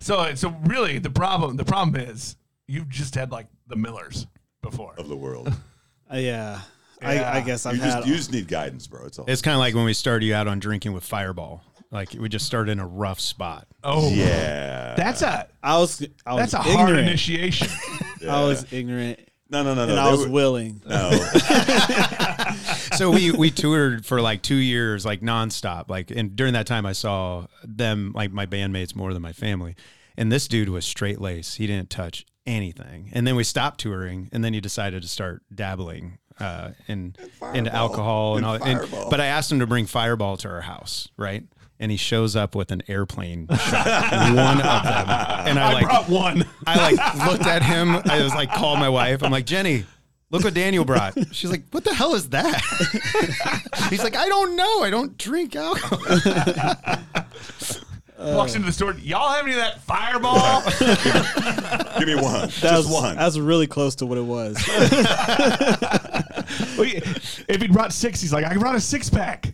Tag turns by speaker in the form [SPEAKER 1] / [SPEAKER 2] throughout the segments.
[SPEAKER 1] So so really the problem the problem is you've just had like the Millers before.
[SPEAKER 2] of the world.
[SPEAKER 3] Uh, yeah. I, I guess I've
[SPEAKER 2] You
[SPEAKER 3] had.
[SPEAKER 2] just you just need guidance, bro. It's all.
[SPEAKER 4] It's kind of like when we started you out on drinking with Fireball. Like we just started in a rough spot.
[SPEAKER 1] Oh
[SPEAKER 2] yeah.
[SPEAKER 1] That's a
[SPEAKER 3] I was. I was
[SPEAKER 1] that's a
[SPEAKER 3] ignorant.
[SPEAKER 1] hard initiation.
[SPEAKER 3] I was ignorant,
[SPEAKER 2] no, no, no, no.
[SPEAKER 3] and I
[SPEAKER 2] They
[SPEAKER 3] was
[SPEAKER 2] were-
[SPEAKER 3] willing.
[SPEAKER 2] no.
[SPEAKER 4] So we we toured for like two years, like nonstop. Like and during that time, I saw them like my bandmates more than my family. And this dude was straight lace. He didn't touch anything. And then we stopped touring, and then he decided to start dabbling uh, in into alcohol and, all. And,
[SPEAKER 2] Fireball.
[SPEAKER 4] but I asked him to bring Fireball to our house, right? And he shows up with an airplane shot, one of them. And I,
[SPEAKER 1] I
[SPEAKER 4] like
[SPEAKER 1] brought one.
[SPEAKER 4] I like looked at him. I was like, called my wife. I'm like, Jenny, look what Daniel brought. She's like, what the hell is that? He's like, I don't know. I don't drink alcohol.
[SPEAKER 1] Walks into the store. Y'all have any of that fireball?
[SPEAKER 2] Give me one.
[SPEAKER 3] That
[SPEAKER 2] just
[SPEAKER 3] was,
[SPEAKER 2] one.
[SPEAKER 3] That was really close to what it was.
[SPEAKER 1] Well, yeah, if he brought six, he's like, I brought a six pack.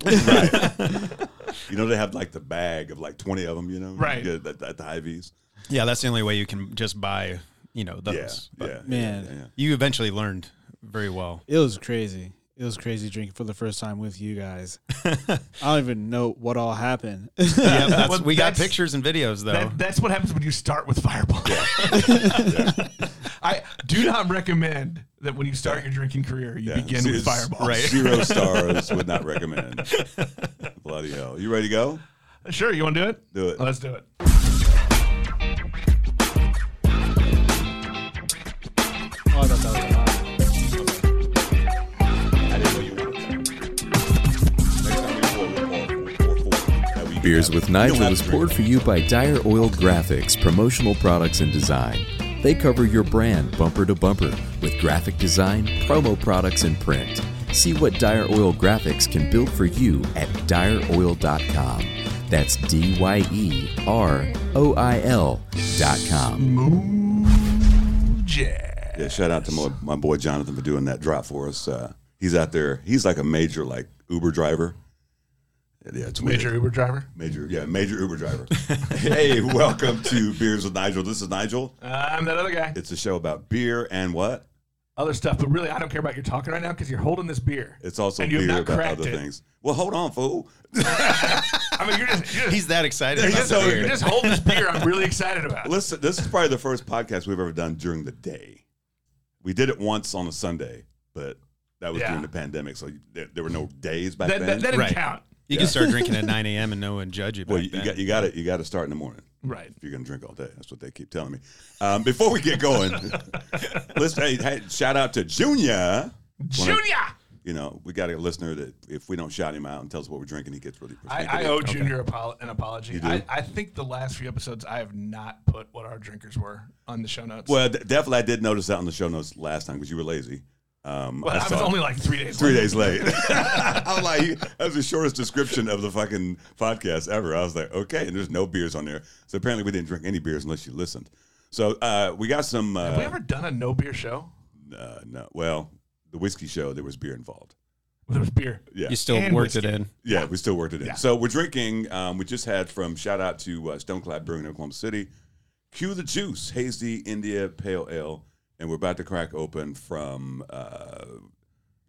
[SPEAKER 2] you know, they have like the bag of like 20 of them, you know? you
[SPEAKER 1] Right.
[SPEAKER 2] get At, at the Hy-Vees.
[SPEAKER 4] Yeah, that's the only way you can just buy, you know, those.
[SPEAKER 2] Yeah.
[SPEAKER 4] But
[SPEAKER 2] yeah.
[SPEAKER 3] Man.
[SPEAKER 2] Yeah, yeah.
[SPEAKER 4] You eventually learned very well.
[SPEAKER 3] It was crazy. It was crazy drinking for the first time with you guys. I don't even know what all happened.
[SPEAKER 4] Yeah, that's-
[SPEAKER 1] Well,
[SPEAKER 4] we got
[SPEAKER 1] that's-
[SPEAKER 4] pictures and videos though.
[SPEAKER 1] That, that's what happens when you start with Fireball. I do not recommend that when you start your drinking career, you
[SPEAKER 2] Yeah.
[SPEAKER 1] begin
[SPEAKER 2] See,
[SPEAKER 1] with
[SPEAKER 2] it's
[SPEAKER 1] Fireball.
[SPEAKER 2] Zero stars would not recommend. Bloody hell. You ready to go?
[SPEAKER 1] Sure, you want to do it?
[SPEAKER 2] Do it.
[SPEAKER 1] Let's do it.
[SPEAKER 3] Oh, I thought that was hot.
[SPEAKER 2] I didn't know you were. Next time we pour, we pour, we pour, pour. That way you can
[SPEAKER 5] Beers
[SPEAKER 2] have-
[SPEAKER 5] with
[SPEAKER 2] you don't
[SPEAKER 5] Nigel
[SPEAKER 2] have
[SPEAKER 5] is
[SPEAKER 2] to drink
[SPEAKER 5] poured for you by Dire Oil Graphics, promotional products and design. They cover your brand bumper to bumper with graphic design, promo products, and print. See what Dire Oil Graphics can build for you at direoil.com. That's D Y E R O I L.com.
[SPEAKER 1] Yeah.
[SPEAKER 2] Yeah, shout out to my, my boy Jonathan for doing that drop for us. Uh, he's out there. He's like a major like Uber driver. Yeah, it's weird.
[SPEAKER 1] Major Uber driver.
[SPEAKER 2] Major, yeah, major Uber driver. hey, welcome to Beers with Nigel. This is Nigel.
[SPEAKER 1] I'm that other guy.
[SPEAKER 2] It's a show about beer and what?
[SPEAKER 1] Other stuff, but really, I don't care about your talking right now because you're holding this beer.
[SPEAKER 2] It's also
[SPEAKER 1] And you have
[SPEAKER 2] beer
[SPEAKER 1] not
[SPEAKER 2] about
[SPEAKER 1] cracked
[SPEAKER 2] other
[SPEAKER 1] it.
[SPEAKER 2] things. Well, hold on, fool.
[SPEAKER 1] I mean, you're just, you're just,
[SPEAKER 4] He's that excited.
[SPEAKER 1] you're
[SPEAKER 4] About
[SPEAKER 1] just,
[SPEAKER 4] the beer.
[SPEAKER 1] you're just holding this beer. I'm really excited about.
[SPEAKER 2] Listen, this is probably the first podcast we've ever done during the day. We did it once on a Sunday, but that was
[SPEAKER 1] Yeah.
[SPEAKER 2] during the pandemic, so there, there were no days back
[SPEAKER 1] that,
[SPEAKER 2] then.
[SPEAKER 1] that, that didn't
[SPEAKER 4] Right.
[SPEAKER 1] count.
[SPEAKER 4] you can start drinking at 9 a.m. and no one judge you.
[SPEAKER 2] well,
[SPEAKER 4] back
[SPEAKER 2] you,
[SPEAKER 4] then.
[SPEAKER 2] you got you got to you got to start in the morning.
[SPEAKER 1] Right.
[SPEAKER 2] if you're going to drink all day. That's what they keep telling me. Um, before we get going, let's hey, hey, shout out to Junior.
[SPEAKER 1] Junior.
[SPEAKER 2] You know, we got a listener that if we don't shout him out and tell us what we're drinking, he gets really.
[SPEAKER 1] I, I owe Junior apo- an apology.
[SPEAKER 2] do?
[SPEAKER 1] I, I think the last few episodes I have not put what our drinkers were on the show notes.
[SPEAKER 2] well, d- definitely, I did notice that on the show notes last time because you were lazy. Um,
[SPEAKER 1] Well, I, was
[SPEAKER 2] saw-
[SPEAKER 1] only like three days.
[SPEAKER 2] three
[SPEAKER 1] late.
[SPEAKER 2] days late. I was like, that was the shortest description of the fucking podcast ever. I was like, okay, and there's no beers on there, so apparently we didn't drink any beers unless you listened. So uh, we got some. Uh,
[SPEAKER 1] Have we ever done a no beer show?
[SPEAKER 2] uh, no, well, the whiskey show there was beer involved.
[SPEAKER 1] Well, there was beer.
[SPEAKER 2] Yeah,
[SPEAKER 4] You still
[SPEAKER 1] And
[SPEAKER 4] worked it in.
[SPEAKER 2] Yeah, we still worked it in.
[SPEAKER 1] Yeah.
[SPEAKER 2] So we're drinking. Um, we just had from shout out to uh, Stoneclad Brewing in Oklahoma City. Cue the juice, hazy India Pale Ale, and we're about to crack open from uh,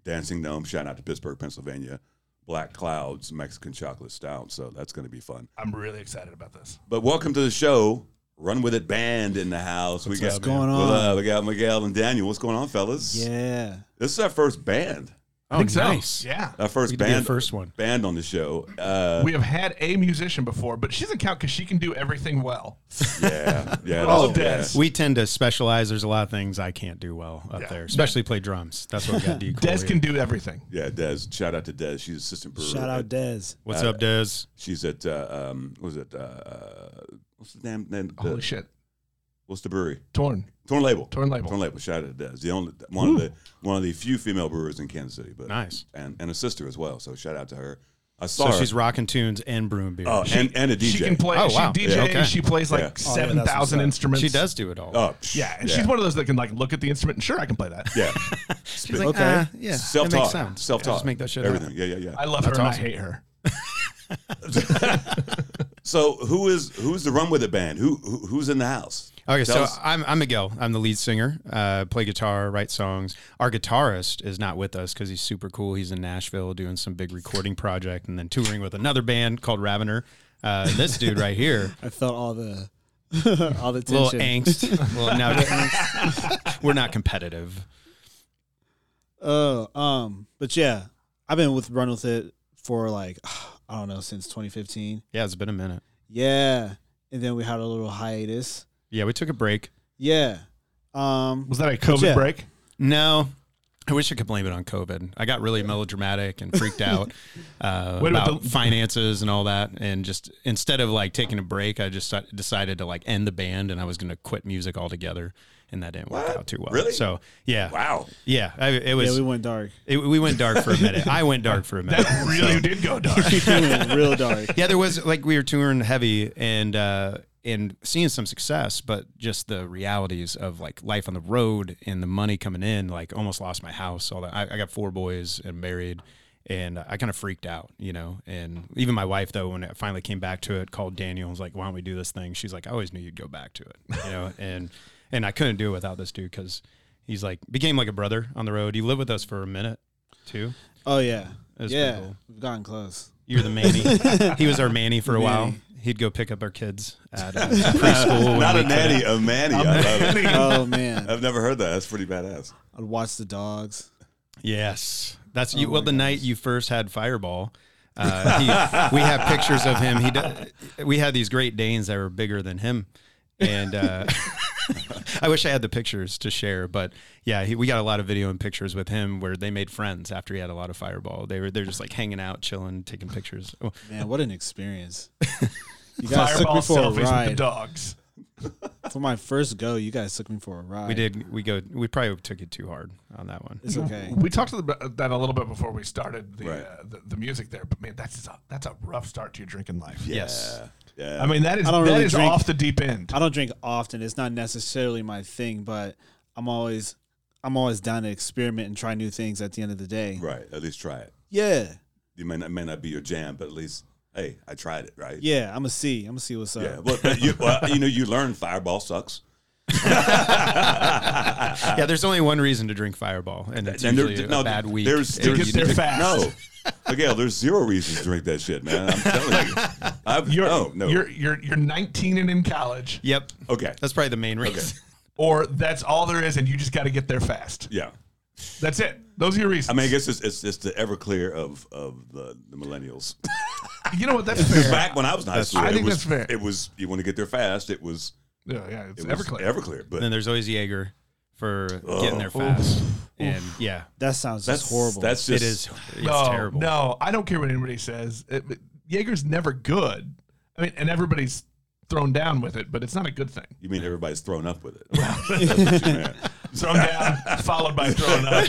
[SPEAKER 2] Dancing Gnome. Shout out to Pittsburgh, Pennsylvania. Black Clouds Mexican Chocolate Stout. So that's going to be fun.
[SPEAKER 1] I'm really excited about this.
[SPEAKER 2] But welcome to the show. Run with it band in the house. we got
[SPEAKER 3] up, man?
[SPEAKER 2] Well,
[SPEAKER 3] going on?
[SPEAKER 2] uh, we got Miguel and Daniel. What's going on, fellas?
[SPEAKER 3] Yeah.
[SPEAKER 2] This is our first band.
[SPEAKER 4] Oh,
[SPEAKER 1] I think so.
[SPEAKER 4] nice.
[SPEAKER 1] Yeah.
[SPEAKER 2] Our first
[SPEAKER 4] We did the
[SPEAKER 2] band.
[SPEAKER 4] first one.
[SPEAKER 2] band on the show. Uh,
[SPEAKER 1] We have had a musician before, but she doesn't count because she can do everything well.
[SPEAKER 2] yeah, yeah.
[SPEAKER 1] Oh,
[SPEAKER 2] that's- yeah.
[SPEAKER 1] Des.
[SPEAKER 4] We tend to specialize. There's a lot of things I can't do well up
[SPEAKER 1] Yeah.
[SPEAKER 4] there, especially play drums. That's what we got. D. Cole
[SPEAKER 1] Des
[SPEAKER 4] here.
[SPEAKER 1] can do everything.
[SPEAKER 2] Yeah, Des. Shout out to Des. She's assistant brewer.
[SPEAKER 3] Shout
[SPEAKER 2] at-
[SPEAKER 3] out Dez.
[SPEAKER 4] What's
[SPEAKER 2] Uh,
[SPEAKER 4] up, Des?
[SPEAKER 2] She's at uh, um, what was it? Uh, uh, what's the damn name? the-
[SPEAKER 1] Holy shit.
[SPEAKER 2] What's the brewery?
[SPEAKER 1] Torn.
[SPEAKER 2] Torn Label.
[SPEAKER 1] Torn Label.
[SPEAKER 2] Torn Label. Shout out to Des. The only one of the one of the few female brewers in Kansas City. But
[SPEAKER 4] Nice.
[SPEAKER 2] and and a sister as well. So shout out to her. I saw
[SPEAKER 4] So
[SPEAKER 2] her.
[SPEAKER 4] she's rocking tunes and brewing beer.
[SPEAKER 2] oh, and and a DJ.
[SPEAKER 1] She can play.
[SPEAKER 4] Oh,
[SPEAKER 1] she
[SPEAKER 4] wow.
[SPEAKER 1] DJs.
[SPEAKER 4] Yeah, okay.
[SPEAKER 1] She plays like
[SPEAKER 2] Yeah. Oh, yeah, that's
[SPEAKER 3] what's
[SPEAKER 1] 7,000
[SPEAKER 3] up.
[SPEAKER 1] instruments.
[SPEAKER 4] she does do it all.
[SPEAKER 2] Oh, psh,
[SPEAKER 1] Yeah. And she's one of those that can like look at the instrument and sure, I can play that.
[SPEAKER 2] yeah.
[SPEAKER 4] She's like,
[SPEAKER 3] Okay.
[SPEAKER 4] "Ah, yeah, that
[SPEAKER 2] Self
[SPEAKER 4] makes
[SPEAKER 2] taught.
[SPEAKER 4] sense.
[SPEAKER 2] Self
[SPEAKER 4] Yeah,
[SPEAKER 2] taught.
[SPEAKER 4] Just make that shit up."
[SPEAKER 2] Everything. Yeah, yeah, yeah.
[SPEAKER 1] I love her and I hate her.
[SPEAKER 2] So who is who's the Run With It band? Who, who who's in the house?
[SPEAKER 4] Okay,
[SPEAKER 2] Tell
[SPEAKER 4] so
[SPEAKER 2] us-
[SPEAKER 4] I'm, I'm Miguel. I'm the lead singer. Uh, play guitar, write songs. Our guitarist is not with us because he's super cool. He's in Nashville doing some big recording project and then touring with another band called Ravener. Uh, this dude right here,
[SPEAKER 3] I felt all the all the
[SPEAKER 4] a little
[SPEAKER 3] tension.
[SPEAKER 4] angst. Well, no, we're not competitive.
[SPEAKER 3] Oh, um, but yeah, I've been with Run with It for like I don't know since 2015.
[SPEAKER 4] Yeah, it's been a minute.
[SPEAKER 3] Yeah, and then we had a little hiatus.
[SPEAKER 4] Yeah, we took a break.
[SPEAKER 3] Yeah, um,
[SPEAKER 1] Was that a COVID
[SPEAKER 3] Yeah.
[SPEAKER 1] break?
[SPEAKER 4] No, I wish I could blame it on COVID. I got really melodramatic and freaked out uh,
[SPEAKER 1] Wait a minute,
[SPEAKER 4] about
[SPEAKER 1] the-
[SPEAKER 4] finances and all that. And just instead of like taking a break, I just de- decided to like end the band and I was going to quit music altogether. And that didn't work
[SPEAKER 2] What?
[SPEAKER 4] out too well.
[SPEAKER 2] Really?
[SPEAKER 4] So yeah,
[SPEAKER 2] Wow.
[SPEAKER 4] yeah, I, it
[SPEAKER 3] yeah,
[SPEAKER 4] was.
[SPEAKER 3] we
[SPEAKER 4] it-
[SPEAKER 3] went dark.
[SPEAKER 4] we, went dark for a minute. I went dark for a minute.
[SPEAKER 1] That really did go dark.
[SPEAKER 3] we went real dark.
[SPEAKER 4] yeah, there was like we were touring heavy and uh and seeing some success, but just the realities of like life on the road and the money coming in, like almost lost my house. All that I, I got four boys and married, and I kind of freaked out, you know. And even my wife though, when it finally came back to it, called Daniel and was like, "Why don't we do this thing?" She's like, "I always knew you'd go back to it," you know. and and I couldn't do it without this dude because he's like became like a brother on the road. He lived with us for a minute too.
[SPEAKER 3] Oh yeah,
[SPEAKER 4] It was
[SPEAKER 3] yeah,
[SPEAKER 4] pretty cool.
[SPEAKER 3] we've gotten close.
[SPEAKER 4] You're the Manny. he was our Manny for a while. He'd go pick up our kids at uh, preschool. when
[SPEAKER 2] Not
[SPEAKER 4] we
[SPEAKER 2] a
[SPEAKER 4] could.
[SPEAKER 2] nanny, a manny. I love it.
[SPEAKER 3] Oh man,
[SPEAKER 2] I've never heard that. That's pretty badass.
[SPEAKER 3] I'd watch the dogs.
[SPEAKER 4] Yes, that's you. Well, the night you first had Fireball. Uh, he, we have pictures of him. He d- we had these Great Danes that were bigger than him, and uh, I wish I had the pictures to share. But yeah, he, we got a lot of video and pictures with him where they made friends after he had a lot of Fireball. They were they're just like hanging out, chilling, taking pictures. Oh,
[SPEAKER 3] Man, what an experience! You guys took
[SPEAKER 1] Fireball
[SPEAKER 3] me for a
[SPEAKER 1] selfies with the
[SPEAKER 3] ride.
[SPEAKER 1] dogs.
[SPEAKER 3] For my first go, you guys took me for a ride.
[SPEAKER 4] we did. We go. We probably took it too hard on that one.
[SPEAKER 3] It's okay.
[SPEAKER 1] We talked about that a little bit before we started the,
[SPEAKER 2] Right.
[SPEAKER 1] uh, the the music there, but man, that's a, that's a rough start to your drinking life.
[SPEAKER 4] Yes.
[SPEAKER 2] Yeah.
[SPEAKER 1] I mean that is
[SPEAKER 3] I
[SPEAKER 1] that
[SPEAKER 3] don't
[SPEAKER 1] is
[SPEAKER 3] really drink-
[SPEAKER 1] off the deep end.
[SPEAKER 3] I don't drink often. It's not necessarily my thing, but I'm always I'm always down to experiment and try new things at the end of the day.
[SPEAKER 2] right. At least try it.
[SPEAKER 3] Yeah.
[SPEAKER 2] You may not, may not be your jam, but at least hey, I tried it. Right.
[SPEAKER 3] Yeah, I'm gonna see. I'm gonna see what's up.
[SPEAKER 2] Yeah. Well, but you, well, you know, you learn Fireball sucks.
[SPEAKER 4] yeah, there's only one reason to drink Fireball, and it's
[SPEAKER 2] Uh, And there-
[SPEAKER 4] usually
[SPEAKER 2] no,
[SPEAKER 4] a bad week.
[SPEAKER 2] There's,
[SPEAKER 4] And
[SPEAKER 2] there's,
[SPEAKER 1] get there
[SPEAKER 4] you-
[SPEAKER 1] fast.
[SPEAKER 2] No. Miguel, there's zero reasons to drink that shit, man. I'm telling you. I've,
[SPEAKER 1] You're,
[SPEAKER 2] no, Oh, no.
[SPEAKER 1] you're you're you're 19 and in college,
[SPEAKER 4] Yep.
[SPEAKER 2] okay.
[SPEAKER 4] That's probably the main reason.
[SPEAKER 1] or that's all there is, and you just got to get there fast.
[SPEAKER 2] yeah.
[SPEAKER 1] That's it. Those are your reasons.
[SPEAKER 2] I mean, I guess it's, it's, it's the Everclear of, of the, the millennials.
[SPEAKER 1] you know what? That's fair.
[SPEAKER 2] Back when I was in high school,
[SPEAKER 1] I
[SPEAKER 2] it
[SPEAKER 1] think
[SPEAKER 2] was,
[SPEAKER 1] that's fair.
[SPEAKER 2] It was, you want to get there fast. It was,
[SPEAKER 1] yeah, yeah, it's
[SPEAKER 2] it was
[SPEAKER 1] Everclear.
[SPEAKER 2] Everclear. But
[SPEAKER 4] And then there's always Jaeger for getting
[SPEAKER 2] Oh.
[SPEAKER 4] there fast. And yeah,
[SPEAKER 3] That sounds
[SPEAKER 2] that's
[SPEAKER 3] just horrible.
[SPEAKER 2] That's just,
[SPEAKER 4] it is. It's
[SPEAKER 1] no,
[SPEAKER 4] terrible.
[SPEAKER 1] no, I don't care what anybody says. It, it- Jaeger's never good. I mean, and everybody's thrown down with it, but it's not a good thing.
[SPEAKER 2] You mean everybody's thrown up with it? That's what you meant.
[SPEAKER 1] Thrown down, followed by thrown up.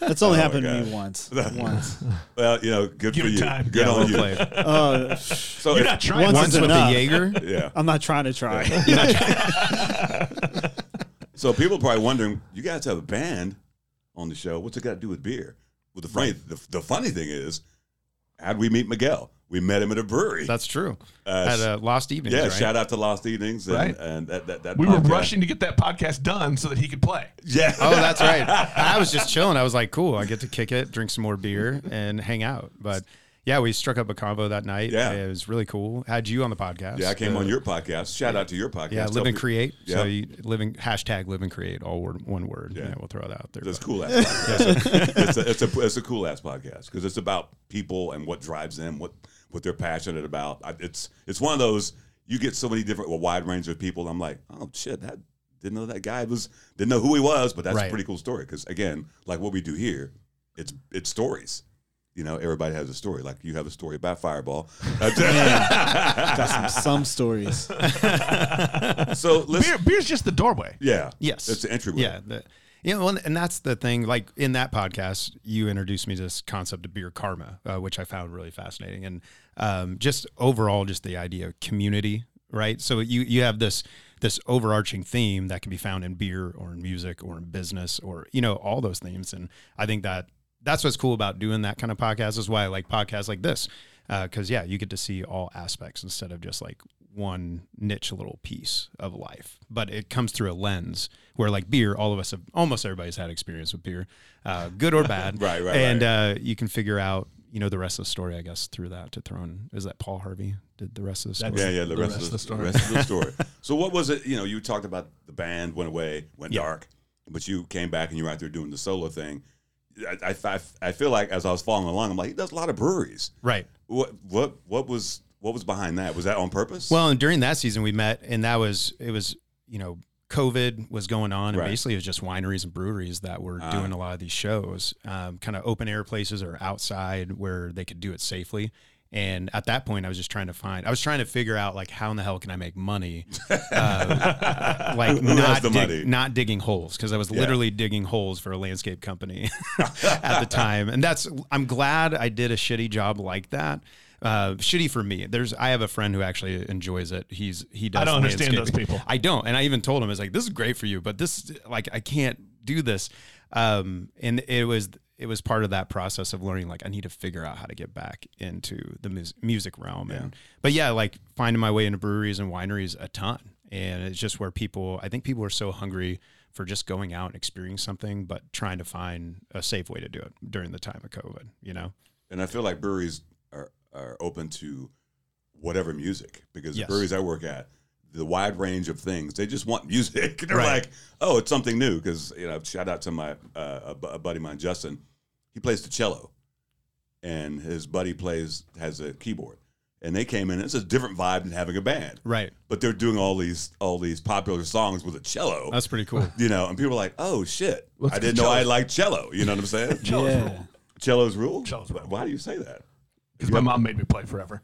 [SPEAKER 3] that's only happened
[SPEAKER 2] my
[SPEAKER 3] to me
[SPEAKER 2] God.
[SPEAKER 3] once. once.
[SPEAKER 2] well, you know, good
[SPEAKER 1] Give
[SPEAKER 2] for
[SPEAKER 1] it
[SPEAKER 2] you.
[SPEAKER 1] time.
[SPEAKER 2] Good
[SPEAKER 4] Yeah,
[SPEAKER 2] on
[SPEAKER 4] we'll
[SPEAKER 2] you.
[SPEAKER 4] play it.
[SPEAKER 3] Uh,
[SPEAKER 2] So
[SPEAKER 1] You're
[SPEAKER 2] if-
[SPEAKER 1] not trying.
[SPEAKER 3] Once
[SPEAKER 1] to
[SPEAKER 4] Once with
[SPEAKER 3] enough.
[SPEAKER 4] the Jaeger.
[SPEAKER 2] yeah.
[SPEAKER 3] I'm not trying to try.
[SPEAKER 2] So people are probably wondering, you guys have a band on the show. What's it got to do with beer? Well, the funny, the, the funny thing is, how'd we meet Miguel? We met him at a brewery.
[SPEAKER 4] That's true.
[SPEAKER 2] Uh,
[SPEAKER 4] At a lost evening.
[SPEAKER 2] yeah,
[SPEAKER 4] right?
[SPEAKER 2] shout out to Lost Evenings and,
[SPEAKER 1] Right.
[SPEAKER 2] and that, that, that
[SPEAKER 1] we were
[SPEAKER 2] podcast.
[SPEAKER 1] rushing to get that podcast done so that he could play.
[SPEAKER 2] Yeah.
[SPEAKER 4] Oh, that's right. I was just chilling. I was like, cool. I get to kick it, drink some more beer, and hang out. But yeah, we struck up a combo that night.
[SPEAKER 2] Yeah.
[SPEAKER 4] It was really cool. Had you on the podcast.
[SPEAKER 2] yeah, I came
[SPEAKER 4] Uh,
[SPEAKER 2] on your podcast. Shout out to your podcast.
[SPEAKER 4] Yeah,
[SPEAKER 2] Tell
[SPEAKER 4] live and
[SPEAKER 2] pe-
[SPEAKER 4] create.
[SPEAKER 2] Yeah.
[SPEAKER 4] So you live and hashtag live and create, all word, one word. Yeah. we'll throw that out there.
[SPEAKER 2] It's
[SPEAKER 4] but-
[SPEAKER 2] cool ass. it's, a, it's a it's a cool ass podcast because it's about people and what drives them, what what they're passionate about. I, it's it's one of those you get so many different a wide range of people. I'm like, oh shit, that didn't know that guy was didn't know who he was, but that's a
[SPEAKER 4] Right.
[SPEAKER 2] pretty cool story because again, like what we do here, it's it's stories. You know, everybody has a story. Like you have a story about Fireball.
[SPEAKER 3] Got some, some stories.
[SPEAKER 2] so let's
[SPEAKER 1] Beer, beer's just the doorway.
[SPEAKER 2] yeah
[SPEAKER 4] Yes.
[SPEAKER 2] it's the entryway.
[SPEAKER 4] Yeah. The, you know, and, and that's the thing. Like in that podcast, you introduced me to this concept of beer karma, uh, which I found really fascinating, and um, just overall, just the idea of community, right? So you you have this this overarching theme that can be found in beer or in music or in business or you know all those themes, and I think that that's what's cool about doing that kind of podcast. Is why I like podcasts like this. because yeah, you get to see all aspects instead of just like one niche little piece of life. But it comes through a lens where like beer, all of us have almost everybody's had experience with beer, uh, good or bad,
[SPEAKER 2] Right, right,
[SPEAKER 4] And Uh, you can figure out you know the rest of the story, I guess, through that. To throw in is that Paul Harvey did the rest of the story?
[SPEAKER 1] That's-
[SPEAKER 2] Yeah, yeah. The,
[SPEAKER 1] The
[SPEAKER 2] rest,
[SPEAKER 1] rest
[SPEAKER 2] of the
[SPEAKER 1] story.
[SPEAKER 2] Rest of the story. so what was it? You know, you talked about the band went away, went
[SPEAKER 4] Yeah.
[SPEAKER 2] dark, but you came back and you were out there doing the solo thing. I, I- I, I feel like as I was following along, I'm like, he does a lot of breweries.
[SPEAKER 4] Right.
[SPEAKER 2] What what what was what was behind that? Was that on purpose?
[SPEAKER 4] Well, and during that season we met, and that was it was you know COVID was going on, and
[SPEAKER 2] Right.
[SPEAKER 4] basically it was just wineries and breweries that were
[SPEAKER 2] Ah.
[SPEAKER 4] doing a lot of these shows, um, kind of open air places or outside where they could do it safely. And at that point, I was just trying to find. I was trying to figure out like how in the hell can I make money, uh, like
[SPEAKER 2] Who has
[SPEAKER 4] not
[SPEAKER 2] the
[SPEAKER 4] dig-
[SPEAKER 2] money?
[SPEAKER 4] not digging holes because I was
[SPEAKER 2] Yeah.
[SPEAKER 4] literally digging holes for a landscape company at the time, and that's. I'm glad I did a shitty job like that. Uh, shitty for me. There's. I have a friend who actually enjoys it. He's he does.
[SPEAKER 1] I don't understand those
[SPEAKER 4] landscaping.
[SPEAKER 1] people.
[SPEAKER 4] I don't, and I even told him, "I was like, this is great for you, but this like I can't do this." Um, and it was it was part of that process of learning. Like, I need to figure out how to get back into the mus- music realm. And but yeah, like finding my way into breweries and wineries a ton, and it's just where people. I think people are so hungry for just going out and experiencing something, but trying to find a safe way to do it during the time of COVID. You know.
[SPEAKER 2] and I feel like breweries are are open to whatever music because
[SPEAKER 4] Yes.
[SPEAKER 2] the breweries I work at, the wide range of things, they just want music. They're
[SPEAKER 4] Right.
[SPEAKER 2] like, oh, it's something new. Because you know, shout out to my uh, a, bu- a buddy of mine, Justin. He plays the cello, and his buddy plays has a keyboard, and they came in. It's a different vibe than having a band,
[SPEAKER 4] Right.
[SPEAKER 2] but they're doing all these all these popular songs with a cello.
[SPEAKER 4] That's pretty cool.
[SPEAKER 2] you know, and people are like, "Oh shit,
[SPEAKER 1] Let's
[SPEAKER 2] I
[SPEAKER 1] do
[SPEAKER 2] didn't know I
[SPEAKER 1] cello."
[SPEAKER 2] liked cello." You know what I'm saying?
[SPEAKER 1] Cello's
[SPEAKER 3] Yeah.
[SPEAKER 1] rule.
[SPEAKER 2] Cello's rule?
[SPEAKER 1] Cello's rule.
[SPEAKER 2] Why do you say that?
[SPEAKER 1] Because my mom made me play forever.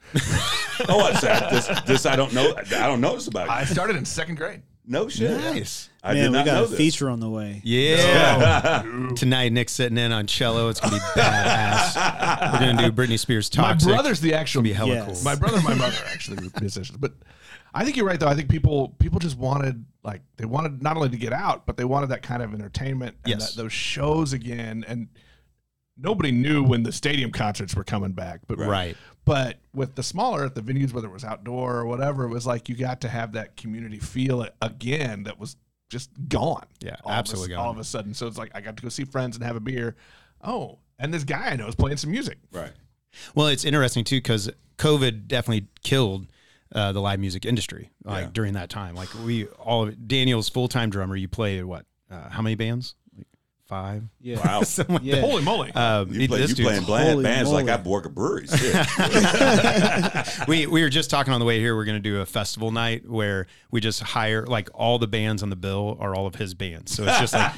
[SPEAKER 2] Oh, I said this. This I don't know. I don't know this about you.
[SPEAKER 1] I started in second grade.
[SPEAKER 2] no shit.
[SPEAKER 4] Nice.
[SPEAKER 2] I
[SPEAKER 3] Man,
[SPEAKER 2] did
[SPEAKER 3] we
[SPEAKER 2] not
[SPEAKER 3] got
[SPEAKER 2] know
[SPEAKER 3] a
[SPEAKER 2] this.
[SPEAKER 3] feature on the way.
[SPEAKER 4] Yeah. Tonight, Nick's sitting in on cello. It's gonna be badass. We're gonna do Britney Spears
[SPEAKER 1] My
[SPEAKER 4] toxic.
[SPEAKER 1] brother's the actual
[SPEAKER 4] be hella
[SPEAKER 3] Yes.
[SPEAKER 4] cool.
[SPEAKER 1] My brother and my mother are actually musicians, but I think you're right though. I think people people just wanted like they wanted not only to get out, but they wanted that kind of entertainment and
[SPEAKER 4] Yes.
[SPEAKER 1] that, those shows again. And nobody knew when the stadium concerts were coming back, but
[SPEAKER 4] Right.
[SPEAKER 1] But with the smaller at the venues, whether it was outdoor or whatever, it was like you got to have that community feel again that was just gone.
[SPEAKER 4] Yeah,
[SPEAKER 1] all of a-
[SPEAKER 4] absolutely gone.
[SPEAKER 1] all of a sudden, so it's like I got to go see friends and have a beer. Oh, and this guy I know is playing some music.
[SPEAKER 2] Right.
[SPEAKER 4] Well, it's interesting too because COVID definitely killed uh, the live music industry. Like
[SPEAKER 2] Yeah.
[SPEAKER 4] during that time, like we all Daniel's full time drummer. You played what? Uh, how many bands? Like five.
[SPEAKER 3] Yeah.
[SPEAKER 2] Wow.
[SPEAKER 4] Something like
[SPEAKER 3] Yeah.
[SPEAKER 4] that.
[SPEAKER 1] Holy moly!
[SPEAKER 4] Um,
[SPEAKER 2] You, play,
[SPEAKER 4] this
[SPEAKER 2] you
[SPEAKER 4] dude's-
[SPEAKER 2] playing bland
[SPEAKER 3] holy
[SPEAKER 2] bands like
[SPEAKER 3] moly.
[SPEAKER 2] I work at breweries. Yeah.
[SPEAKER 4] we we were just talking on the way here. We're going to do a festival night where we just hire like all the bands on the bill are all of his bands. So it's just like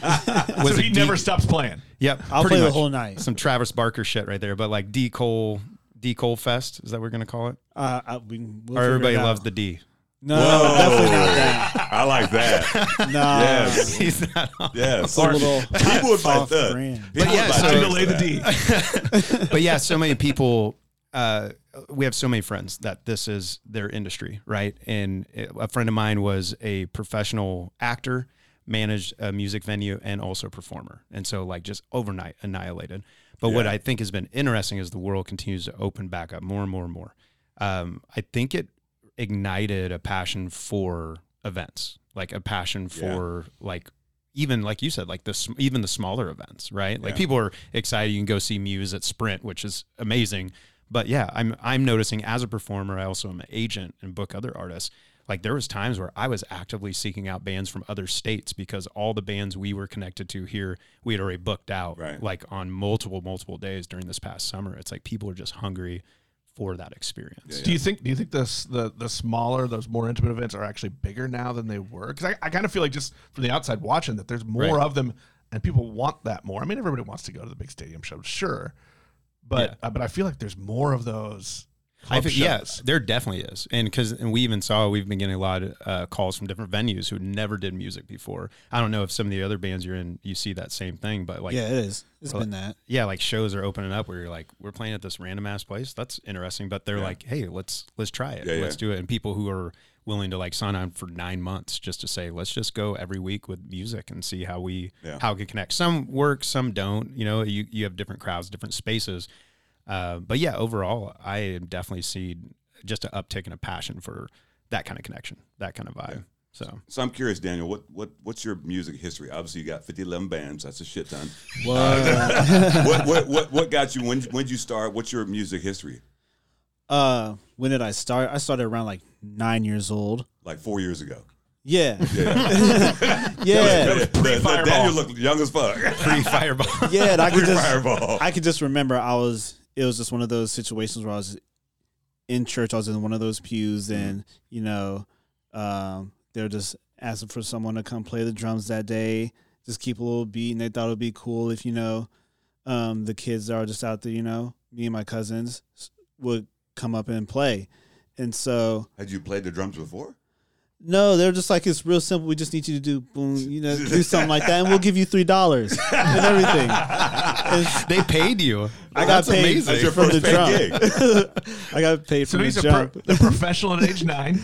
[SPEAKER 4] was
[SPEAKER 1] so
[SPEAKER 4] it
[SPEAKER 1] he
[SPEAKER 4] D-
[SPEAKER 1] never stops playing.
[SPEAKER 4] Yep,
[SPEAKER 3] I'll
[SPEAKER 4] pretty
[SPEAKER 3] play the
[SPEAKER 4] much.
[SPEAKER 3] whole night.
[SPEAKER 4] Some Travis Barker shit right there, but like D Cole, D Cole Fest is that what we're going to call it?
[SPEAKER 3] Uh, I, we, we'll
[SPEAKER 4] Or
[SPEAKER 3] figure
[SPEAKER 4] everybody
[SPEAKER 3] it out.
[SPEAKER 4] loves the D.
[SPEAKER 3] No, definitely not that.
[SPEAKER 2] I like that.
[SPEAKER 3] No.
[SPEAKER 2] Yes.
[SPEAKER 4] He's not on.
[SPEAKER 2] Yes.
[SPEAKER 3] It's a little
[SPEAKER 2] People would buy
[SPEAKER 3] off
[SPEAKER 2] that.
[SPEAKER 3] brand.
[SPEAKER 2] People
[SPEAKER 4] yeah,
[SPEAKER 2] would buy
[SPEAKER 4] so-
[SPEAKER 2] tickets
[SPEAKER 1] delay
[SPEAKER 2] for
[SPEAKER 1] the
[SPEAKER 2] that.
[SPEAKER 1] D.
[SPEAKER 4] but yeah, so many people. Uh, we have so many friends that this is their industry, right? And a friend of mine was a professional actor, managed a music venue, and also a performer, and so like just overnight annihilated. But what
[SPEAKER 2] Yeah.
[SPEAKER 4] I think has been interesting is the world continues to open back up more and more and more. Um, I think it ignited a passion for events, like a passion
[SPEAKER 2] Yeah.
[SPEAKER 4] for like even like you said, like the sm- even the smaller events, right? Like
[SPEAKER 2] Yeah.
[SPEAKER 4] people are excited. You can go see Muse at Sprint, which is amazing. But yeah, I'm I'm noticing as a performer, I also am an agent and book other artists. Like there was times where I was actively seeking out bands from other states because all the bands we were connected to here we had already booked out,
[SPEAKER 2] Right.
[SPEAKER 4] like on multiple multiple days during this past summer. It's like people are just hungry for that experience.
[SPEAKER 1] Do you think? Do you think this the the smaller, those more intimate events are actually bigger now than they were? Because I, I kind of feel like just from the outside watching that there's more
[SPEAKER 4] Right.
[SPEAKER 1] of them, and people want that more. I mean, everybody wants to go to the big stadium show, sure, but uh, but I feel like there's more of those.
[SPEAKER 4] I
[SPEAKER 1] Club
[SPEAKER 4] think,
[SPEAKER 1] shows.
[SPEAKER 4] yes, there definitely is, and because and we even saw we've been getting a lot of uh, calls from different venues who never did music before. I don't know if some of the other bands you're in, you see that same thing, but like
[SPEAKER 3] yeah, it is. It's
[SPEAKER 4] Well,
[SPEAKER 3] been that.
[SPEAKER 4] yeah, like shows are opening up where you're like, we're playing at this random ass place. That's interesting, but they're
[SPEAKER 2] Yeah.
[SPEAKER 4] like, hey, let's let's try it,
[SPEAKER 2] Yeah,
[SPEAKER 4] let's do it, and people who are willing to like sign on for nine months just to say, let's just go every week with music and see how we
[SPEAKER 2] Yeah.
[SPEAKER 4] how it can connect. Some work, some don't. You know, you you have different crowds, different spaces. Uh, but yeah, overall, I definitely see just an uptick and a passion for that kind of connection, that kind of vibe. So
[SPEAKER 2] So I'm curious, Daniel, what what what's your music history? Obviously, you got 50, 11 bands. That's a shit ton. what, what what what got you? When when did you start? What's your music history?
[SPEAKER 3] Uh, when did I start? I started around like nine years old.
[SPEAKER 2] Like four years ago.
[SPEAKER 3] Yeah,
[SPEAKER 2] Yeah,
[SPEAKER 3] yeah,
[SPEAKER 2] Yeah,
[SPEAKER 1] pre-Fireball.
[SPEAKER 2] Daniel looked young as fuck.
[SPEAKER 4] free fireball.
[SPEAKER 3] yeah. And I could just,
[SPEAKER 2] Pre-fireball.
[SPEAKER 3] I could just remember I was. It was just one of those situations where I was in church. I was in one of those pews, and you know, um, they were just asking for someone to come play the drums that day. Just keep a little beat, and they thought it'd be cool if you know, um, the kids that are just out there. You know, me and my cousins s- would come up and play, and so
[SPEAKER 2] Had you played the drums before?
[SPEAKER 3] No, they're just like it's real simple. We just need you to do boom, you know, do something like that, and we'll give you three dollars and everything. It's-
[SPEAKER 4] they paid you.
[SPEAKER 3] I got
[SPEAKER 4] That's
[SPEAKER 3] paid
[SPEAKER 4] amazing.
[SPEAKER 2] That's your
[SPEAKER 3] from the
[SPEAKER 2] first
[SPEAKER 3] drum.
[SPEAKER 2] paid
[SPEAKER 3] I got paid
[SPEAKER 1] So
[SPEAKER 3] from
[SPEAKER 1] he's
[SPEAKER 3] the
[SPEAKER 1] a,
[SPEAKER 3] jump.
[SPEAKER 1] pro- a professional at age nine.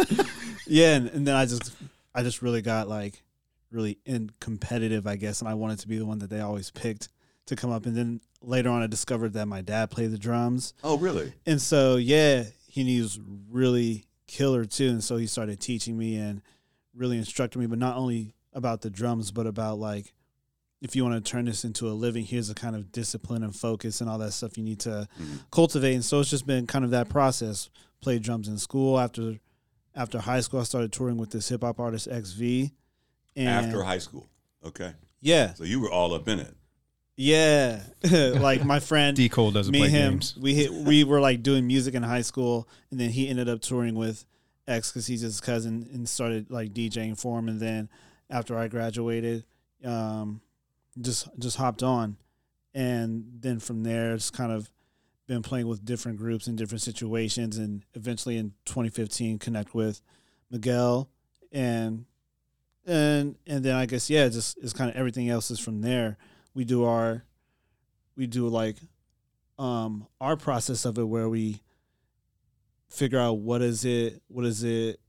[SPEAKER 3] yeah, and, and then I just, I just really got like really in competitive, I guess, and I wanted to be the one that they always picked to come up. And then later on, I discovered that my dad played the drums,
[SPEAKER 2] Oh, really?
[SPEAKER 3] and so yeah, he was really killer too, and so he started teaching me and really instructing me, but not only about the drums, but about like if you want to turn this into a living, here's the kind of discipline and focus and all that stuff you need to cultivate. And so it's just been kind of that process. Played drums in school after after high school. I started touring with this hip hop artist XV. And
[SPEAKER 2] After high school. Okay.
[SPEAKER 3] yeah,
[SPEAKER 2] So you were all up in it.
[SPEAKER 3] yeah, like my friend
[SPEAKER 4] D Cole doesn't
[SPEAKER 3] me
[SPEAKER 4] play
[SPEAKER 3] and him,
[SPEAKER 4] games.
[SPEAKER 3] We hit, we were like doing music in high school, and then he ended up touring with X because he's his cousin, and started like DJing for him. And then after I graduated, um, just just hopped on, and then from there, it's kind of been playing with different groups in different situations, and eventually in 2015, connect with Miguel, and and and then I guess yeah, just it's kind of everything else is from there. We do our we do like um our process of it where we figure out what is it what is it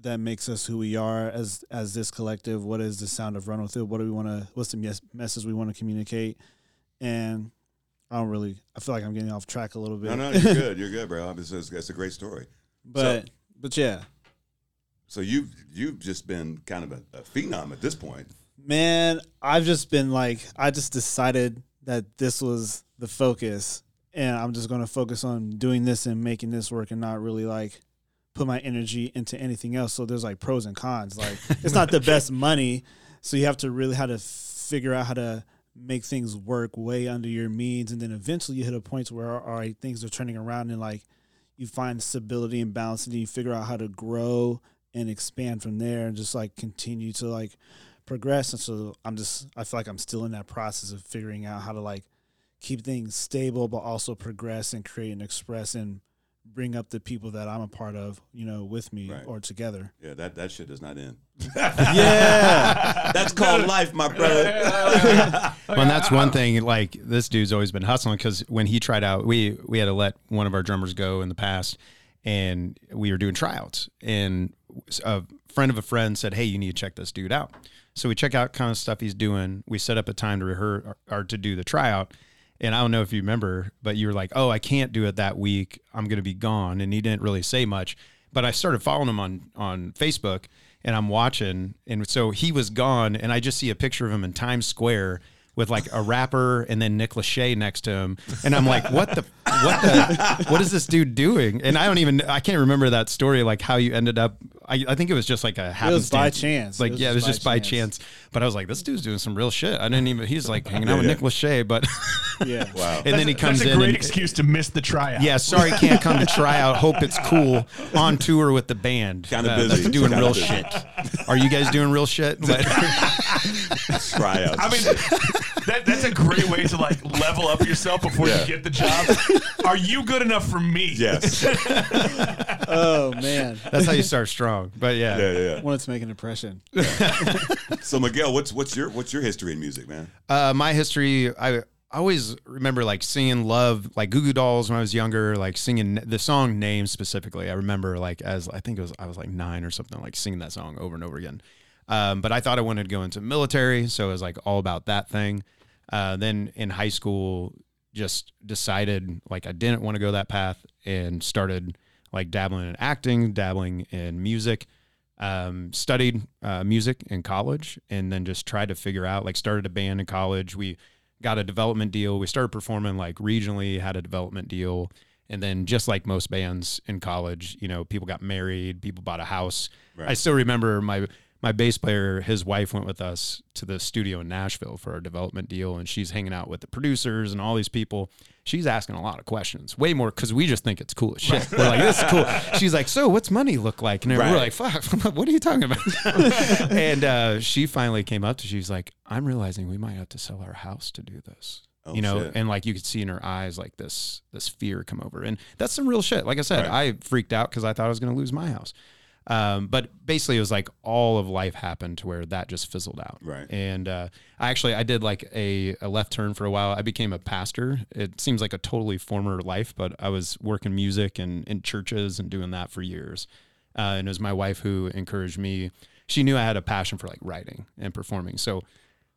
[SPEAKER 3] that makes us who we are as as this collective what is the sound of run with it what do we want to what's the mes- message we want to communicate and i don't really i feel like i'm getting off track a little bit
[SPEAKER 2] No, no, you're good. You're good, bro. It's, it's, it's a great story.
[SPEAKER 3] but but yeah
[SPEAKER 2] So you've you've just been kind of a, a phenom at this point.
[SPEAKER 3] Man, I've just been like, I just decided that this was the focus, and I'm just going to focus on doing this and making this work, and not really like put my energy into anything else. So there's like pros and cons. Like it's not the best money, so you have to really how to figure out how to make things work way under your means, and then eventually you hit a point where all right, things are turning around, and like you find stability and balance, and you figure out how to grow and expand from there, and just like continue to like progress. And so I'm just, I feel like I'm still in that process of figuring out how to like keep things stable, but also progress and create and express and bring up the people that I'm a part of, you know, with me
[SPEAKER 2] Right.
[SPEAKER 3] or together.
[SPEAKER 2] Yeah, that, that shit does not end.
[SPEAKER 3] Yeah.
[SPEAKER 2] That's called life, my brother.
[SPEAKER 4] Well, and that's one thing. Like this dude's always been hustling because when he tried out, we we had to let one of our drummers go in the past, and we were doing tryouts. And a friend of a friend said, "Hey, you need to check this dude out." So we check out kind of stuff he's doing. We set up a time to rehearse or, or to do the tryout. And I don't know if you remember, but you were like, "Oh, I can't do it that week. I'm going to be gone." And he didn't really say much. But I started following him on on Facebook, and I'm watching. And so he was gone, and I just see a picture of him in Times Square with like a rapper and then Nick Lachey next to him. And I'm like, what the, what the, what is this dude doing? And I don't even, I can't remember that story, like how you ended up. I, I think it was just like a happenstance.
[SPEAKER 3] by chance.
[SPEAKER 4] Like,
[SPEAKER 3] It was
[SPEAKER 4] yeah, it was just by chance.
[SPEAKER 3] chance.
[SPEAKER 4] But I was like, this dude's doing some real shit. I didn't even, he's like hanging out with Nick Lachey, but,
[SPEAKER 3] yeah.
[SPEAKER 2] Wow.
[SPEAKER 4] and then he comes
[SPEAKER 1] That's a
[SPEAKER 4] in
[SPEAKER 1] great
[SPEAKER 4] and,
[SPEAKER 1] excuse to miss the tryout.
[SPEAKER 4] yeah, sorry, can't come to try out. Hope it's cool on tour with the band. Uh,
[SPEAKER 2] Kinda
[SPEAKER 4] that's
[SPEAKER 2] busy.
[SPEAKER 4] doing
[SPEAKER 2] Kinda
[SPEAKER 4] real
[SPEAKER 2] busy.
[SPEAKER 4] shit. Are you guys doing real shit? But-
[SPEAKER 2] Try out.
[SPEAKER 1] I mean, that, that's a great way to like level up yourself before
[SPEAKER 2] Yeah.
[SPEAKER 1] you get the job. Are you good enough for me?
[SPEAKER 2] yes. Yeah,
[SPEAKER 3] Oh man.
[SPEAKER 4] that's how you start strong. But
[SPEAKER 2] yeah, yeah.
[SPEAKER 3] wanted to make an impression.
[SPEAKER 2] So Miguel, what's what's your what's your history in music, man?
[SPEAKER 4] Uh, my history, I, I always remember like singing love, like Goo Goo Dolls when I was younger, like singing the song Names specifically. I remember like as I think it was, I was like nine or something, like singing that song over and over again. Um, but I thought I wanted to go into military. So it was like all about that thing. Uh, then in high school, just decided like I didn't want to go that path and started like dabbling in acting, dabbling in music. Um, studied uh, music in college and then just tried to figure out like started a band in college. We got a development deal. We started performing like regionally, had a development deal. And then just like most bands in college, you know, people got married, people bought a house.
[SPEAKER 2] Right.
[SPEAKER 4] I still remember my my bass player, his wife went with us to the studio in Nashville for our development deal and she's hanging out with the producers and all these people. She's asking a lot of questions, way more cuz we just think it's cool as shit. We're like this is cool. She's like, "So, what's money look like?" And
[SPEAKER 2] Right.
[SPEAKER 4] we're like, "Fuck, what are you talking about?" and uh, she finally came up to she's like, "I'm realizing we might have to sell our house to do this."
[SPEAKER 2] Oh,
[SPEAKER 4] you know
[SPEAKER 2] shit.
[SPEAKER 4] and like you could see in her eyes like this this fear come over and that's some real shit like i said
[SPEAKER 2] Right.
[SPEAKER 4] i freaked out because i thought i was going to lose my house um, but basically it was like all of life happened to where that just fizzled out
[SPEAKER 2] Right.
[SPEAKER 4] and uh, i actually i did like a, a left turn for a while i became a pastor it seems like a totally former life but i was working music and in churches and doing that for years uh, and it was my wife who encouraged me she knew i had a passion for like writing and performing so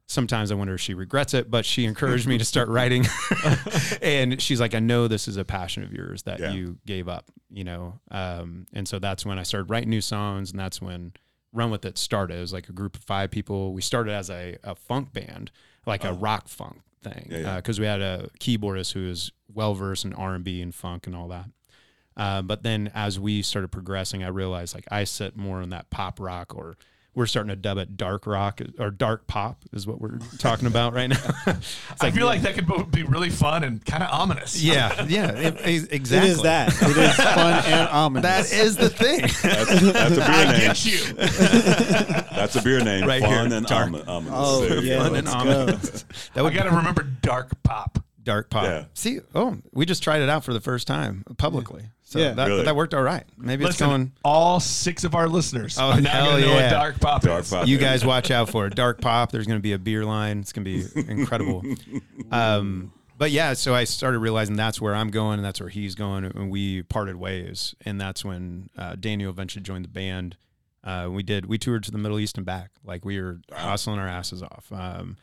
[SPEAKER 4] sometimes I wonder if she regrets it, but she encouraged me to start writing. and she's like, I know this is a passion of yours that
[SPEAKER 2] Yeah.
[SPEAKER 4] you gave up, you know? Um, and so that's when I started writing new songs. And that's when Run With It started. It was like a group of five people. We started as a, a funk band, like a rock funk thing.
[SPEAKER 2] Oh. Yeah, yeah.
[SPEAKER 4] Because we had a keyboardist who was well versed in R and B and funk and all that. Uh, but then as we started progressing, I realized like I sit more in that pop rock or we're starting to dub it dark rock or dark pop is what we're talking about right now. It's
[SPEAKER 1] I feel like that could bo- be really fun and kind of ominous.
[SPEAKER 4] yeah, yeah, it- it-
[SPEAKER 3] It
[SPEAKER 4] exactly.
[SPEAKER 3] is that. It is fun and ominous.
[SPEAKER 4] That is the thing.
[SPEAKER 2] That's, that's a beer
[SPEAKER 1] I
[SPEAKER 2] name.
[SPEAKER 1] get you.
[SPEAKER 2] That's a beer name.
[SPEAKER 4] Right
[SPEAKER 2] Fun
[SPEAKER 4] here,
[SPEAKER 2] and
[SPEAKER 4] dark.
[SPEAKER 2] omin- ominous.
[SPEAKER 3] Oh,
[SPEAKER 2] There you
[SPEAKER 3] yeah.
[SPEAKER 2] go.
[SPEAKER 4] Fun and
[SPEAKER 3] let's
[SPEAKER 4] ominous.
[SPEAKER 1] I
[SPEAKER 4] That would
[SPEAKER 1] got to remember dark pop.
[SPEAKER 4] dark pop.
[SPEAKER 2] Yeah.
[SPEAKER 4] See, oh, we just tried it out for the first time publicly. So
[SPEAKER 3] Yeah.
[SPEAKER 4] that,
[SPEAKER 2] Really?
[SPEAKER 4] that worked all right. Maybe
[SPEAKER 1] Listen,
[SPEAKER 4] it's going.
[SPEAKER 1] all six of our listeners
[SPEAKER 4] Oh,
[SPEAKER 1] are now
[SPEAKER 4] hell
[SPEAKER 1] going to know what
[SPEAKER 4] yeah.
[SPEAKER 1] dark pop
[SPEAKER 2] Dark
[SPEAKER 1] is.
[SPEAKER 2] pop.
[SPEAKER 4] You guys watch out for it. Dark pop. There's going to be a beer line. It's going to be incredible. Um, but yeah, so I started realizing that's where I'm going and that's where he's going, and we parted ways. And that's when uh, Daniel eventually joined the band. Uh, we did we toured to the Middle East and back. Like we were hustling our asses off. Um,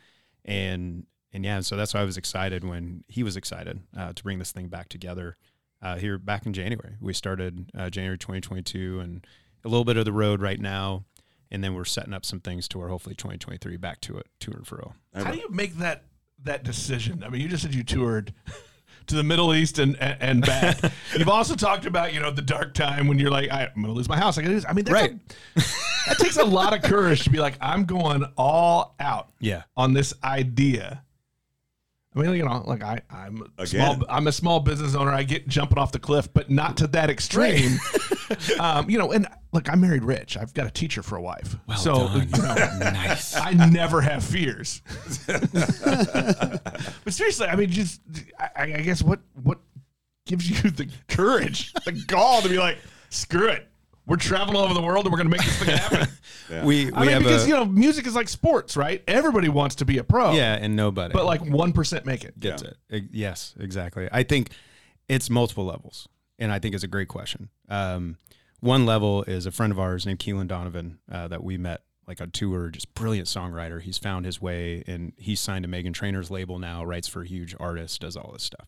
[SPEAKER 4] and and yeah, so that's why I was excited when he was excited uh, to bring this thing back together. Uh, here back in January, we started uh, January 2022, and a little bit of the road right now, and then we're setting up some things to where hopefully 2023 back to it to and fro.
[SPEAKER 1] How do you make that that decision? I mean, you just said you toured to the Middle East and and, and back. You've also talked about you know the dark time when you're like, I'm gonna lose my house. I gotta do this. I mean, that's
[SPEAKER 4] Right.
[SPEAKER 1] a- that takes a lot of courage to be like, I'm going all out
[SPEAKER 4] Yeah,
[SPEAKER 1] on this idea. I mean, you know, like I, I'm a
[SPEAKER 2] Again.
[SPEAKER 1] small, I'm a small business owner. I get jumping off the cliff, but not to that extreme. um, you know, and look, I married rich. I've got a teacher for a wife, so you know,
[SPEAKER 4] nice.
[SPEAKER 1] I never have fears. but seriously, I mean, just I, I guess what what gives you the courage, the gall to be like, screw it, we're traveling all over the world and we're going to make this thing happen.
[SPEAKER 4] We we
[SPEAKER 1] I mean,
[SPEAKER 4] have
[SPEAKER 1] because
[SPEAKER 4] a
[SPEAKER 1] you know, music is like sports, right? Everybody wants to be a pro,
[SPEAKER 4] yeah, and nobody.
[SPEAKER 1] Oh. but like one percent make it.
[SPEAKER 4] gets it. E- Yes, exactly. I think it's multiple levels, and I think it's a great question. Um, one level is a friend of ours named Keelan Donovan uh, that we met like on tour, just brilliant songwriter. He's found his way, and he's signed to Megan Trainor's label now. Writes for huge artists, does all this stuff.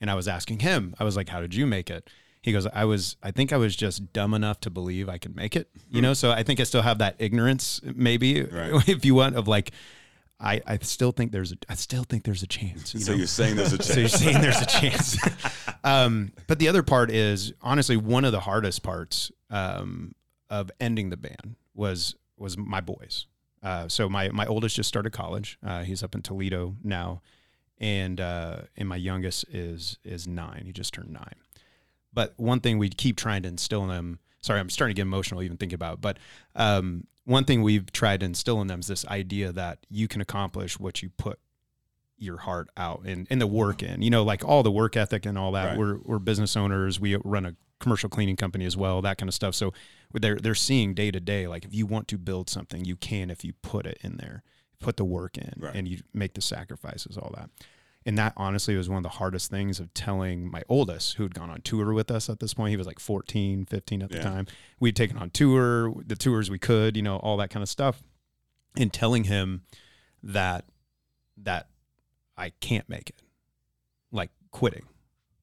[SPEAKER 4] And I was asking him, I was like, "How did you make it?" He goes, "I was, I think I was just dumb enough to believe I could make it." You know, so I think I still have that ignorance, maybe,
[SPEAKER 2] Hmm. Right.
[SPEAKER 4] if you want, of like. I, I still think there's a, I still think there's a chance. you
[SPEAKER 2] So
[SPEAKER 4] know?
[SPEAKER 2] you're saying there's a chance.
[SPEAKER 4] So you're saying there's a chance. um, but the other part is honestly one of the hardest parts um, of ending the band was was my boys. Uh, so my my oldest just started college. Uh, he's up in Toledo now, and uh, and my youngest is is nine. He just turned nine. But one thing we keep trying to instill in them. Sorry, I'm starting to get emotional even thinking about. It, but um, one thing we've tried to instill in them is this idea that you can accomplish what you put your heart out and, and the work in. You know, like all the work ethic and all that.
[SPEAKER 2] Right.
[SPEAKER 4] We're we're business owners. We run a commercial cleaning company as well. That kind of stuff. So they're they're seeing day to day. Like if you want to build something, you can if you put it in there, put the work in,
[SPEAKER 2] Right.
[SPEAKER 4] and you make the sacrifices. All that. And that honestly was one of the hardest things of telling my oldest, who had gone on tour with us at this point. He was like 14, 15 at the
[SPEAKER 2] Yeah.
[SPEAKER 4] time. We'd taken on tour, the tours we could, you know, all that kind of stuff. And telling him that that I can't make it. like quitting.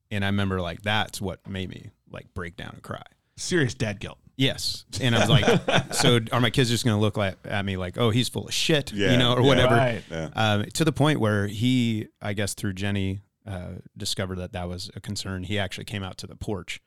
[SPEAKER 4] And I remember like that's what made me like break down and cry.
[SPEAKER 1] Serious dad guilt.
[SPEAKER 4] Yes. And I was like, so are my kids just going to look like, at me like, oh, he's full of shit, you know, or
[SPEAKER 2] yeah,
[SPEAKER 4] whatever.
[SPEAKER 1] Right.
[SPEAKER 2] Yeah.
[SPEAKER 4] Um, to the point where he, I guess through Jenny, uh, discovered that that was a concern. He actually came out to the porch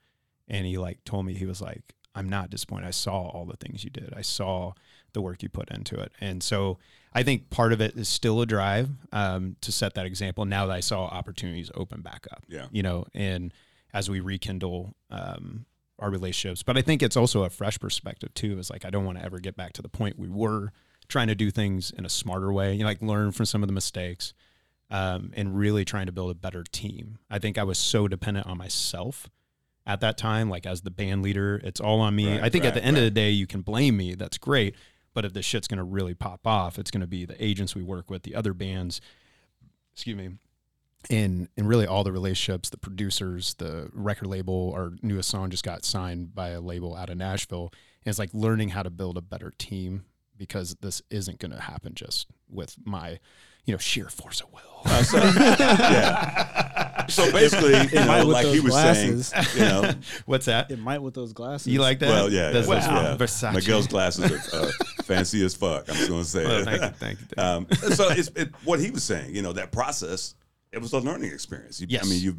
[SPEAKER 4] and he like told me, he was like, I'm not disappointed. I saw all the things you did. I saw the work you put into it. And so I think part of it is still a drive um, to set that example now that I saw opportunities open back up,
[SPEAKER 2] Yeah.
[SPEAKER 4] you know, and as we rekindle um, our relationships. But I think it's also a fresh perspective too. Is like I don't want to ever get back to the point we were trying to do things in a smarter way. You know, like learn from some of the mistakes, um, and really trying to build a better team. I think I was so dependent on myself at that time. Like as the band leader, it's all on me.
[SPEAKER 2] Right,
[SPEAKER 4] I think at
[SPEAKER 2] right,
[SPEAKER 4] the end of the day, you can blame me. That's great. But if this shit's gonna really pop off, it's gonna be the agents we work with, the other bands. Excuse me in in really all the relationships, the producers, the record label, our newest song just got signed by a label out of Nashville. And it's like learning how to build a better team because this isn't going to happen just with my, you know, sheer force of will.
[SPEAKER 2] Uh, so, yeah. So basically, you
[SPEAKER 3] might
[SPEAKER 2] know,
[SPEAKER 3] with
[SPEAKER 2] like he
[SPEAKER 3] those
[SPEAKER 2] was
[SPEAKER 3] glasses.
[SPEAKER 2] saying, you know,
[SPEAKER 4] What's that?
[SPEAKER 3] It might with those glasses.
[SPEAKER 4] You like that?
[SPEAKER 2] well, yeah,
[SPEAKER 4] That's
[SPEAKER 2] that's-
[SPEAKER 4] wow.
[SPEAKER 2] yeah.
[SPEAKER 4] Versace.
[SPEAKER 2] Miguel's glasses are uh, fancy as fuck. I'm just gonna say
[SPEAKER 4] Oh,
[SPEAKER 2] it.
[SPEAKER 4] thank you, thank you, thank you.
[SPEAKER 2] Um, so it's it, what he was saying. You know, that process. It was a learning experience. You,
[SPEAKER 4] Yes.
[SPEAKER 2] I mean, you,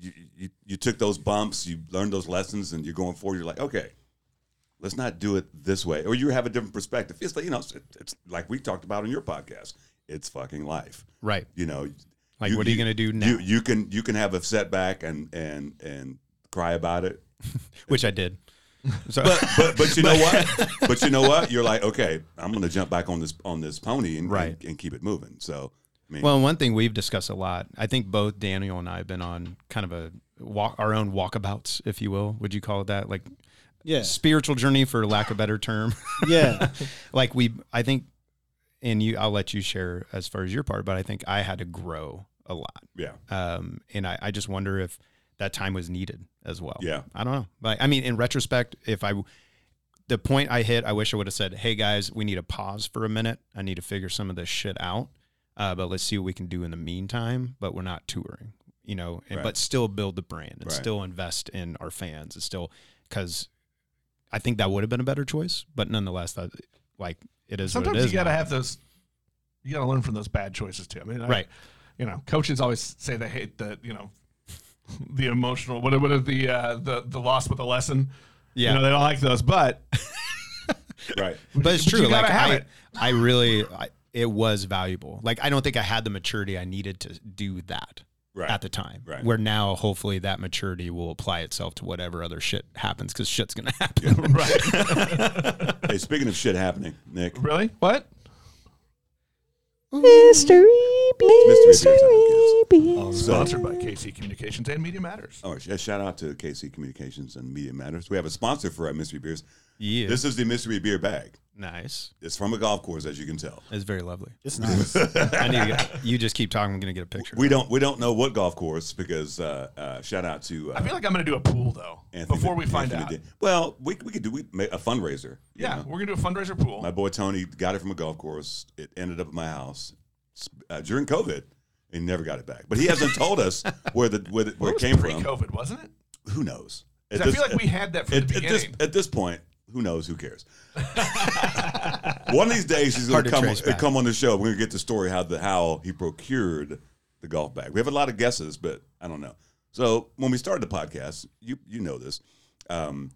[SPEAKER 2] you you you took those bumps, you learned those lessons, and you're going forward. You're like, okay, let's not do it this way, or you have a different perspective. It's like you know, it's, it's like we talked about on your podcast. It's fucking life.
[SPEAKER 4] right.
[SPEAKER 2] You know,
[SPEAKER 4] Like, what are you gonna do now?
[SPEAKER 2] You you can you can have a setback and and and cry about it
[SPEAKER 4] Which I did. So
[SPEAKER 2] but but you know what? But you know what? You're like, okay, I'm gonna jump back on this on this pony and
[SPEAKER 4] Right.
[SPEAKER 2] and, and keep it moving. So I mean,
[SPEAKER 4] Well, one thing we've discussed a lot, I think both Daniel and I have been on kind of a walk, our own walkabouts, if you will. Would you call it that? Like
[SPEAKER 3] Yeah,
[SPEAKER 4] spiritual journey, for lack of a better term.
[SPEAKER 3] yeah.
[SPEAKER 4] like we i think and you i'll let you share as far as your part but i think i had to grow a lot
[SPEAKER 2] yeah,
[SPEAKER 4] um and i, I just wonder if that time was needed as well
[SPEAKER 2] Yeah.
[SPEAKER 4] i don't know but i mean in retrospect if i the point i hit i wish i would have said hey guys we need a pause for a minute i need to figure some of this shit out uh, but let's see what we can do in the meantime but we're not touring you know and,
[SPEAKER 2] Right.
[SPEAKER 4] but still build the brand and
[SPEAKER 2] Right.
[SPEAKER 4] still invest in our fans and still because i think that would have been a better choice but nonetheless that like it is what
[SPEAKER 1] Sometimes
[SPEAKER 4] it is
[SPEAKER 1] you got to
[SPEAKER 4] now.
[SPEAKER 1] have those. You got to learn from those bad choices too. I mean, I-
[SPEAKER 4] Right.
[SPEAKER 1] you know, coaches always say they hate the you know, the emotional. What are- what are the uh, the the loss with a lesson?
[SPEAKER 4] yeah
[SPEAKER 1] You know, they don't like those, but
[SPEAKER 2] right.
[SPEAKER 4] but
[SPEAKER 1] But
[SPEAKER 4] it's
[SPEAKER 1] you
[SPEAKER 4] true.
[SPEAKER 1] gotta
[SPEAKER 4] Like
[SPEAKER 1] have
[SPEAKER 4] I,
[SPEAKER 1] it.
[SPEAKER 4] I really, I, it was valuable. Like I don't think I had the maturity I needed to do that
[SPEAKER 2] Right.
[SPEAKER 4] at the time.
[SPEAKER 2] Right.
[SPEAKER 4] Where now, hopefully, that maturity will apply itself to whatever other shit happens because shit's gonna happen.
[SPEAKER 2] Hey, speaking of shit happening, Nick,
[SPEAKER 1] really, what?
[SPEAKER 2] it's mystery beer time, kids. So-
[SPEAKER 1] Sponsored by KC Communications and Media Matters.
[SPEAKER 2] Oh, sh- shout out to KC Communications and Media Matters. We have a sponsor for our mystery beers.
[SPEAKER 4] yeah,
[SPEAKER 2] This is the mystery beer bag.
[SPEAKER 4] nice.
[SPEAKER 2] It's from a golf course, as you can tell.
[SPEAKER 4] It's very lovely.
[SPEAKER 3] It's nice.
[SPEAKER 4] I need to get, you just keep talking. I'm gonna get a picture.
[SPEAKER 2] We don't we don't know what golf course because uh, uh, shout out to uh,
[SPEAKER 1] I feel like I'm going to do a pool though
[SPEAKER 2] Anthony-
[SPEAKER 1] before we find out.
[SPEAKER 2] Anthony Di- well, we, we could do we make a fundraiser. you
[SPEAKER 1] yeah,
[SPEAKER 2] know?
[SPEAKER 1] we're going to do a fundraiser pool.
[SPEAKER 2] My boy Tony got it from a golf course. It ended up at my house uh, during COVID. He never got it back, but he hasn't told us where the where, the, where
[SPEAKER 1] It was
[SPEAKER 2] it came from.
[SPEAKER 1] pre-COVID, wasn't it?
[SPEAKER 2] Who knows?
[SPEAKER 1] 'Cause
[SPEAKER 2] At
[SPEAKER 1] I feel like we had that from
[SPEAKER 2] at,
[SPEAKER 1] the
[SPEAKER 2] at this
[SPEAKER 1] beginning.
[SPEAKER 2] at this point, who knows? Who cares? One of these days, he's going
[SPEAKER 4] Hard
[SPEAKER 2] to
[SPEAKER 4] to
[SPEAKER 2] come
[SPEAKER 4] trace back.
[SPEAKER 2] come on the show. We're going to get the story how the how he procured the golf bag. We have a lot of guesses, but I don't know. So when we started the podcast, you you know this. Um,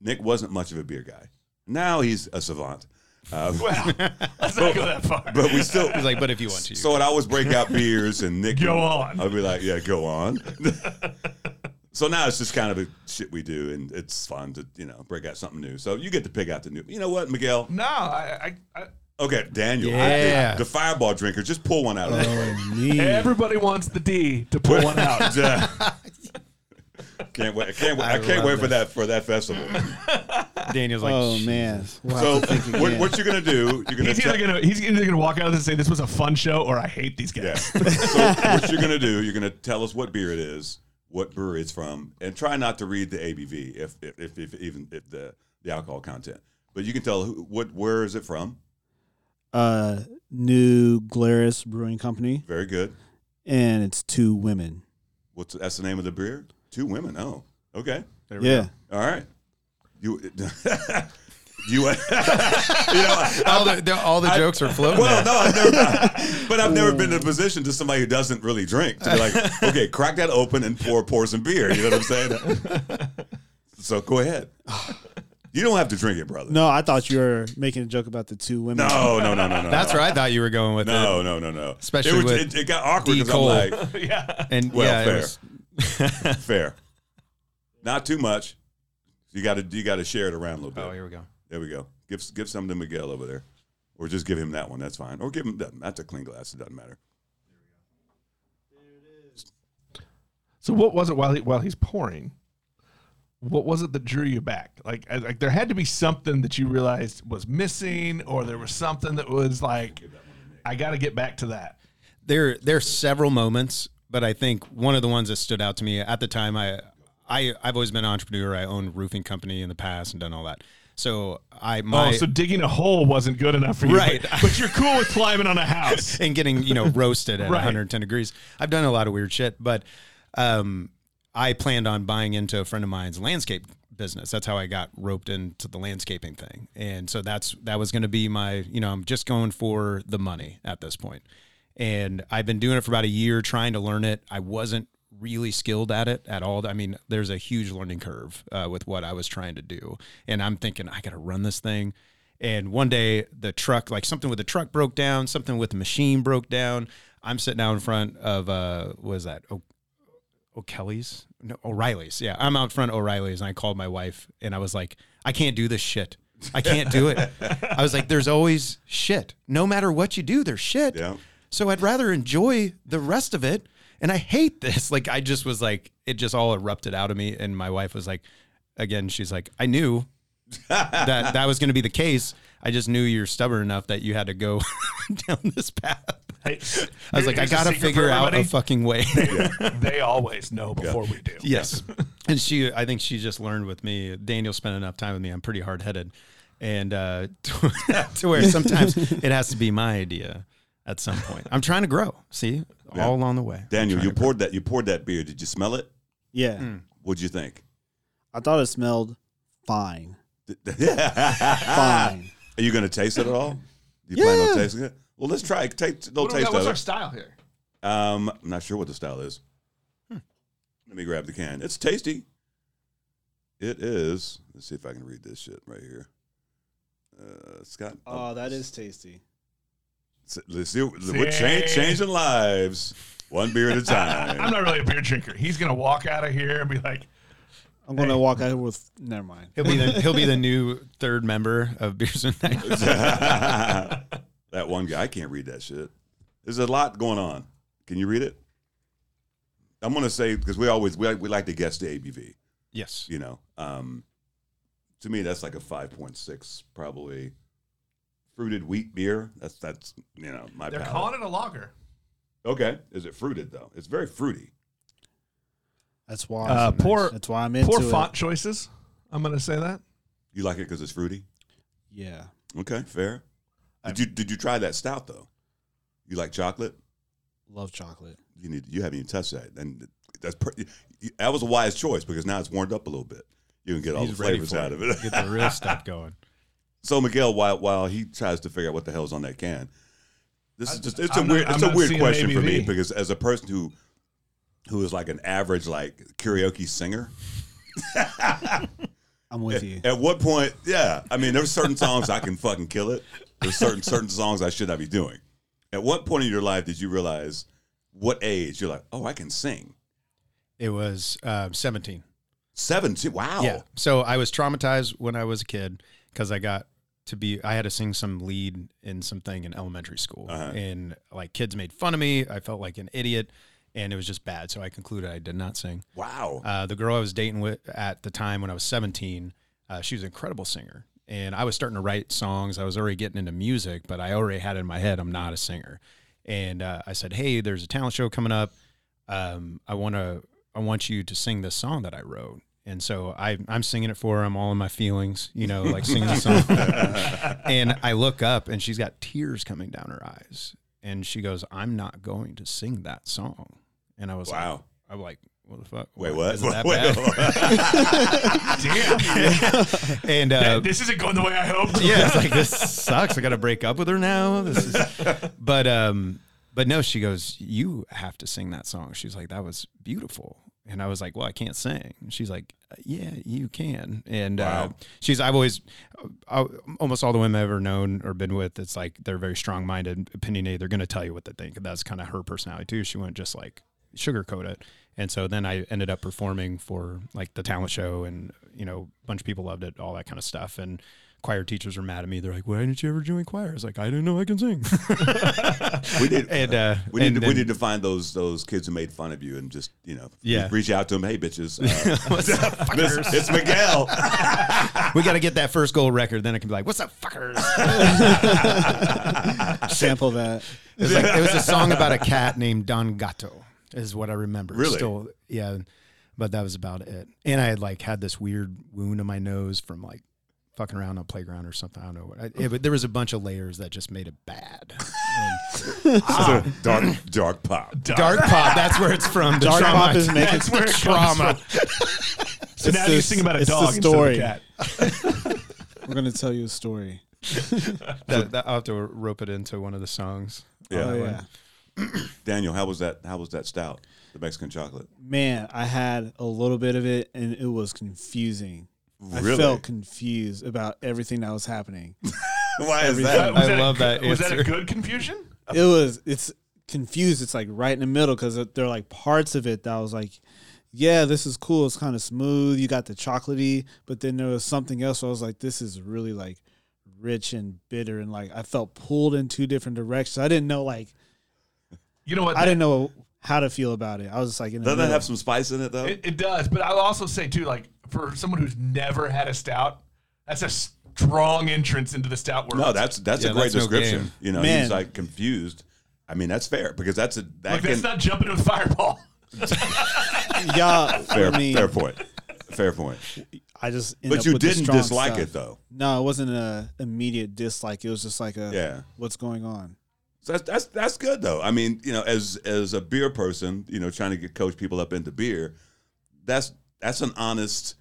[SPEAKER 2] Nick wasn't much of a beer guy. Now he's a savant. Uh,
[SPEAKER 1] well, let's not go that far.
[SPEAKER 2] but we still
[SPEAKER 4] He's like, but if you want to,
[SPEAKER 2] so I'd always break out beers and Nick.
[SPEAKER 1] Go
[SPEAKER 2] would-
[SPEAKER 1] on.
[SPEAKER 2] I'd be like, yeah, go on. so now it's just kind of a shit we do, and it's fun to you know break out something new. So you get to pick out the new. You know what, Miguel?
[SPEAKER 1] no, I, I, I,
[SPEAKER 2] Okay, Daniel. I
[SPEAKER 4] Yeah.
[SPEAKER 2] think the fireball drinker. Just pull one out. of the way.
[SPEAKER 3] Me.
[SPEAKER 1] everybody wants the D to pull one out.
[SPEAKER 2] Yeah. Can't wait! I can't wait! I,
[SPEAKER 4] I
[SPEAKER 2] can't
[SPEAKER 4] love
[SPEAKER 2] wait for
[SPEAKER 4] this.
[SPEAKER 2] that for that festival.
[SPEAKER 4] Daniel's like,
[SPEAKER 3] Oh
[SPEAKER 4] "Shh."
[SPEAKER 3] man. Wow.
[SPEAKER 2] So
[SPEAKER 3] Thinking
[SPEAKER 2] what,
[SPEAKER 3] again.
[SPEAKER 2] what you're gonna do? You're gonna
[SPEAKER 1] He's
[SPEAKER 2] tell-
[SPEAKER 1] either gonna he's either gonna walk out of this and say this was a fun show or I hate these
[SPEAKER 2] Yeah.
[SPEAKER 1] guys.
[SPEAKER 2] so what you're gonna do? You're gonna tell us what beer it is, what brewery it's from, and try not to read the ABV if if, if, if even if the the alcohol content. But you can tell who, what where is it from.
[SPEAKER 3] uh, new Glarus Brewing Company,
[SPEAKER 2] Very good.
[SPEAKER 3] and it's two women.
[SPEAKER 2] What's that's the name of the beer? Two women. Oh, okay.
[SPEAKER 3] yeah.
[SPEAKER 2] All right. You. you. you know,
[SPEAKER 4] all the, the- all the jokes are floating.
[SPEAKER 2] Well, no, I've never, but I've never been in a position to somebody who doesn't really drink to be like, okay, crack that open and pour pour some beer. You know what I'm saying? so go ahead. You don't have to drink it, brother.
[SPEAKER 3] No, I thought you were making a joke about the two women.
[SPEAKER 2] no, no, no, no. no
[SPEAKER 4] That's where I thought you were going with
[SPEAKER 2] No, no, no, no.
[SPEAKER 4] Especially
[SPEAKER 2] it, was-
[SPEAKER 4] with
[SPEAKER 2] it, it got awkward because I'm
[SPEAKER 4] Cole.
[SPEAKER 2] like,
[SPEAKER 1] yeah.
[SPEAKER 4] it. And
[SPEAKER 2] well,
[SPEAKER 4] yeah, it
[SPEAKER 2] fair,
[SPEAKER 4] was-
[SPEAKER 2] fair, not too much. You got to you got to share it around a little bit.
[SPEAKER 4] oh, here we go.
[SPEAKER 2] There we go. Give give some to Miguel over there, or just give him that one. That's fine. Or give him that. That's a clean glass. It doesn't matter.
[SPEAKER 1] So what was it while he, while he's pouring? What was it that drew you back? Like, I- like there had to be something that you realized was missing, or there was something that was like, I got to get back to that.
[SPEAKER 4] there there are several moments, but I think one of the ones that stood out to me at the time I I I've always been an entrepreneur. I owned a roofing company in the past and done all that. So I my
[SPEAKER 1] oh, so digging a hole wasn't good enough for you,
[SPEAKER 4] Right.
[SPEAKER 1] But, but you're cool with climbing on a house.
[SPEAKER 4] and getting you know roasted at
[SPEAKER 1] Right.
[SPEAKER 4] 110 degrees. I've done a lot of weird shit, but um, I planned on buying into a friend of mine's landscape business. That's how I got roped into the landscaping thing, and so that's that was going to be my you know I'm just going for the money at this point, and I've been doing it for about a year trying to learn it. I wasn't really skilled at it at all. I mean, there's a huge learning curve uh, with what I was trying to do, and I'm thinking I got to run this thing. And one day the truck, like something with the truck broke down, something with the machine broke down. I'm sitting out in front of uh, what is that? O- O'Kelly's? No, O'Reilly's. Yeah, I'm out front of O'Reilly's, and I called my wife, and I was like, I can't do this shit. I can't do it. I was like, there's always shit. No matter what you do, there's shit.
[SPEAKER 2] Yeah.
[SPEAKER 4] So I'd rather enjoy the rest of it. And I hate this. Like, I just was like, it just all erupted out of me. And my wife was like, again, she's like, I knew that that was going to be the case. I just knew you're stubborn enough that you had to go down this path.
[SPEAKER 1] Hey,
[SPEAKER 4] I was like, I
[SPEAKER 1] here's a
[SPEAKER 4] got to
[SPEAKER 1] secret for
[SPEAKER 4] figure out a
[SPEAKER 1] everybody.
[SPEAKER 4] fucking way.
[SPEAKER 1] they always know before we do.
[SPEAKER 4] Yes. and she, I think she just learned with me. Daniel spent enough time with me. I'm pretty hard headed. And uh, to, to where sometimes it has to be my idea at some point. I'm trying to grow. See,
[SPEAKER 2] Yeah.
[SPEAKER 4] all along the way.
[SPEAKER 2] Daniel,
[SPEAKER 4] Trying
[SPEAKER 2] you
[SPEAKER 4] to-
[SPEAKER 2] poured that. You poured that beer. Did you smell it?
[SPEAKER 3] Yeah.
[SPEAKER 2] What'd you think?
[SPEAKER 3] I thought it smelled fine.
[SPEAKER 2] Fine.
[SPEAKER 3] Fine.
[SPEAKER 2] Are you going to taste it at all? You plan on tasting it? Well, let's try. it. Take no
[SPEAKER 1] What do we got-
[SPEAKER 2] taste
[SPEAKER 1] what's
[SPEAKER 2] of
[SPEAKER 1] our
[SPEAKER 2] it.
[SPEAKER 1] style here?
[SPEAKER 2] Um, I'm not sure what the style is. Hmm. Let me grab the can. It's tasty. It is. Let's see if I can read this shit right here. Uh, Scott.
[SPEAKER 3] Oh, that is tasty.
[SPEAKER 2] S- Let's see. We're change,
[SPEAKER 1] See?
[SPEAKER 2] changing lives, one beer at a time.
[SPEAKER 1] I'm not really a beer drinker. He's gonna walk out of here and be like,
[SPEAKER 3] I'm gonna walk out with. Never mind.
[SPEAKER 4] He'll be the he'll be the new third member of Beers and Night.
[SPEAKER 2] that one guy, I can't read that shit. There's a lot going on. Can you read it? I'm gonna say because we always we, like- we like to guess the ABV.
[SPEAKER 4] Yes.
[SPEAKER 2] You know, um, to me that's like a 5.6 probably. Fruited wheat beer. That's that's you know my.
[SPEAKER 1] they're
[SPEAKER 2] palate.
[SPEAKER 1] calling it a lager.
[SPEAKER 2] Okay, is it fruited though? It's very fruity.
[SPEAKER 3] That's why.
[SPEAKER 1] Uh, poor-
[SPEAKER 3] That's why I'm into
[SPEAKER 1] Poor
[SPEAKER 3] it.
[SPEAKER 1] font choices. I'm gonna say that.
[SPEAKER 2] You like it because it's fruity.
[SPEAKER 3] Yeah.
[SPEAKER 2] Okay, fair. Did you did you try that stout though? You like chocolate?
[SPEAKER 3] Love chocolate.
[SPEAKER 2] you need you haven't even touched that, and that's per, you- that was a wise choice because now it's warmed up a little bit. You can get all the flavors out of it.
[SPEAKER 4] Get the real stuff going.
[SPEAKER 2] so Miguel, while while he tries to figure out what the hell's on that can, this is just it's a
[SPEAKER 1] I'm
[SPEAKER 2] weird
[SPEAKER 1] not-
[SPEAKER 2] it's
[SPEAKER 1] I'm
[SPEAKER 2] a
[SPEAKER 1] not
[SPEAKER 2] weird
[SPEAKER 1] seeing
[SPEAKER 2] question for me
[SPEAKER 1] ABV.
[SPEAKER 2] because as a person who who is like an average like karaoke singer,
[SPEAKER 3] I'm with you.
[SPEAKER 2] at what point? Yeah, I mean there's certain songs I can fucking kill it. There's certain certain songs I should not be doing. At what point in your life did you realize what age you're like, oh, I can sing?
[SPEAKER 4] It was um, 17.
[SPEAKER 2] Seventeen. Wow.
[SPEAKER 4] Yeah. So I was traumatized when I was a kid because I got to be, I had to sing some lead in something in elementary school.
[SPEAKER 2] Uh-huh.
[SPEAKER 4] And like kids made fun of me. I felt like an idiot and it was just bad. So I concluded I did not sing.
[SPEAKER 2] Wow.
[SPEAKER 4] Uh, the girl I was dating with at the time when I was 17, uh, she was an incredible singer. And I was starting to write songs. I was already getting into music, but I already had it in my head, I'm not a singer. And uh, I said, Hey, there's a talent show coming up. Um, I want to, I want you to sing this song that I wrote. And so I, I'm singing it for her. I'm all in my feelings, you know, like singing the song. and I look up and she's got tears coming down her eyes. And she goes, I'm not going to sing that song. And I was like,
[SPEAKER 2] Wow.
[SPEAKER 4] I'm like, what the fuck?
[SPEAKER 2] Wait, what?
[SPEAKER 4] Is it that
[SPEAKER 2] Wait,
[SPEAKER 4] bad?
[SPEAKER 1] Damn.
[SPEAKER 4] and uh,
[SPEAKER 1] this isn't going the way I hoped.
[SPEAKER 4] yeah, it's like this sucks. I got to break up with her now. This is, but um, but no, she goes, you have to sing that song. She's like, that was beautiful, and I was like, well, I can't sing. And she's like, yeah, you can, and uh,
[SPEAKER 2] Wow.
[SPEAKER 4] she's I've always, I, almost all the women I've ever known or been with, it's like they're very strong minded, opinionated. They're going to tell you what they think, and that's kind of her personality too. She wouldn't just like sugarcoat it. And so then I ended up performing for like the talent show, and you know, a bunch of people loved it, all that kind of stuff. And choir teachers were mad at me. They're like, "Why didn't you ever join choir?" I was like, "I didn't know I can sing."
[SPEAKER 2] we need,
[SPEAKER 4] and uh,
[SPEAKER 2] we, need
[SPEAKER 4] and
[SPEAKER 2] to, we
[SPEAKER 4] then-
[SPEAKER 2] need to find those those kids who made fun of you and just you know
[SPEAKER 4] Yeah.
[SPEAKER 2] reach out to them. Hey, bitches, uh, this- it's Miguel.
[SPEAKER 4] we got to get that first gold record. Then I can be like, "What's up, fuckers?"
[SPEAKER 3] Sample that.
[SPEAKER 4] It was, like, it was a song about a cat named Don Gato, is what I remember.
[SPEAKER 2] Really?
[SPEAKER 4] Still, yeah. But that was about it. And I had like had this weird wound on my nose from like fucking around on a playground or something. I don't know. What I, yeah, but there was a bunch of layers that just made it bad.
[SPEAKER 2] It's a dark dark pop.
[SPEAKER 4] Dark pop. That's where it's from. The
[SPEAKER 3] Dark
[SPEAKER 4] trauma
[SPEAKER 3] pop is
[SPEAKER 4] I-
[SPEAKER 3] making
[SPEAKER 1] That's where it
[SPEAKER 4] trauma.
[SPEAKER 1] comes from. so
[SPEAKER 3] It's
[SPEAKER 1] now
[SPEAKER 3] the-
[SPEAKER 1] you sing about a
[SPEAKER 3] it's the
[SPEAKER 1] dog instead of a
[SPEAKER 3] story.
[SPEAKER 1] cat.
[SPEAKER 3] We're gonna tell you a story.
[SPEAKER 4] That, that, I'll have to rope it into one of the songs.
[SPEAKER 2] Yeah.
[SPEAKER 3] Oh, yeah.
[SPEAKER 2] Daniel, how was that? How was that stout? The Mexican chocolate.
[SPEAKER 3] Man, I had a little bit of it, and it was confusing. I
[SPEAKER 2] Really?
[SPEAKER 3] felt confused about everything that was happening.
[SPEAKER 2] Why is
[SPEAKER 1] Uh,
[SPEAKER 2] that?
[SPEAKER 1] was
[SPEAKER 4] I
[SPEAKER 1] a
[SPEAKER 4] love that
[SPEAKER 1] good- Was that
[SPEAKER 4] answer.
[SPEAKER 1] a good confusion?
[SPEAKER 3] it was it's confused. It's like right in the middle because there are like parts of it that I was like, yeah, this is cool. It's kind of smooth. You got the chocolatey, but then there was something else. Where I was like, this is really like rich and bitter, and like I felt pulled in two different directions. I didn't know like
[SPEAKER 1] You know what?
[SPEAKER 3] I didn't know how to feel about it. I was just like, in the
[SPEAKER 2] Doesn't that
[SPEAKER 3] middle.
[SPEAKER 2] have some spice in it though?
[SPEAKER 1] It, it does, but I'll also say too, like for someone who's never had a stout, that's a strong entrance into the stout world.
[SPEAKER 2] no, that's that's
[SPEAKER 4] Yeah,
[SPEAKER 2] a great
[SPEAKER 4] that's no
[SPEAKER 2] description.
[SPEAKER 4] game.
[SPEAKER 2] you know,
[SPEAKER 3] Man.
[SPEAKER 2] he's like confused. I mean, that's fair because that's a that
[SPEAKER 1] like
[SPEAKER 2] can,
[SPEAKER 1] that's not jumping with fireball.
[SPEAKER 3] yeah.
[SPEAKER 2] fair,
[SPEAKER 3] I mean,
[SPEAKER 2] fair point. Fair point.
[SPEAKER 3] I just end
[SPEAKER 2] But
[SPEAKER 3] up
[SPEAKER 2] you
[SPEAKER 3] with the
[SPEAKER 2] didn't
[SPEAKER 3] strong
[SPEAKER 2] dislike
[SPEAKER 3] stuff.
[SPEAKER 2] it though.
[SPEAKER 3] No, it wasn't an immediate dislike. It was just like a
[SPEAKER 2] Yeah.
[SPEAKER 3] what's going on?
[SPEAKER 2] So that's, that's that's good though. I mean, you know, as as a beer person, you know, trying to get coach people up into beer, that's that's an honest,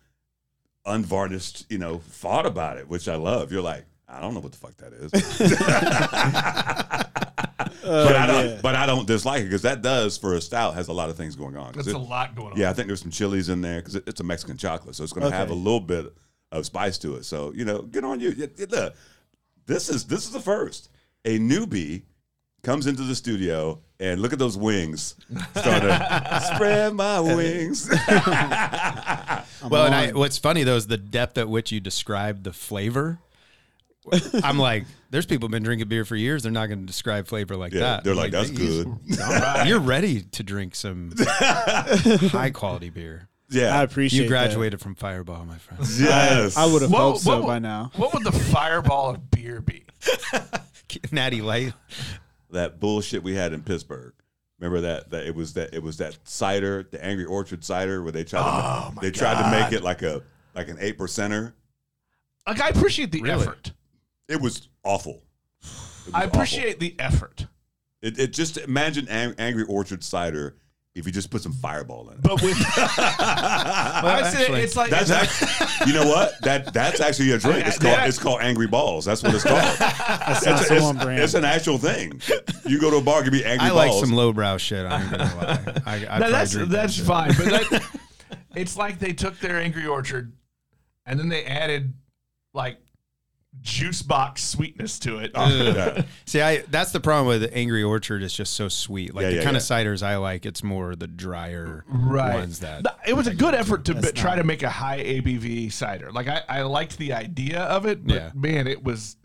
[SPEAKER 2] unvarnished, you know, thought about it, which I love. You're like, I don't know what the fuck that is, but I don't,
[SPEAKER 3] Uh, yeah.
[SPEAKER 2] but I don't dislike it because that does for a stout has a lot of things going on. 'Cause
[SPEAKER 1] That's
[SPEAKER 2] it-
[SPEAKER 1] a lot going on.
[SPEAKER 2] yeah, I think there's some chilies in there because it, it's a Mexican chocolate, so it's going to have a
[SPEAKER 3] Okay.
[SPEAKER 2] little bit of spice to it. So you know, good on you. You- you- Look, this is this is the first a newbie comes into the studio and look at those wings. Start to spread my wings.
[SPEAKER 4] Well, and I, what's funny though is the depth at which you describe the flavor. I'm like, there's people been drinking beer for years. They're not going to describe flavor like
[SPEAKER 2] Yeah,
[SPEAKER 4] that.
[SPEAKER 2] they're
[SPEAKER 4] I'm
[SPEAKER 2] like, that's
[SPEAKER 4] he's-
[SPEAKER 2] good.
[SPEAKER 4] You're ready to drink some high quality beer.
[SPEAKER 2] yeah,
[SPEAKER 3] I appreciate
[SPEAKER 4] You
[SPEAKER 3] that.
[SPEAKER 4] graduated from Fireball, my friend.
[SPEAKER 2] yes.
[SPEAKER 3] I would have hoped so
[SPEAKER 1] would-
[SPEAKER 3] by now.
[SPEAKER 1] What would the fireball of beer be?
[SPEAKER 4] Natty Light.
[SPEAKER 2] that bullshit we had in Pittsburgh. Remember that that it was that it was that cider, the Angry Orchard cider, where they
[SPEAKER 3] Oh
[SPEAKER 2] tried to, they tried to make it like a like an eight percenter.
[SPEAKER 1] Like I appreciate the
[SPEAKER 4] Really?
[SPEAKER 1] effort.
[SPEAKER 2] It was awful. It was
[SPEAKER 1] I
[SPEAKER 2] awful.
[SPEAKER 1] appreciate the effort.
[SPEAKER 2] It, it just imagine Ang- Angry Orchard cider if you just put some Fireball in it.
[SPEAKER 1] But with I say
[SPEAKER 4] actually,
[SPEAKER 1] it's like
[SPEAKER 2] That's act- you know what that that's actually a drink. It's called
[SPEAKER 1] Yeah.
[SPEAKER 2] it's called Angry Balls. That's what it's called.
[SPEAKER 3] That's
[SPEAKER 2] It's,
[SPEAKER 3] not
[SPEAKER 2] a-
[SPEAKER 3] so on
[SPEAKER 2] it's,
[SPEAKER 3] brand.
[SPEAKER 2] it's an actual thing. You go to a bar, it could be Angry
[SPEAKER 4] I like
[SPEAKER 2] Balls.
[SPEAKER 4] some lowbrow shit. I'm going to lie. I, I
[SPEAKER 1] no, that's that's fine. But that, it's like they took their Angry Orchard and then they added like juice box sweetness to it.
[SPEAKER 2] Yeah.
[SPEAKER 4] See, I that's the problem with Angry Orchard. It's just so sweet. Like
[SPEAKER 2] Yeah,
[SPEAKER 4] the
[SPEAKER 2] yeah,
[SPEAKER 4] kind
[SPEAKER 2] yeah.
[SPEAKER 4] of ciders I like, it's more the drier
[SPEAKER 1] right.
[SPEAKER 4] ones that.
[SPEAKER 1] Th- it was a good effort to b-
[SPEAKER 3] That's
[SPEAKER 1] try
[SPEAKER 3] not-
[SPEAKER 1] to make a high ABV cider. Like I, I liked the idea of it, but
[SPEAKER 4] Yeah.
[SPEAKER 1] man, it was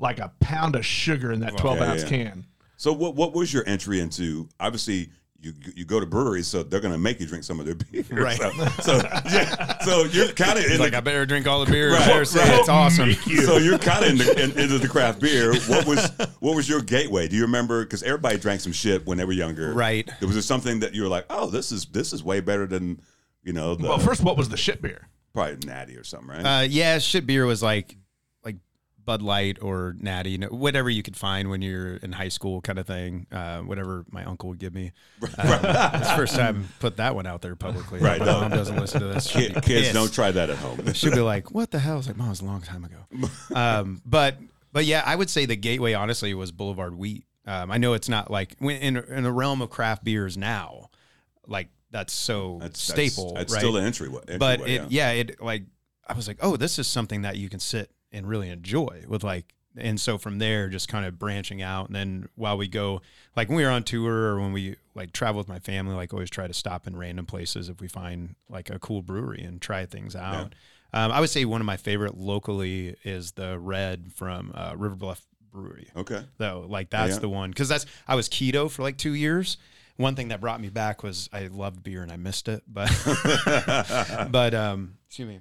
[SPEAKER 1] like a pound of sugar in that twelve
[SPEAKER 2] yeah,
[SPEAKER 1] ounce
[SPEAKER 2] yeah.
[SPEAKER 1] can.
[SPEAKER 2] So what what was your entry into? Obviously, you you go to breweries, so they're gonna make you drink some of their beer.
[SPEAKER 4] Right.
[SPEAKER 2] So, so, yeah, so you're kind of in
[SPEAKER 4] It's like
[SPEAKER 2] the
[SPEAKER 4] I better drink all the beer.
[SPEAKER 2] Right,
[SPEAKER 4] I better say
[SPEAKER 2] right.
[SPEAKER 4] it's awesome.
[SPEAKER 2] So you're kind of in the, in, into the craft beer. What was what was your gateway? Do you remember? Because everybody drank some shit when they were younger,
[SPEAKER 4] Right.
[SPEAKER 2] It was just something that you were like, oh, this is this is way better than you know the
[SPEAKER 1] Well, first, what was the shit beer?
[SPEAKER 2] probably natty or something, right?
[SPEAKER 4] Uh, yeah, shit beer was like like Bud Light or Natty, you know, whatever you could find when you're in high school, kind of thing. Uh, whatever my uncle would give me. Uh, it's the first time I put that one out there publicly.
[SPEAKER 2] Right,
[SPEAKER 4] My
[SPEAKER 2] no.
[SPEAKER 4] mom doesn't listen to this.
[SPEAKER 2] Ki-
[SPEAKER 4] She'd be
[SPEAKER 2] Kids,
[SPEAKER 4] pissed.
[SPEAKER 2] don't try that at home.
[SPEAKER 4] She'd be like, "What the hell?" I was like, "Mom, it was a long time ago." Um, but but yeah, I would say the gateway honestly was Boulevard Wheat. Um, I know it's not like when- in in the realm of craft beers now, like that's so staple.
[SPEAKER 2] That's,
[SPEAKER 4] right?
[SPEAKER 2] still an entryway.
[SPEAKER 4] but
[SPEAKER 2] entryway,
[SPEAKER 4] it yeah. it like i was like oh this is something that you can sit and really enjoy with like and so from there just kind of branching out and then while we go like when we were on tour or when we like travel with my family like always try to stop in random places if we find like a cool brewery and try things out um, i would say one of my favorite locally is the red from uh, river bluff brewery
[SPEAKER 2] Okay.
[SPEAKER 4] though. Like
[SPEAKER 2] Oh.
[SPEAKER 4] that's
[SPEAKER 2] Yeah.
[SPEAKER 4] the one because that's I was keto for like two years. One thing that brought me back was I loved beer and I missed it, but but um, excuse me.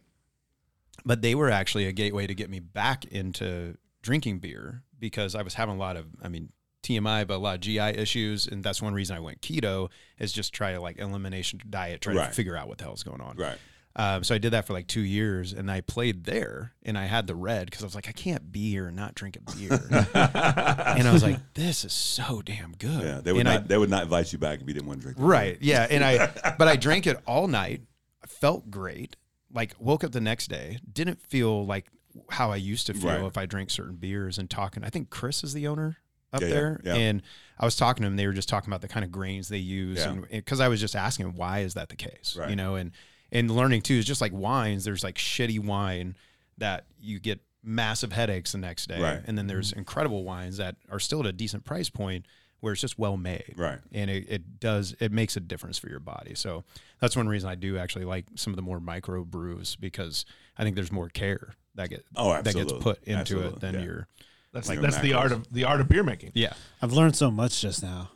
[SPEAKER 4] But they were actually a gateway to get me back into drinking beer because I was having a lot of, I mean, TMI, but a lot of GI issues, and that's one reason I went keto is just try to like elimination diet, try
[SPEAKER 2] Right.
[SPEAKER 4] to figure out what the hell's going on.
[SPEAKER 2] Right.
[SPEAKER 4] Um, so I did that for like two years, and I played there, and I had the red because I was like, I can't be here and not drink a beer. and I was like, this is so damn good.
[SPEAKER 2] Yeah. They would
[SPEAKER 4] and
[SPEAKER 2] not.
[SPEAKER 4] I,
[SPEAKER 2] they would not invite you back if you didn't want to drink. the
[SPEAKER 4] right, yeah, and I, but I drank it all night. I felt great. Like woke up the next day, didn't feel like how I used to feel
[SPEAKER 2] Right.
[SPEAKER 4] if I drank certain beers and talking. I think Chris is the owner up
[SPEAKER 2] Yeah, yeah,
[SPEAKER 4] there,
[SPEAKER 2] yeah.
[SPEAKER 4] and I was talking to him. They were just talking about the kind of grains they use,
[SPEAKER 2] Yeah.
[SPEAKER 4] and because I was just asking him, why is that the case,
[SPEAKER 2] Right.
[SPEAKER 4] you know, and and learning too is just like wines. There's like shitty wine that you get massive headaches the next day,
[SPEAKER 2] Right. Mm-hmm.
[SPEAKER 4] and then there's incredible wines that are still at a decent price point where it's just well made,
[SPEAKER 2] Right.
[SPEAKER 4] and it, it does it makes a difference for your body. So that's one reason I do actually like some of the more micro brews because I think there's more care that get
[SPEAKER 2] Oh,
[SPEAKER 4] that gets
[SPEAKER 2] absolutely.
[SPEAKER 4] put into
[SPEAKER 2] Absolutely,
[SPEAKER 4] it than
[SPEAKER 2] yeah.
[SPEAKER 4] your
[SPEAKER 1] That's
[SPEAKER 2] Like
[SPEAKER 1] that's the
[SPEAKER 2] macros.
[SPEAKER 1] art of the art of beer making.
[SPEAKER 4] yeah.
[SPEAKER 3] I've learned so much just now.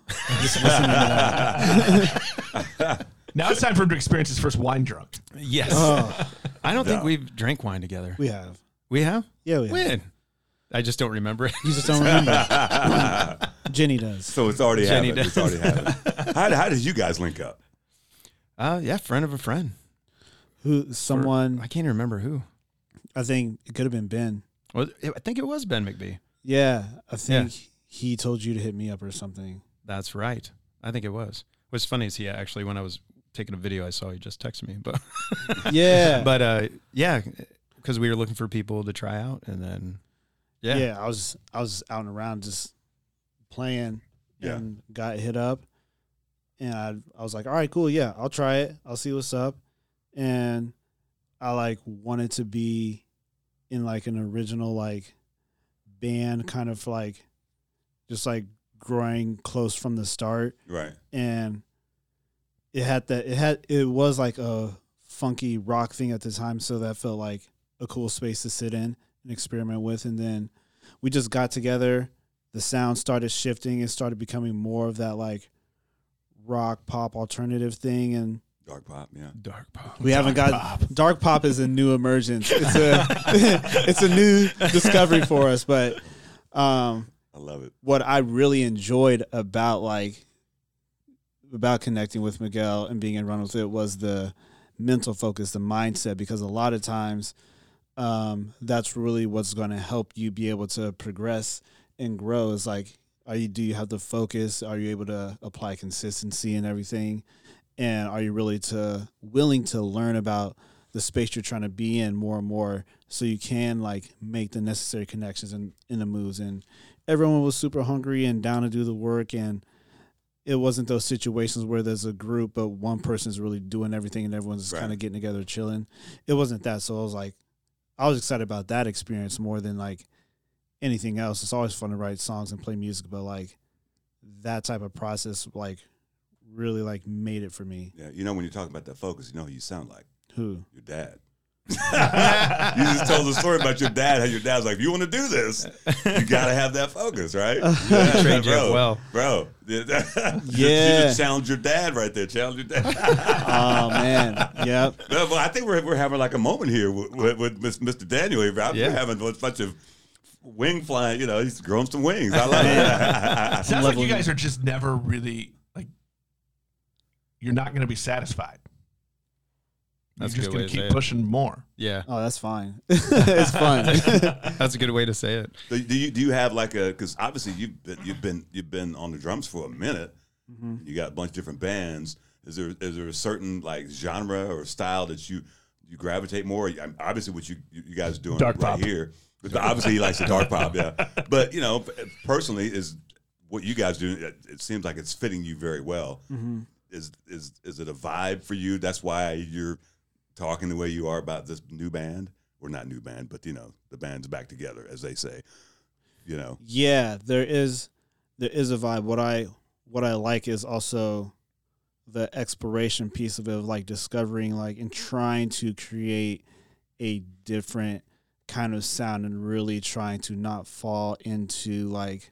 [SPEAKER 1] Now it's time for him to experience his first wine drunk.
[SPEAKER 4] Yes,
[SPEAKER 3] Oh,
[SPEAKER 4] I don't think
[SPEAKER 2] No.
[SPEAKER 4] we've drank wine together.
[SPEAKER 3] we have.
[SPEAKER 4] We have
[SPEAKER 3] Yeah, we have.
[SPEAKER 4] when I just don't remember. it.
[SPEAKER 3] You just don't remember. Jenny does.
[SPEAKER 2] So it's already
[SPEAKER 4] Jenny
[SPEAKER 2] happened. It's
[SPEAKER 4] does.
[SPEAKER 2] already happened. how, how did you guys link up?
[SPEAKER 4] Uh, yeah, friend of a friend.
[SPEAKER 3] Who? Someone.
[SPEAKER 4] I can't even remember who.
[SPEAKER 3] I think it could have been Ben.
[SPEAKER 4] Was it- I think it was Ben McBee.
[SPEAKER 3] Yeah, I think he told you to hit me up or something.
[SPEAKER 4] That's right. I think it was. What's funny is he actually when I was taking a video, I saw he just texted me, but
[SPEAKER 3] Yeah,
[SPEAKER 4] but uh, yeah, because we were looking for people to try out, and then yeah,
[SPEAKER 3] yeah. I was I was out and around just playing
[SPEAKER 2] Yeah.
[SPEAKER 3] and got hit up, and I I was like, all right, cool, yeah, I'll try it. I'll see what's up, and I like wanted to be in like an original like band kind of like just like growing close from the start
[SPEAKER 2] Right.
[SPEAKER 3] and it had that it had it was like a funky rock thing at the time so that felt like a cool space to sit in and experiment with and then we just got together the sound started shifting it started becoming more of that like rock pop alternative thing and
[SPEAKER 2] Dark pop. Yeah.
[SPEAKER 4] dark pop.
[SPEAKER 3] we haven't got dark pop is a new emergence it's a it's a new discovery for us but um
[SPEAKER 2] I love it.
[SPEAKER 3] what I really enjoyed about like about connecting with Miguel and being in run with it was the mental focus, the mindset, because a lot of times um, that's really what's going to help you be able to progress and grow. Is like, are you do you have the focus? Are you able to apply consistency and everything? And are you really to willing to learn about the space you're trying to be in more and more, so you can like make the necessary connections and in, the moves and everyone was super hungry and down to do the work and it wasn't those situations where there's a group but one person's really doing everything and everyone's just
[SPEAKER 2] Right.
[SPEAKER 3] kind of getting together chilling it wasn't that so i was like i was excited about that experience more than like anything else it's always fun to write songs and play music but like that type of process like really like made it for me
[SPEAKER 2] Yeah. You know when you talk about that focus, you know who you sound like.
[SPEAKER 3] who
[SPEAKER 2] Your dad. you just told the story about your dad. How your dad's like, if you want to do this, you gotta have that focus, right? Yeah,
[SPEAKER 4] trained you up well.
[SPEAKER 2] bro. You
[SPEAKER 3] Yeah.
[SPEAKER 2] just challenge your dad right there. Challenge your dad.
[SPEAKER 3] oh man yep
[SPEAKER 2] No, but I think we're, we're having like a moment here with, with, with Mis- Mr. Daniel. here. I'm
[SPEAKER 4] Yeah.
[SPEAKER 2] having a bunch of wing flying. You know, he's grown some wings. I like that.
[SPEAKER 1] Sounds like you
[SPEAKER 3] leveling
[SPEAKER 1] guys are just never really like. You're not going to be satisfied.
[SPEAKER 4] That's a
[SPEAKER 1] You're just
[SPEAKER 4] good way
[SPEAKER 1] going
[SPEAKER 4] to
[SPEAKER 1] to keep
[SPEAKER 4] say it.
[SPEAKER 1] pushing more.
[SPEAKER 4] Yeah,
[SPEAKER 3] Oh, that's fine. it's fun.
[SPEAKER 4] that's a good way to say it.
[SPEAKER 2] Do do you do you have like a because obviously you've been you've been you've been on the drums for a minute.
[SPEAKER 1] Mm-hmm.
[SPEAKER 2] You got a bunch of different bands. Is there is there a certain like genre or style that you you gravitate more? I'm- Obviously, what you you guys doing
[SPEAKER 1] Dark
[SPEAKER 2] right
[SPEAKER 1] pop.
[SPEAKER 2] here. But obviously, he likes the dark pop, yeah. But you know, personally, is what you guys do. It, it seems like it's fitting you very well. Is is is it a vibe for you? That's why you're talking the way you are about this new band, or not new band, but you know, the band's back together, as they say. You know,
[SPEAKER 3] yeah, there is there is a vibe. What I what I like is also the exploration piece of it, of like discovering like and trying to create a different kind of sound and really trying to not fall into like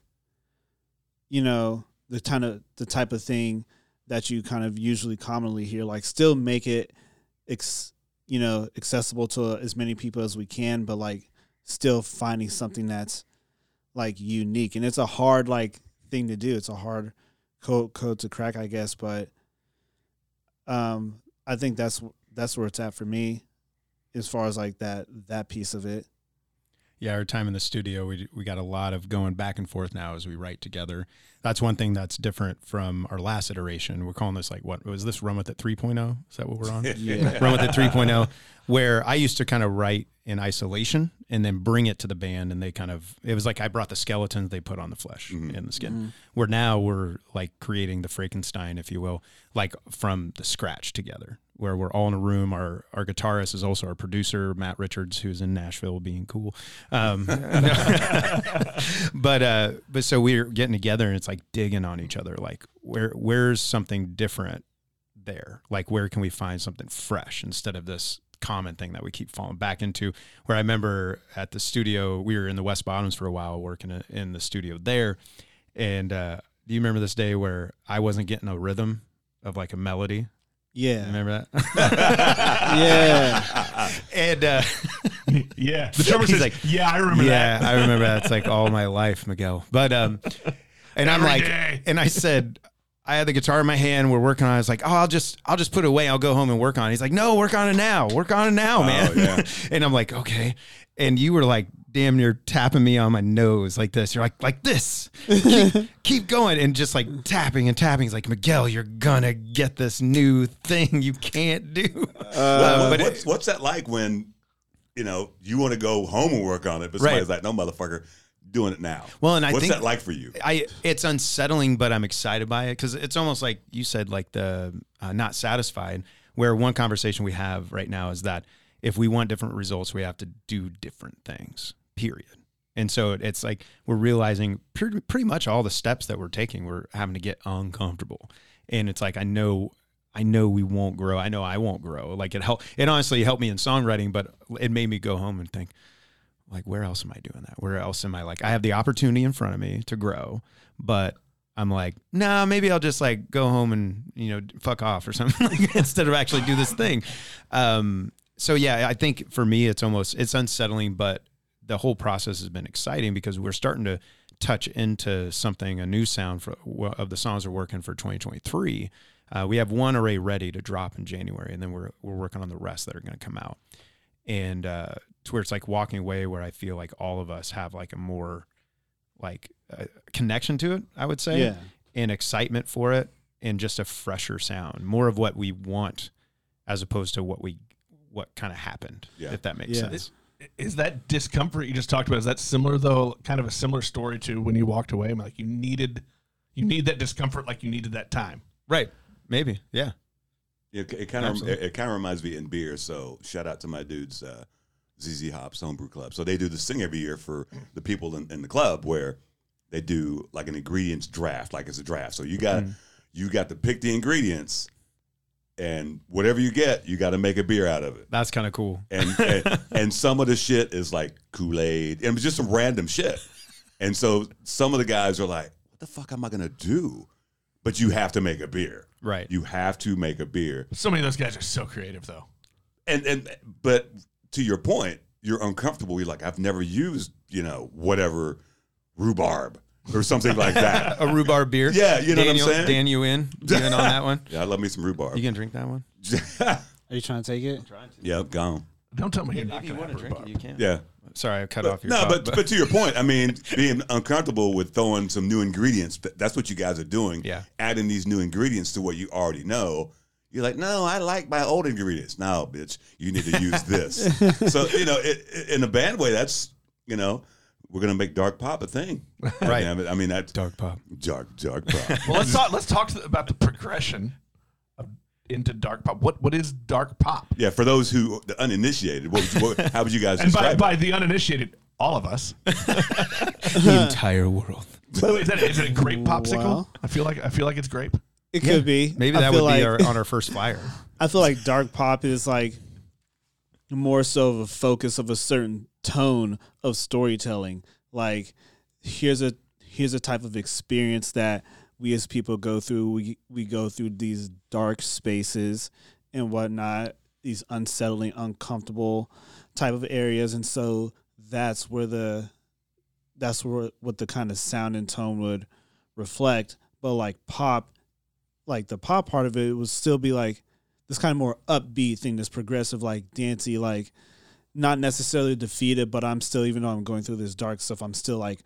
[SPEAKER 3] you know the kind of the type of thing that you kind of usually commonly hear like still make it ex, you know accessible to as many people as we can but like still finding something that's like unique and it's a hard like thing to do it's a hard code code to crack i guess but um i think that's that's where it's at for me as far as like that that piece of it
[SPEAKER 4] Yeah, our time in the studio, we we got a lot of going back and forth now as we write together. That's one thing that's different from our last iteration. We're calling this like what was this run with it 3.0? Is that what we're on?
[SPEAKER 3] yeah
[SPEAKER 4] run with it 3.0 oh, where i used to kind of write in isolation and then bring it to the band and they kind of it was like i brought the skeletons they put on the flesh and the skin where now we're like creating the frankenstein if you will like from the scratch together where we're all in a room our our guitarist is also our producer matt richards who's in nashville being cool um, but uh but so we're getting together and it's like digging on each other like where where's something different there like where can we find something fresh instead of this common thing that we keep falling back into where i remember at the studio we were in the west bottoms for a while working i- in the studio there and uh do you remember this day where i wasn't getting a rhythm of like a melody
[SPEAKER 3] yeah
[SPEAKER 4] remember that
[SPEAKER 3] yeah
[SPEAKER 4] and uh
[SPEAKER 1] yeah. The drummer
[SPEAKER 4] He's
[SPEAKER 1] says,
[SPEAKER 4] like,
[SPEAKER 1] yeah, I remember
[SPEAKER 4] yeah,
[SPEAKER 1] that.
[SPEAKER 4] I remember that's like all my life, Miguel. But um, and I'm
[SPEAKER 1] Every
[SPEAKER 4] like,
[SPEAKER 1] day.
[SPEAKER 4] and I said, I had the guitar in my hand. We're working on. it. I was like, oh, I'll just, I'll just put it away. I'll go home and work on. it. He's like, no, work on it now. Work on it now, man.
[SPEAKER 2] yeah.
[SPEAKER 4] and I'm like, okay. And you were like, damn near tapping me on my nose like this. You're like, like this. Keep, keep going and just like tapping and tapping. He's like, Miguel, you're gonna get this new thing you can't do.
[SPEAKER 2] Well,
[SPEAKER 4] Uh, but
[SPEAKER 2] what's, what's that like when you know you want to go home and work on it, but somebody's like, "No, motherfucker, doing it now."
[SPEAKER 4] Well, and I
[SPEAKER 2] what's
[SPEAKER 4] think-
[SPEAKER 2] that like for you?
[SPEAKER 4] I it's unsettling, but I'm excited by it because it's almost like you said, like the uh, not satisfied. Where one conversation we have right now is that if we want different results, we have to do different things. Period. And so it- it's like we're realizing pretty, pretty much all the steps that we're taking, we're having to get uncomfortable. And it's like I know. I know we won't grow. I know I won't grow. Like it helped. It honestly helped me in songwriting, but it made me go home and think, like where else am I doing that? Where else am I like I have the opportunity in front of me to grow, but I'm like, nah, maybe I'll just like go home and you know fuck off or something like, instead of actually do this thing. Um, so yeah, I think for me it's almost it's unsettling, but the whole process has been exciting because we're starting to touch into something a new sound for of the songs we're working for 2023. Uh, we have one array ready to drop in January, and then we're we're working on the rest that are going to come out and uh, to where it's like walking away where I feel like all of us have like a more like uh, connection to it, I would say,
[SPEAKER 3] Yeah.
[SPEAKER 4] and excitement for it, and just a fresher sound, more of what we want as opposed to what we what kind of happened,
[SPEAKER 2] Yeah.
[SPEAKER 4] if that makes
[SPEAKER 3] Yeah.
[SPEAKER 4] sense.
[SPEAKER 1] Is that discomfort you just talked about? Is that similar though? Kind of a similar story to when you walked away. I'm like you needed, you need that discomfort like you needed that time.
[SPEAKER 4] Right? Maybe, yeah.
[SPEAKER 2] It, it kind of it,
[SPEAKER 4] Absolutely.
[SPEAKER 2] it kind of reminds me in beer. So shout out to my dudes, uh, ZZ Hops Homebrew Club. So they do this thing every year for the people in, in the club where they do like an ingredients draft, like it's a draft. So you got
[SPEAKER 4] Mm-hmm.
[SPEAKER 2] you got to pick the ingredients, and whatever you get, you got to make a beer out of it.
[SPEAKER 4] That's kind of cool.
[SPEAKER 2] And and, and some of the shit is like Kool Aid, and it's just some random shit. And so some of the guys are like, "What the fuck am I gonna do?" But you have to make a beer.
[SPEAKER 4] Right.
[SPEAKER 2] You have to make a beer
[SPEAKER 1] So many of those guys are so creative though.
[SPEAKER 2] and and but to your point, you're uncomfortable. You're like, I've never used, you know, whatever rhubarb or something like that.
[SPEAKER 4] a rhubarb beer.
[SPEAKER 2] Yeah, you know what I'm
[SPEAKER 4] Daniel-
[SPEAKER 2] saying?
[SPEAKER 4] Dan, you in? You in on that one?
[SPEAKER 2] yeah, I love me some rhubarb.
[SPEAKER 4] You gonna drink that one?
[SPEAKER 3] Are you trying to take it?
[SPEAKER 2] Yeah, gone.
[SPEAKER 1] Don't tell me you're not
[SPEAKER 4] If you
[SPEAKER 1] going
[SPEAKER 4] want
[SPEAKER 1] to
[SPEAKER 4] to
[SPEAKER 1] have
[SPEAKER 4] drink
[SPEAKER 1] rhubarb.
[SPEAKER 4] it, you can.
[SPEAKER 2] Yeah.
[SPEAKER 4] Sorry, I cut off your.
[SPEAKER 2] no,
[SPEAKER 4] thought,
[SPEAKER 2] but, but to your point, I mean, being uncomfortable with throwing some new ingredients, th- that's what you guys are doing.
[SPEAKER 4] Yeah.
[SPEAKER 2] Adding these new ingredients to what you already know. You're like, no, I like my old ingredients. No, bitch, you need to use this. so, you know, it, it- in a band way, that's, you know, we're going to make dark pop a thing.
[SPEAKER 4] Right.
[SPEAKER 2] I mean, I mean that's
[SPEAKER 4] dark pop.
[SPEAKER 2] dark, dark pop.
[SPEAKER 1] Well, let's talk. Let's talk to- about the progression of, into dark pop. What what is dark pop?
[SPEAKER 2] yeah, for those who, the uninitiated, what would you, what, how would you guys
[SPEAKER 1] And by,
[SPEAKER 2] describe it?
[SPEAKER 1] by the uninitiated, all of us.
[SPEAKER 4] the entire world.
[SPEAKER 1] By the way, is that is it a grape popsicle?
[SPEAKER 3] Wow.
[SPEAKER 1] I feel like I feel like it's grape.
[SPEAKER 3] It could be.
[SPEAKER 4] Maybe
[SPEAKER 3] I
[SPEAKER 4] that would
[SPEAKER 3] feel
[SPEAKER 4] be
[SPEAKER 3] like,
[SPEAKER 4] our, on our first flyer.
[SPEAKER 3] I feel like dark pop is like more so of a focus of a certain tone of storytelling. Like here's a here's a type of experience that we as people go through. We we go through these dark spaces and whatnot, these unsettling, uncomfortable type of areas, and so that's where the that's where what the kind of sound and tone would reflect. But like pop, like the pop part of it would still be like this kind of more upbeat thing, this progressive, like dancey, like not necessarily defeated, but I'm still, even though I'm going through this dark stuff, I'm still like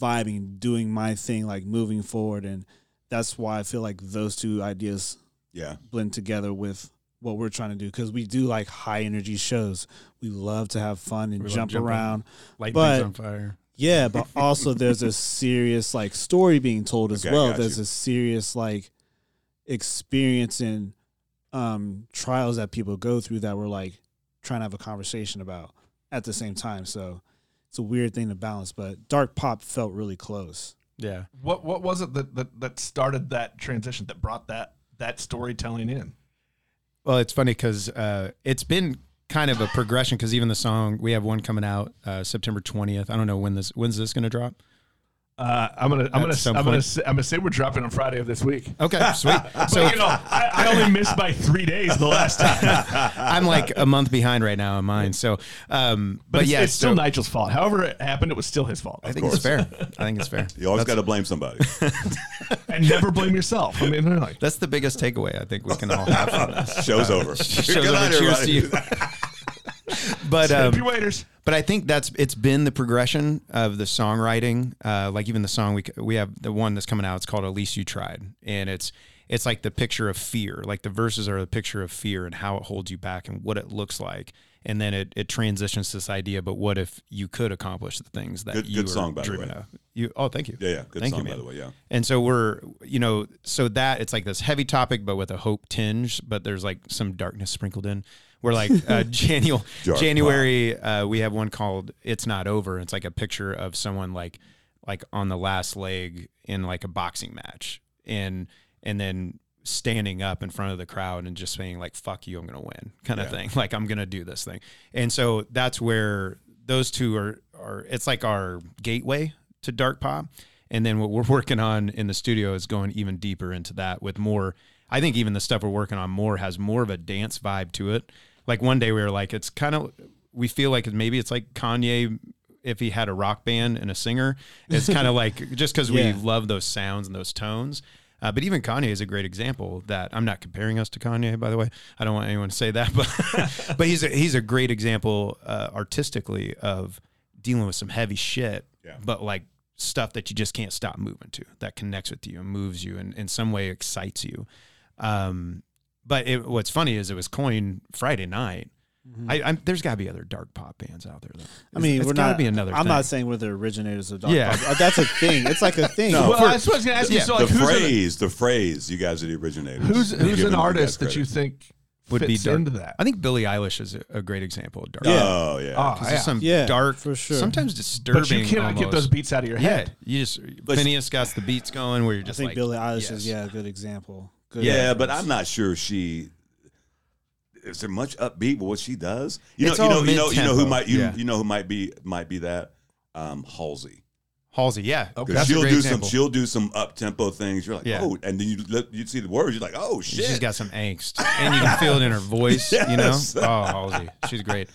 [SPEAKER 3] vibing, doing my thing, like moving forward. And that's why I feel like those two ideas
[SPEAKER 2] yeah.
[SPEAKER 3] blend together with what we're trying to do because we do like high energy shows. We love to have fun and
[SPEAKER 4] We love
[SPEAKER 3] jump
[SPEAKER 4] jumping.
[SPEAKER 3] around.
[SPEAKER 4] Light
[SPEAKER 3] But-
[SPEAKER 4] things on fire.
[SPEAKER 3] Yeah, but also there's a serious like story being told as
[SPEAKER 2] Okay, I
[SPEAKER 3] well.
[SPEAKER 2] got
[SPEAKER 3] There's
[SPEAKER 2] you.
[SPEAKER 3] a serious like experience and um trials that people go through that we're like trying to have a conversation about at the same time. So it's a weird thing to balance, but Dark Pop felt really close.
[SPEAKER 4] Yeah.
[SPEAKER 1] What what was it that that, that started that transition that brought that that storytelling in?
[SPEAKER 4] Well, it's funny because uh, it's been kind of a progression because even the song we have one coming out uh, September twentieth. I don't know when this when's this going to drop.
[SPEAKER 1] Uh, I'm gonna I'm gonna
[SPEAKER 4] some
[SPEAKER 1] I'm gonna
[SPEAKER 4] point.
[SPEAKER 1] say, I'm gonna say we're dropping on Friday of this week.
[SPEAKER 4] Okay, sweet.
[SPEAKER 1] So
[SPEAKER 4] So
[SPEAKER 1] you know, I, I only missed by three days the last time.
[SPEAKER 4] I'm like a month behind right now in mine. So, um, but,
[SPEAKER 1] But, it's,
[SPEAKER 4] yeah,
[SPEAKER 1] it's still
[SPEAKER 4] so-
[SPEAKER 1] Nigel's fault. However it happened, it was still his fault.
[SPEAKER 4] I think it's fair. I think it's fair.
[SPEAKER 2] You always got to blame somebody.
[SPEAKER 1] And never blame yourself. I mean, really.
[SPEAKER 4] That's the biggest takeaway I think we can all have from this.
[SPEAKER 2] Show's over.
[SPEAKER 4] Shows
[SPEAKER 2] Good
[SPEAKER 4] over.
[SPEAKER 2] night,
[SPEAKER 4] Cheers to
[SPEAKER 2] everybody.
[SPEAKER 4] you. but
[SPEAKER 1] Tip
[SPEAKER 4] um,
[SPEAKER 1] your waiters.
[SPEAKER 4] but I think that's it's been the progression of the songwriting. Uh, like even the song we we have the one that's coming out. It's called "At Least You Tried," and it's it's like the picture of fear. Like the verses are the picture of fear and how it holds you back and what it looks like. And then it, it transitions to this idea. But what if you could accomplish the things that
[SPEAKER 2] Good-
[SPEAKER 4] you
[SPEAKER 2] good
[SPEAKER 4] were
[SPEAKER 2] song, by the
[SPEAKER 4] dreaming
[SPEAKER 2] way.
[SPEAKER 4] of? You oh, thank you.
[SPEAKER 2] Yeah, yeah. Good
[SPEAKER 4] Thank
[SPEAKER 2] song, by
[SPEAKER 4] you, man.
[SPEAKER 2] the way. Yeah.
[SPEAKER 4] And so we're, you know, so that it's like this heavy topic, but with a hope tinge, but there's like some darkness sprinkled in. We're like uh, January,
[SPEAKER 2] Dark
[SPEAKER 4] January. Uh, we have one called "It's Not Over." It's like a picture of someone like, like on the last leg in like a boxing match, and and then standing up in front of the crowd and just saying like "fuck you, I'm gonna win" kind of thing. Like I'm gonna do this thing, and so that's where those two are are. It's like our gateway to dark pop. And then what we're working on in the studio is going even deeper into that with more. I think even the stuff we're working on more has more of a dance vibe to it. Like one day we were like, it's kind of, we feel like maybe it's like Kanye if he had a rock band and a singer. It's kind of like just because
[SPEAKER 3] Yeah.
[SPEAKER 4] we love those sounds and those tones. Uh, but even Kanye is a great example that I'm not comparing us to Kanye, by the way. I don't want anyone to say that, but but he's a, he's a great example uh, artistically of dealing with some heavy shit,
[SPEAKER 2] Yeah.
[SPEAKER 4] but like stuff that you just can't stop moving to that connects with you and moves you and in some way excites you. Um, but it, what's funny is it was coined Friday night. I, I'm, there's got to be other dark pop bands out there. Though.
[SPEAKER 3] Mm-hmm. I mean,
[SPEAKER 4] It's-
[SPEAKER 3] we're
[SPEAKER 4] it's gotta
[SPEAKER 3] not.
[SPEAKER 4] be another.
[SPEAKER 3] I'm
[SPEAKER 4] thing.
[SPEAKER 3] not saying we're the originators of Dark
[SPEAKER 4] Yeah.
[SPEAKER 3] Pop. Uh, That's a thing. It's like a thing.
[SPEAKER 2] No.
[SPEAKER 1] Well, I was going to ask you.
[SPEAKER 4] oh, Yeah,
[SPEAKER 1] So, like,
[SPEAKER 2] the
[SPEAKER 1] who's, in,
[SPEAKER 2] phrase, the phrase, you guys are the originators.
[SPEAKER 1] who's
[SPEAKER 2] You're
[SPEAKER 1] who's
[SPEAKER 2] giving
[SPEAKER 1] an
[SPEAKER 2] you guys
[SPEAKER 1] artist that you
[SPEAKER 2] credit.
[SPEAKER 1] think
[SPEAKER 4] Would
[SPEAKER 1] would
[SPEAKER 4] be
[SPEAKER 1] fits
[SPEAKER 4] dark.
[SPEAKER 1] into that?
[SPEAKER 4] I think Billie Eilish is a, a great example of dark.
[SPEAKER 3] Yeah.
[SPEAKER 2] Oh yeah.
[SPEAKER 1] Ah,
[SPEAKER 4] 'Cause there's some
[SPEAKER 3] Yeah,
[SPEAKER 4] dark,
[SPEAKER 3] for sure.
[SPEAKER 4] sometimes disturbing.
[SPEAKER 1] but you cannot get
[SPEAKER 4] almost.
[SPEAKER 1] those beats out of your
[SPEAKER 4] Yeah,
[SPEAKER 1] head.
[SPEAKER 4] you just Phineas got the beats going where you're
[SPEAKER 3] I
[SPEAKER 4] just
[SPEAKER 3] think
[SPEAKER 4] like
[SPEAKER 3] Billie Eilish
[SPEAKER 4] yes.
[SPEAKER 3] is yeah a good example. Good
[SPEAKER 2] yeah,
[SPEAKER 3] reference.
[SPEAKER 2] but I'm not sure she. Is there much upbeat with what she does? You
[SPEAKER 4] It's
[SPEAKER 2] know, you know,
[SPEAKER 4] all
[SPEAKER 2] you know, you know who
[SPEAKER 4] mid-tempo.
[SPEAKER 2] might you,
[SPEAKER 4] Yeah.
[SPEAKER 2] you know who might be might be that um, Halsey.
[SPEAKER 4] Halsey. Yeah, okay.
[SPEAKER 2] 'Cause
[SPEAKER 4] Oh, that's a
[SPEAKER 2] she'll
[SPEAKER 4] great
[SPEAKER 2] do
[SPEAKER 4] example.
[SPEAKER 2] some she'll do some up tempo things. You're like
[SPEAKER 4] Yeah.
[SPEAKER 2] oh, and then you look- you see the words. You're like oh shit.
[SPEAKER 4] She's got some angst, and you can feel it in her voice. You know,
[SPEAKER 2] Yes.
[SPEAKER 4] oh Halsey, she's great.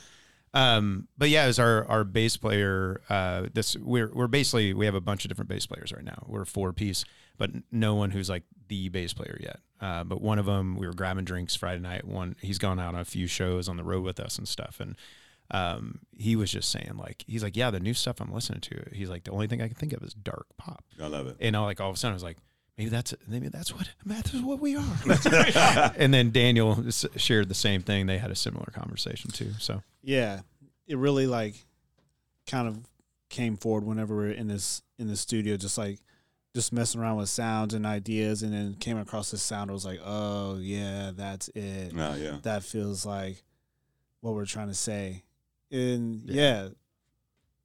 [SPEAKER 4] Um, but yeah, it was our our bass player. Uh, this we're we're basically we have a bunch of different bass players right now. We're a four piece, but n- no one who's like the bass player yet. Uh, but one of them, we were grabbing drinks Friday night. One he's gone out on a few shows on the road with us and stuff, and um, he was just saying like he's like yeah the new stuff I'm listening to. He's like the only thing I can think of is dark pop,
[SPEAKER 2] I love it.
[SPEAKER 4] and I like all of a sudden I was like. Maybe that's maybe that's what that's what we are. and then Daniel s- shared the same thing. They had a similar conversation too. So
[SPEAKER 3] yeah, it really like kind of came forward whenever we were in this in the studio, just like just messing around with sounds and ideas, and then came across this sound. I was like, oh yeah, that's it.
[SPEAKER 2] Oh, yeah.
[SPEAKER 3] That feels like what we're trying to say, and yeah.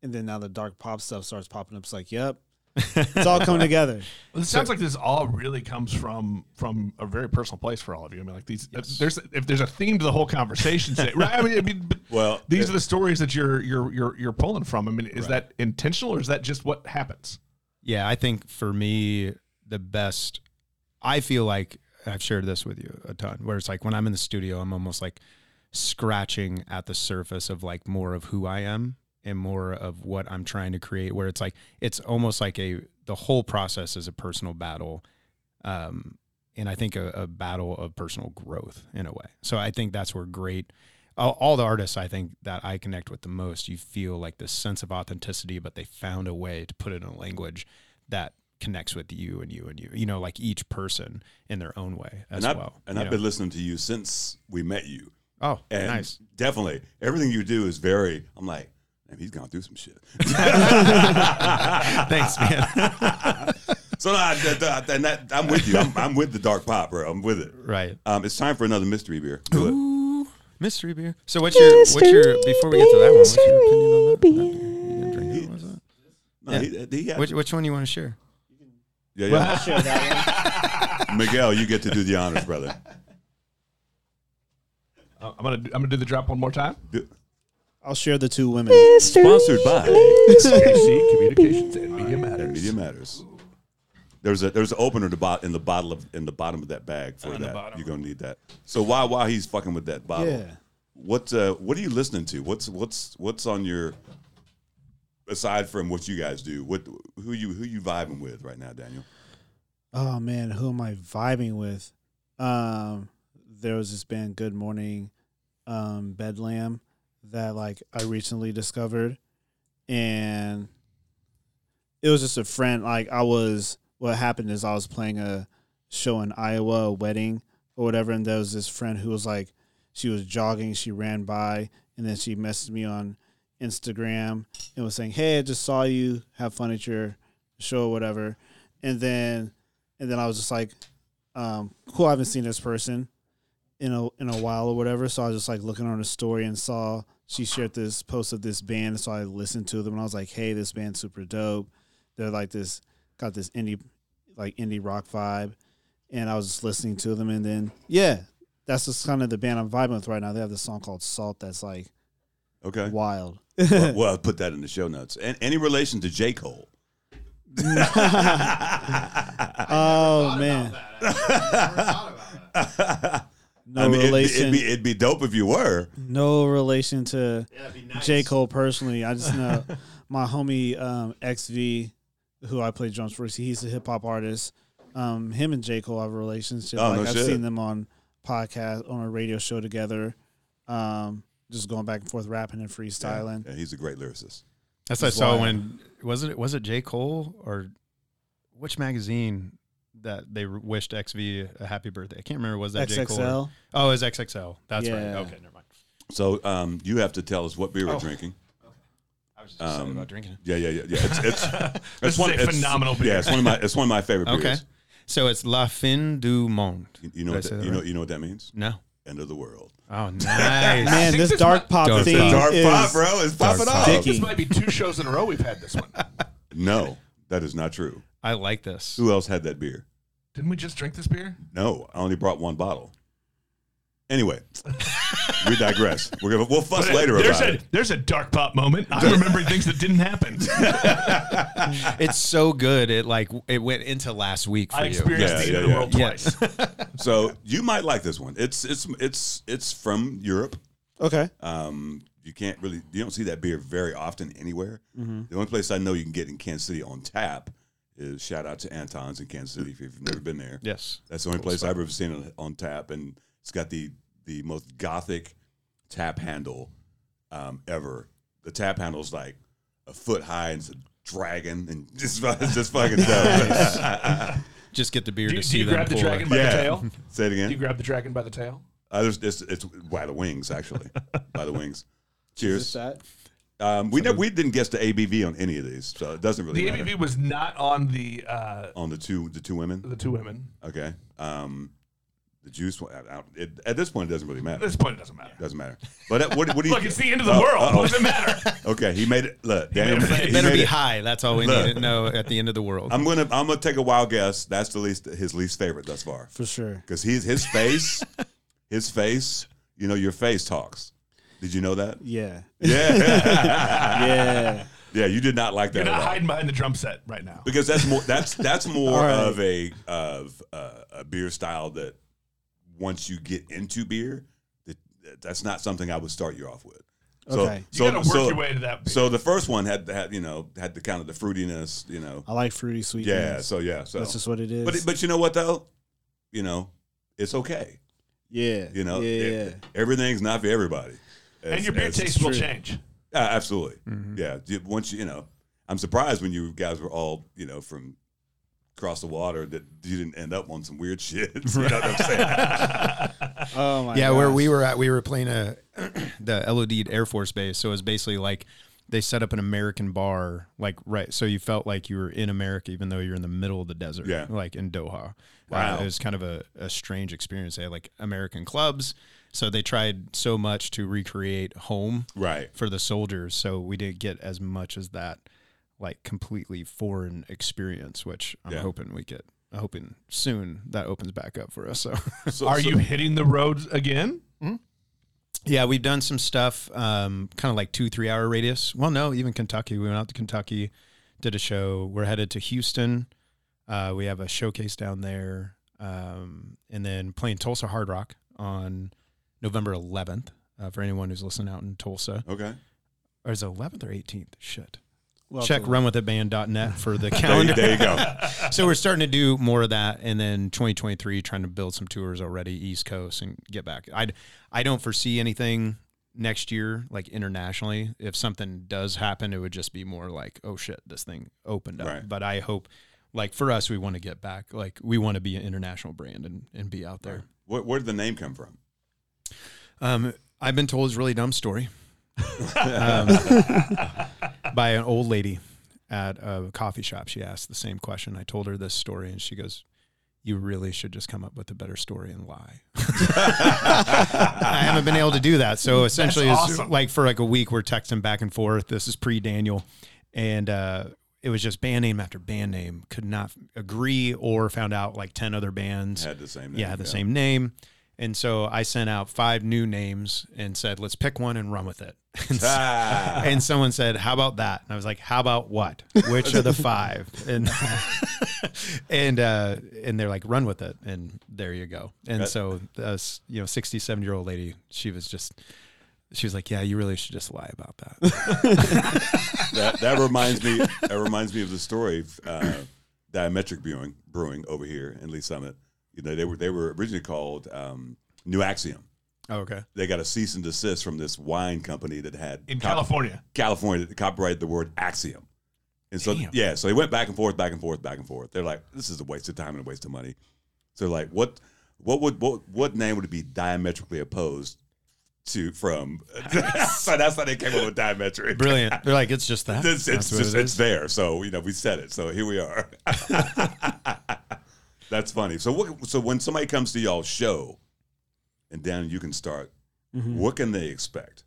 [SPEAKER 3] And then now the dark pop stuff starts popping up. It's like, yep, it's all coming together.
[SPEAKER 1] Well, It sounds like this all really comes from from a very personal place for all of you. I mean, like these. If there's if there's a theme to the whole conversation, today, right? I mean, I mean, but
[SPEAKER 2] Well, eh,
[SPEAKER 1] these
[SPEAKER 2] it-
[SPEAKER 1] are the stories that you're you're you're you're pulling from. I mean, is that intentional or is that just what happens?
[SPEAKER 4] Yeah, I think for me, the best, I feel like I've shared this with you a ton, where it's like when I'm in the studio, I'm almost like scratching at the surface of like more of who I am and more of what I'm trying to create, where it's like, it's almost like a, the whole process is a personal battle. Um, and I think a, a battle of personal growth in a way. So I think that's where great, all, all the artists I think that I connect with the most, you feel like this sense of authenticity, but they found a way to put it in a language that connects with you and you and you, you know, like each person in their own way as
[SPEAKER 2] and I've,
[SPEAKER 4] well.
[SPEAKER 2] and
[SPEAKER 4] you
[SPEAKER 2] I've
[SPEAKER 4] know?
[SPEAKER 2] been listening to you since we met you.
[SPEAKER 4] oh,
[SPEAKER 2] And
[SPEAKER 4] nice.
[SPEAKER 2] Definitely. Everything you do is very, I'm like, man, he's gone through some shit.
[SPEAKER 4] Thanks, man.
[SPEAKER 2] so no, I, I- I- and that, I'm with you. I'm, I'm with the dark pop, bro. I'm with it.
[SPEAKER 4] right.
[SPEAKER 2] Um, it's time for another mystery beer. Do it.
[SPEAKER 4] Ooh, mystery beer. So what's your, what's your, before we get to that one, what's your opinion on that? You didn't drink it, was it?
[SPEAKER 2] No, he- he had-
[SPEAKER 4] Which, which one do you want to share?
[SPEAKER 2] yeah, yeah. Miguel, you get to do the honors, brother.
[SPEAKER 1] Uh, I'm gonna do, I'm gonna do the drop one more time.
[SPEAKER 2] Do-
[SPEAKER 3] I'll share the two women.
[SPEAKER 2] sponsored by
[SPEAKER 1] KC Communications and Media Matters.
[SPEAKER 2] Media Matters. There's a there's an opener to bot in the bottle of in the bottom of that bag for
[SPEAKER 1] the
[SPEAKER 2] that.
[SPEAKER 1] bottom.
[SPEAKER 2] You're gonna need that. So while while he's fucking with that bottle,
[SPEAKER 3] Yeah.
[SPEAKER 2] what uh, what are you listening to? What's what's what's on your aside from what you guys do? What who you who you vibing with right now, Daniel?
[SPEAKER 3] oh man, who am I vibing with? Um, there was this band, Good Morning, um, Bedlam, that like I recently discovered, and it was just a friend. Like I was, what happened is I was playing a show in Iowa, a wedding or whatever, and there was this friend who was like, she was jogging, she ran by, and then she messaged me on Instagram and was saying, "Hey, I just saw you. Have fun at your show, or whatever." And then, and then I was just like, um, "Cool, I haven't seen this person in a in a while or whatever." So I was just like looking on her story and saw she shared this post of this band, so I listened to them and I was like, "Hey, this band's super dope. They're like this, got this indie, like indie rock vibe." And I was just listening to them, and then yeah, that's just kind of the band I'm vibing with right now. They have this song called "Salt" that's like
[SPEAKER 2] Okay.
[SPEAKER 3] wild.
[SPEAKER 2] well, well, I'll put that in the show notes. And any relation to J Cole?
[SPEAKER 3] Oh man, no
[SPEAKER 2] I mean, it'd be-
[SPEAKER 3] relation.
[SPEAKER 2] It'd be, it'd be dope if you were.
[SPEAKER 3] no relation to J Cole personally. I just know my homie um, XV, who I play drums for. He's a hip hop artist. Um, him and J Cole have a relationship.
[SPEAKER 2] Oh,
[SPEAKER 3] like
[SPEAKER 2] no
[SPEAKER 3] I've
[SPEAKER 2] shit.
[SPEAKER 3] seen them on podcast on a radio show together. Um, just going back and forth, rapping and freestyling.
[SPEAKER 2] Yeah, he's a great lyricist.
[SPEAKER 4] That's what I
[SPEAKER 3] That's
[SPEAKER 4] saw
[SPEAKER 3] why-
[SPEAKER 4] when was it was it J Cole or which magazine that they wished XV a happy birthday? I can't remember. Was that J Cole? or-
[SPEAKER 3] XXL.
[SPEAKER 4] Oh, it was XXL. That's
[SPEAKER 3] Yeah.
[SPEAKER 4] right. Okay, never mind.
[SPEAKER 2] So um, you have to tell us what
[SPEAKER 1] Oh,
[SPEAKER 2] beer we're drinking.
[SPEAKER 4] I was just excited
[SPEAKER 2] Um,
[SPEAKER 4] about drinking it.
[SPEAKER 2] Yeah, yeah, yeah, yeah. It's, it's,
[SPEAKER 1] This
[SPEAKER 2] it's
[SPEAKER 1] is a phenomenal
[SPEAKER 2] Yeah,
[SPEAKER 1] beer.
[SPEAKER 2] it's one of my it's one of my favorite beers.
[SPEAKER 4] Okay, so it's La Fin du Monde.
[SPEAKER 2] You, you know
[SPEAKER 4] Did I
[SPEAKER 2] what
[SPEAKER 4] say
[SPEAKER 2] that,
[SPEAKER 4] that
[SPEAKER 2] you know
[SPEAKER 4] right?
[SPEAKER 2] you know what that means?
[SPEAKER 4] No.
[SPEAKER 2] End of the world.
[SPEAKER 4] Oh, nice.
[SPEAKER 3] Man,
[SPEAKER 1] think
[SPEAKER 3] this
[SPEAKER 1] this
[SPEAKER 3] dark pop
[SPEAKER 4] Dark
[SPEAKER 3] thing
[SPEAKER 4] pop.
[SPEAKER 2] Dark
[SPEAKER 3] is
[SPEAKER 2] pop, bro, is
[SPEAKER 4] Dark
[SPEAKER 2] popping
[SPEAKER 4] pop.
[SPEAKER 2] off.
[SPEAKER 1] This
[SPEAKER 3] sticky.
[SPEAKER 1] might be two shows in a row we've had this one.
[SPEAKER 2] No, that is not true.
[SPEAKER 4] I like this.
[SPEAKER 2] Who else had that beer?
[SPEAKER 1] Didn't we just drink this beer?
[SPEAKER 2] No, I only brought one bottle. Anyway, we digress. We're gonna we'll fuss later
[SPEAKER 1] there's
[SPEAKER 2] about
[SPEAKER 1] a
[SPEAKER 2] it.
[SPEAKER 1] there's a dark pop moment. I'm remembering things that didn't happen.
[SPEAKER 4] It's so good. It like it went into last week for
[SPEAKER 1] I
[SPEAKER 4] you.
[SPEAKER 1] experienced
[SPEAKER 2] Yeah,
[SPEAKER 1] the
[SPEAKER 2] yeah,
[SPEAKER 1] end of the
[SPEAKER 2] yeah.
[SPEAKER 1] world twice.
[SPEAKER 4] Yeah.
[SPEAKER 2] So you might like this one. It's it's it's it's from Europe.
[SPEAKER 3] Okay,
[SPEAKER 2] Um, You can't really you don't see that beer very often anywhere.
[SPEAKER 3] Mm-hmm.
[SPEAKER 2] The only place I know you can get in Kansas City on tap is shout out to Anton's in Kansas City if you've never been there.
[SPEAKER 4] Yes.
[SPEAKER 2] That's the only place I've ever seen it on tap, and it's got the the most gothic tap handle um, ever. The tap handle's like a foot high and it's a dragon, and it's, fu- it's just fucking dope.
[SPEAKER 4] Just get the beer
[SPEAKER 1] Do you,
[SPEAKER 4] to
[SPEAKER 1] do
[SPEAKER 4] see
[SPEAKER 1] you
[SPEAKER 4] them
[SPEAKER 1] grab the
[SPEAKER 4] pour.
[SPEAKER 1] dragon by the
[SPEAKER 2] Yeah.
[SPEAKER 1] tail?
[SPEAKER 2] Say it
[SPEAKER 1] Do you
[SPEAKER 2] again.
[SPEAKER 1] grab the dragon by the tail?
[SPEAKER 2] Uh, there's, it's, it's by the wings actually, by the wings. Cheers.
[SPEAKER 3] that?
[SPEAKER 2] Um, we never, we didn't guess the ABV on any of these, so it doesn't really
[SPEAKER 1] The
[SPEAKER 2] matter.
[SPEAKER 1] ABV was not on the uh,
[SPEAKER 2] on the two the two women.
[SPEAKER 1] the two women.
[SPEAKER 2] Okay. Um, the juice. I, I, it, at this point, it doesn't really
[SPEAKER 1] At
[SPEAKER 2] matter.
[SPEAKER 1] this point, it doesn't matter.
[SPEAKER 2] Doesn't matter. But uh, what, what do you?
[SPEAKER 1] Look, it's the end of the world.
[SPEAKER 2] oh.
[SPEAKER 1] What does it matter?
[SPEAKER 2] Okay, he made it. Look, Daniel,
[SPEAKER 1] made it.
[SPEAKER 2] he
[SPEAKER 4] It better
[SPEAKER 2] made
[SPEAKER 4] be
[SPEAKER 2] it.
[SPEAKER 4] high. That's all we need to know at the end of the world.
[SPEAKER 2] I'm gonna I'm gonna take a wild guess. That's the least his least favorite thus far
[SPEAKER 3] For sure.
[SPEAKER 2] because he's his face, his face. You know, your face talks. Did you know that?
[SPEAKER 3] Yeah.
[SPEAKER 2] Yeah,
[SPEAKER 3] Yeah.
[SPEAKER 2] yeah. You did not like that
[SPEAKER 1] You're
[SPEAKER 2] at
[SPEAKER 1] not
[SPEAKER 2] all.
[SPEAKER 1] hiding behind the drum set right now.
[SPEAKER 2] because that's more that's that's more
[SPEAKER 3] All right.
[SPEAKER 2] of a of uh, a beer style that once you get into beer, that that's not something I would start you off with. So,
[SPEAKER 3] Okay. You
[SPEAKER 1] You gotta work your way to that.
[SPEAKER 2] So the first one had had you know had the kind of the fruitiness, you know.
[SPEAKER 3] I like fruity sweet.
[SPEAKER 2] Yeah,
[SPEAKER 3] things.
[SPEAKER 2] so yeah, so
[SPEAKER 3] That's just what it is.
[SPEAKER 2] but but you know what though, you know, it's okay.
[SPEAKER 3] yeah.
[SPEAKER 2] You know,
[SPEAKER 3] Yeah.
[SPEAKER 2] It- everything's not for everybody.
[SPEAKER 1] and
[SPEAKER 2] It's-
[SPEAKER 1] your beer
[SPEAKER 2] it's-
[SPEAKER 1] taste will
[SPEAKER 3] true.
[SPEAKER 1] change.
[SPEAKER 2] uh, absolutely,
[SPEAKER 3] Mm-hmm.
[SPEAKER 2] yeah. You- Once you you know, I'm surprised when you guys were all you know from across the water that you didn't end up on some weird shit. you know what I'm saying?
[SPEAKER 3] yeah. Oh my.
[SPEAKER 4] yeah, where
[SPEAKER 3] gosh.
[SPEAKER 4] we were at, we were playing a the LOD Air Force Base, so it was basically like they set up an American bar, like right, so you felt like you were in America, even though you're in the middle of the desert,
[SPEAKER 2] Yeah.
[SPEAKER 4] like in Doha. Uh,
[SPEAKER 2] Wow.
[SPEAKER 4] it was kind of a, a strange experience. They had like American clubs, so they tried so much to recreate home
[SPEAKER 2] right.
[SPEAKER 4] for the soldiers, so we didn't get as much as that like completely foreign experience, which I'm
[SPEAKER 2] Yeah.
[SPEAKER 4] hoping we get. Hoping soon that opens back up for us. So.
[SPEAKER 2] So,
[SPEAKER 1] Are
[SPEAKER 2] so-
[SPEAKER 1] you hitting the roads again?
[SPEAKER 4] Yeah, we've done some stuff, um, kind of like two, three hour radius. Well, no, even Kentucky. We went out to Kentucky, did a show. We're headed to Houston. Uh, we have a showcase down there. Um, and then playing Tulsa Hard Rock on November 11th uh, for anyone who's listening out in Tulsa.
[SPEAKER 2] okay?
[SPEAKER 4] Or is it 11th or 18th? Shit.
[SPEAKER 3] Well,
[SPEAKER 4] Check
[SPEAKER 3] so-
[SPEAKER 4] runwithitband.net for the
[SPEAKER 2] There you,
[SPEAKER 4] calendar.
[SPEAKER 2] there you go.
[SPEAKER 4] so we're starting to do more of that and then 2023 trying to build some tours already east coast and get back i i don't foresee anything next year like internationally if something does happen it would just be more like oh shit this thing opened up
[SPEAKER 2] Right.
[SPEAKER 4] but i hope like for us we want to get back like we want to be an international brand and, and be out there
[SPEAKER 2] Where, where did the name come from?
[SPEAKER 4] um, i've been told it's a really dumb story um, by an old lady at a coffee shop. She asked the same question. I told her this story, and she goes, "You really should just come up with a better story and lie." I haven't been able to do that. So essentially, it's
[SPEAKER 1] awesome.
[SPEAKER 4] like for like a week, we're texting back and forth. This is pre Daniel, and uh, it was just band name after band name. Could not agree, or found out like ten other bands
[SPEAKER 2] Had the same name.
[SPEAKER 4] yeah, the same name. And so I sent out five new names and said, let's pick one and run with it. And, so-
[SPEAKER 2] Ah.
[SPEAKER 4] and someone said, how about that? And I was like, how about what? Which of the five? And and uh, and they're like, run with it. And there you go. And
[SPEAKER 2] That-
[SPEAKER 4] so, uh, s- you know, 67 year old lady, she was just, she was like, yeah, you really should just lie about that.
[SPEAKER 2] that, that reminds me. That reminds me of the story of uh, Diametric Brewing, brewing over here in Lee Summit. You know, they were they were originally called um, New Axiom.
[SPEAKER 4] oh, okay.
[SPEAKER 2] They got a cease and desist from this wine company that had
[SPEAKER 1] In
[SPEAKER 2] cop-
[SPEAKER 1] California.
[SPEAKER 2] California that copyrighted the word axiom. And so
[SPEAKER 1] Damn.
[SPEAKER 2] yeah, so they went back and forth, back and forth, back and forth. They're like, this is a waste of time and a waste of money. So like, what what would what what name would be diametrically opposed to from? so that's how they came up with diametric.
[SPEAKER 4] Brilliant. They're like, it's just that.
[SPEAKER 2] It's,
[SPEAKER 4] That's
[SPEAKER 2] it's,
[SPEAKER 4] what
[SPEAKER 2] just,
[SPEAKER 4] it
[SPEAKER 2] it's
[SPEAKER 4] is.
[SPEAKER 2] there. So, you know, we said it. So here we are. That's funny. So, what, so when somebody comes to y'all show, and Dan, you can start.
[SPEAKER 4] Mm-hmm.
[SPEAKER 2] What can they expect?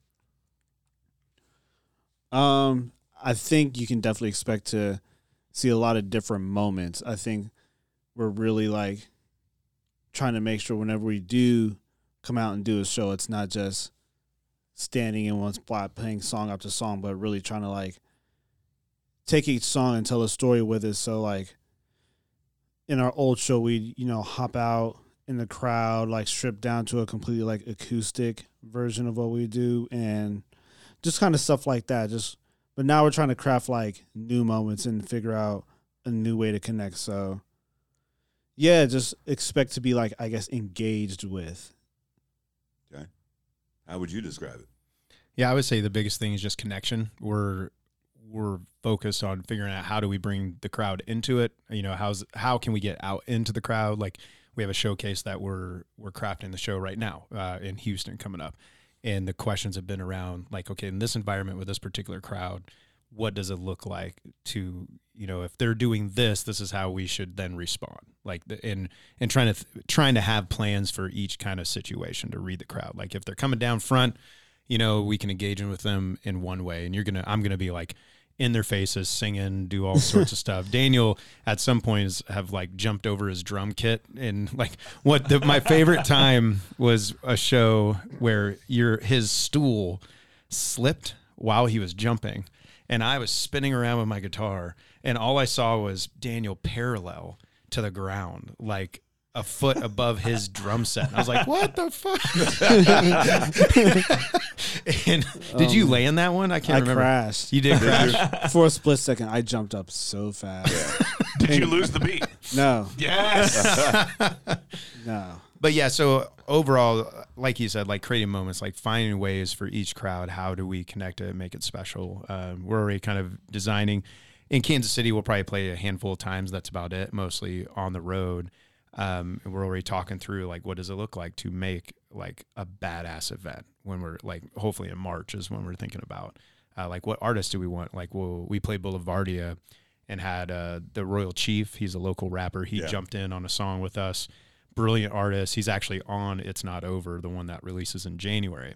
[SPEAKER 3] Um, I think you can definitely expect to see a lot of different moments. I think we're really like trying to make sure whenever we do come out and do a show, it's not just standing in one spot playing song after song, but really trying to like take each song and tell a story with it. So like in our old show, we you know hop out in the crowd, like strip down to a completely like acoustic version of what we do, and just kind of stuff like that. Just but now we're trying to craft like new moments and figure out a new way to connect. So yeah, just expect to be like I guess engaged with.
[SPEAKER 2] How would you describe it?
[SPEAKER 4] Yeah, I would say the biggest thing is just connection. We're we're focused on figuring out how do we bring the crowd into it. You know, how's how can we get out into the crowd? Like we have a showcase that we're we're crafting the show right now uh, in Houston coming up, and the questions have been around like, okay, in this environment with this particular crowd, what does it look like to you know if they're doing this, this is how we should then respond. Like the, and and trying to th- trying to have plans for each kind of situation to read the crowd. Like if they're coming down front you know, we can engage in with them in one way. And you're gonna, I'm gonna be like in their faces, singing, do all sorts of stuff. Daniel at some point is, have like jumped over his drum kit and like what the, my favorite time was a show where your his stool slipped while he was jumping, and I was spinning around with my guitar, and all I saw was Daniel parallel to the ground, like. A foot above his drum set. And I was like, "What the fuck?" and did you land that one? I
[SPEAKER 3] Oh,
[SPEAKER 4] can't
[SPEAKER 3] I
[SPEAKER 4] remember.
[SPEAKER 3] crashed
[SPEAKER 4] You did crash.
[SPEAKER 3] for a split second. I jumped up so fast.
[SPEAKER 1] Did you lose the beat?
[SPEAKER 3] no,
[SPEAKER 1] Yes.
[SPEAKER 3] no.
[SPEAKER 4] but yeah, so overall, like you said, like creating moments, like finding ways for each crowd. How do we connect it and make it special? Um, we're already kind of designing. In Kansas City, we'll probably play a handful of times. That's about it, mostly on the road. Um, and we're already talking through like what does it look like to make like a badass event when we're like hopefully in March is when we're thinking about uh, like what artists do we want? Like, well, we played Boulevardia and had uh, the Royal Chief. He's a local rapper. He
[SPEAKER 2] Yeah.
[SPEAKER 4] jumped in on a song with us. Brilliant artist. He's actually on It's Not Over, the one that releases in January.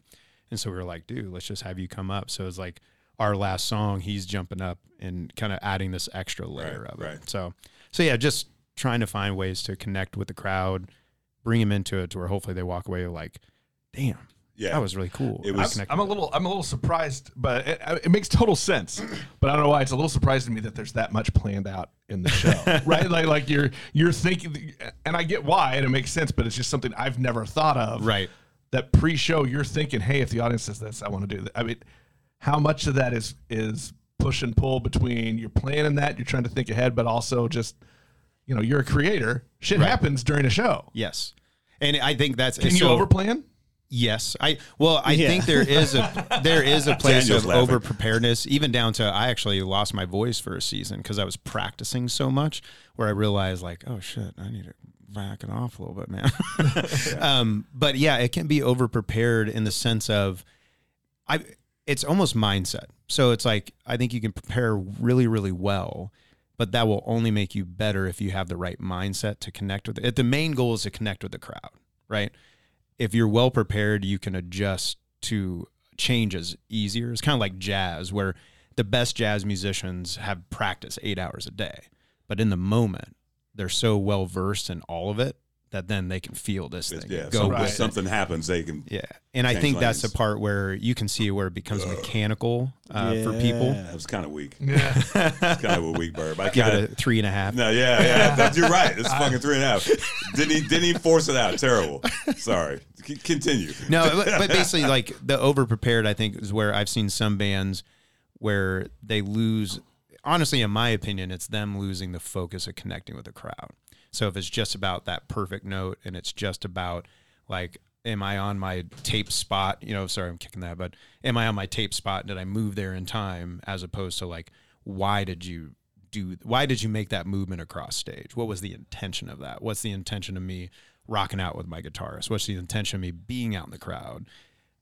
[SPEAKER 4] And so we were like, dude, let's just have you come up. So it's like our last song. He's jumping up and kind of adding this extra layer
[SPEAKER 2] Right,
[SPEAKER 4] of
[SPEAKER 2] right.
[SPEAKER 4] it. So, so yeah, just trying to find ways to connect with the crowd, bring them into it to where hopefully they walk away like, damn,
[SPEAKER 2] Yeah,
[SPEAKER 4] that was really cool.
[SPEAKER 2] It
[SPEAKER 4] I
[SPEAKER 2] was-
[SPEAKER 1] I'm,
[SPEAKER 4] connected
[SPEAKER 1] I'm a little, I'm a little surprised, but it, it makes total sense. But I don't know why it's a little surprising to me that there's that much planned out in the show, right? Like, like you're, you're thinking, and I get why, and it makes sense, but it's just something I've never thought of.
[SPEAKER 4] Right.
[SPEAKER 1] That pre-show, you're thinking, hey, if the audience says this, I want to do that. I mean, how much of that is is push and pull between you're planning that, you're trying to think ahead, but also just, you know, you're a creator. Shit happens during a show.
[SPEAKER 4] Yes. And I think that's
[SPEAKER 1] Can you
[SPEAKER 4] so-
[SPEAKER 1] overplan?
[SPEAKER 4] Yes, I well, I
[SPEAKER 3] Yeah.
[SPEAKER 4] think there is a there is a place
[SPEAKER 2] Daniel's
[SPEAKER 4] of
[SPEAKER 2] laughing.
[SPEAKER 4] over preparedness, even down to I actually lost my voice for a season because I was practicing so much, where I realized like, oh shit, I need to back it off a little bit, man. um, but yeah, it can be over prepared in the sense of I it's almost mindset. So it's like I think you can prepare really, really well, but that will only make you better if you have the right mindset to connect with it. The main goal is to connect with the crowd, right? If you're well prepared, you can adjust to changes easier. It's kind of like jazz, where the best jazz musicians have practice eight hours a day, but in the moment, they're so well versed in all of it that then they can feel this thing.
[SPEAKER 2] It's- yeah.
[SPEAKER 4] go
[SPEAKER 2] some-
[SPEAKER 1] with
[SPEAKER 2] if
[SPEAKER 1] it.
[SPEAKER 2] something happens, they can.
[SPEAKER 4] yeah, and I
[SPEAKER 2] Change
[SPEAKER 4] think that's the
[SPEAKER 2] lanes.
[SPEAKER 4] part where you can see where it becomes mechanical uh, for people.
[SPEAKER 2] That was kind of weak.
[SPEAKER 1] Yeah.
[SPEAKER 2] It's kind of a weak burp. I
[SPEAKER 4] Give
[SPEAKER 2] kind
[SPEAKER 4] it
[SPEAKER 2] of.
[SPEAKER 4] a three and a half.
[SPEAKER 2] No, yeah, yeah. that- You're right. It's fucking three and a half. Didn't he? Didn't he force it out? Terrible. Sorry. C- continue.
[SPEAKER 4] No, but, but basically, like the over prepared, I think is where I've seen some bands where they lose. Honestly, in my opinion, it's them losing the focus of connecting with the crowd. So if it's just about that perfect note and it's just about like, am I on my tape spot? You know, sorry, I'm kicking that, but am I on my tape spot? Did I move there in time? As opposed to like, why did you do why did you make that movement across stage what was the intention of that what's the intention of me rocking out with my guitarist what's the intention of me being out in the crowd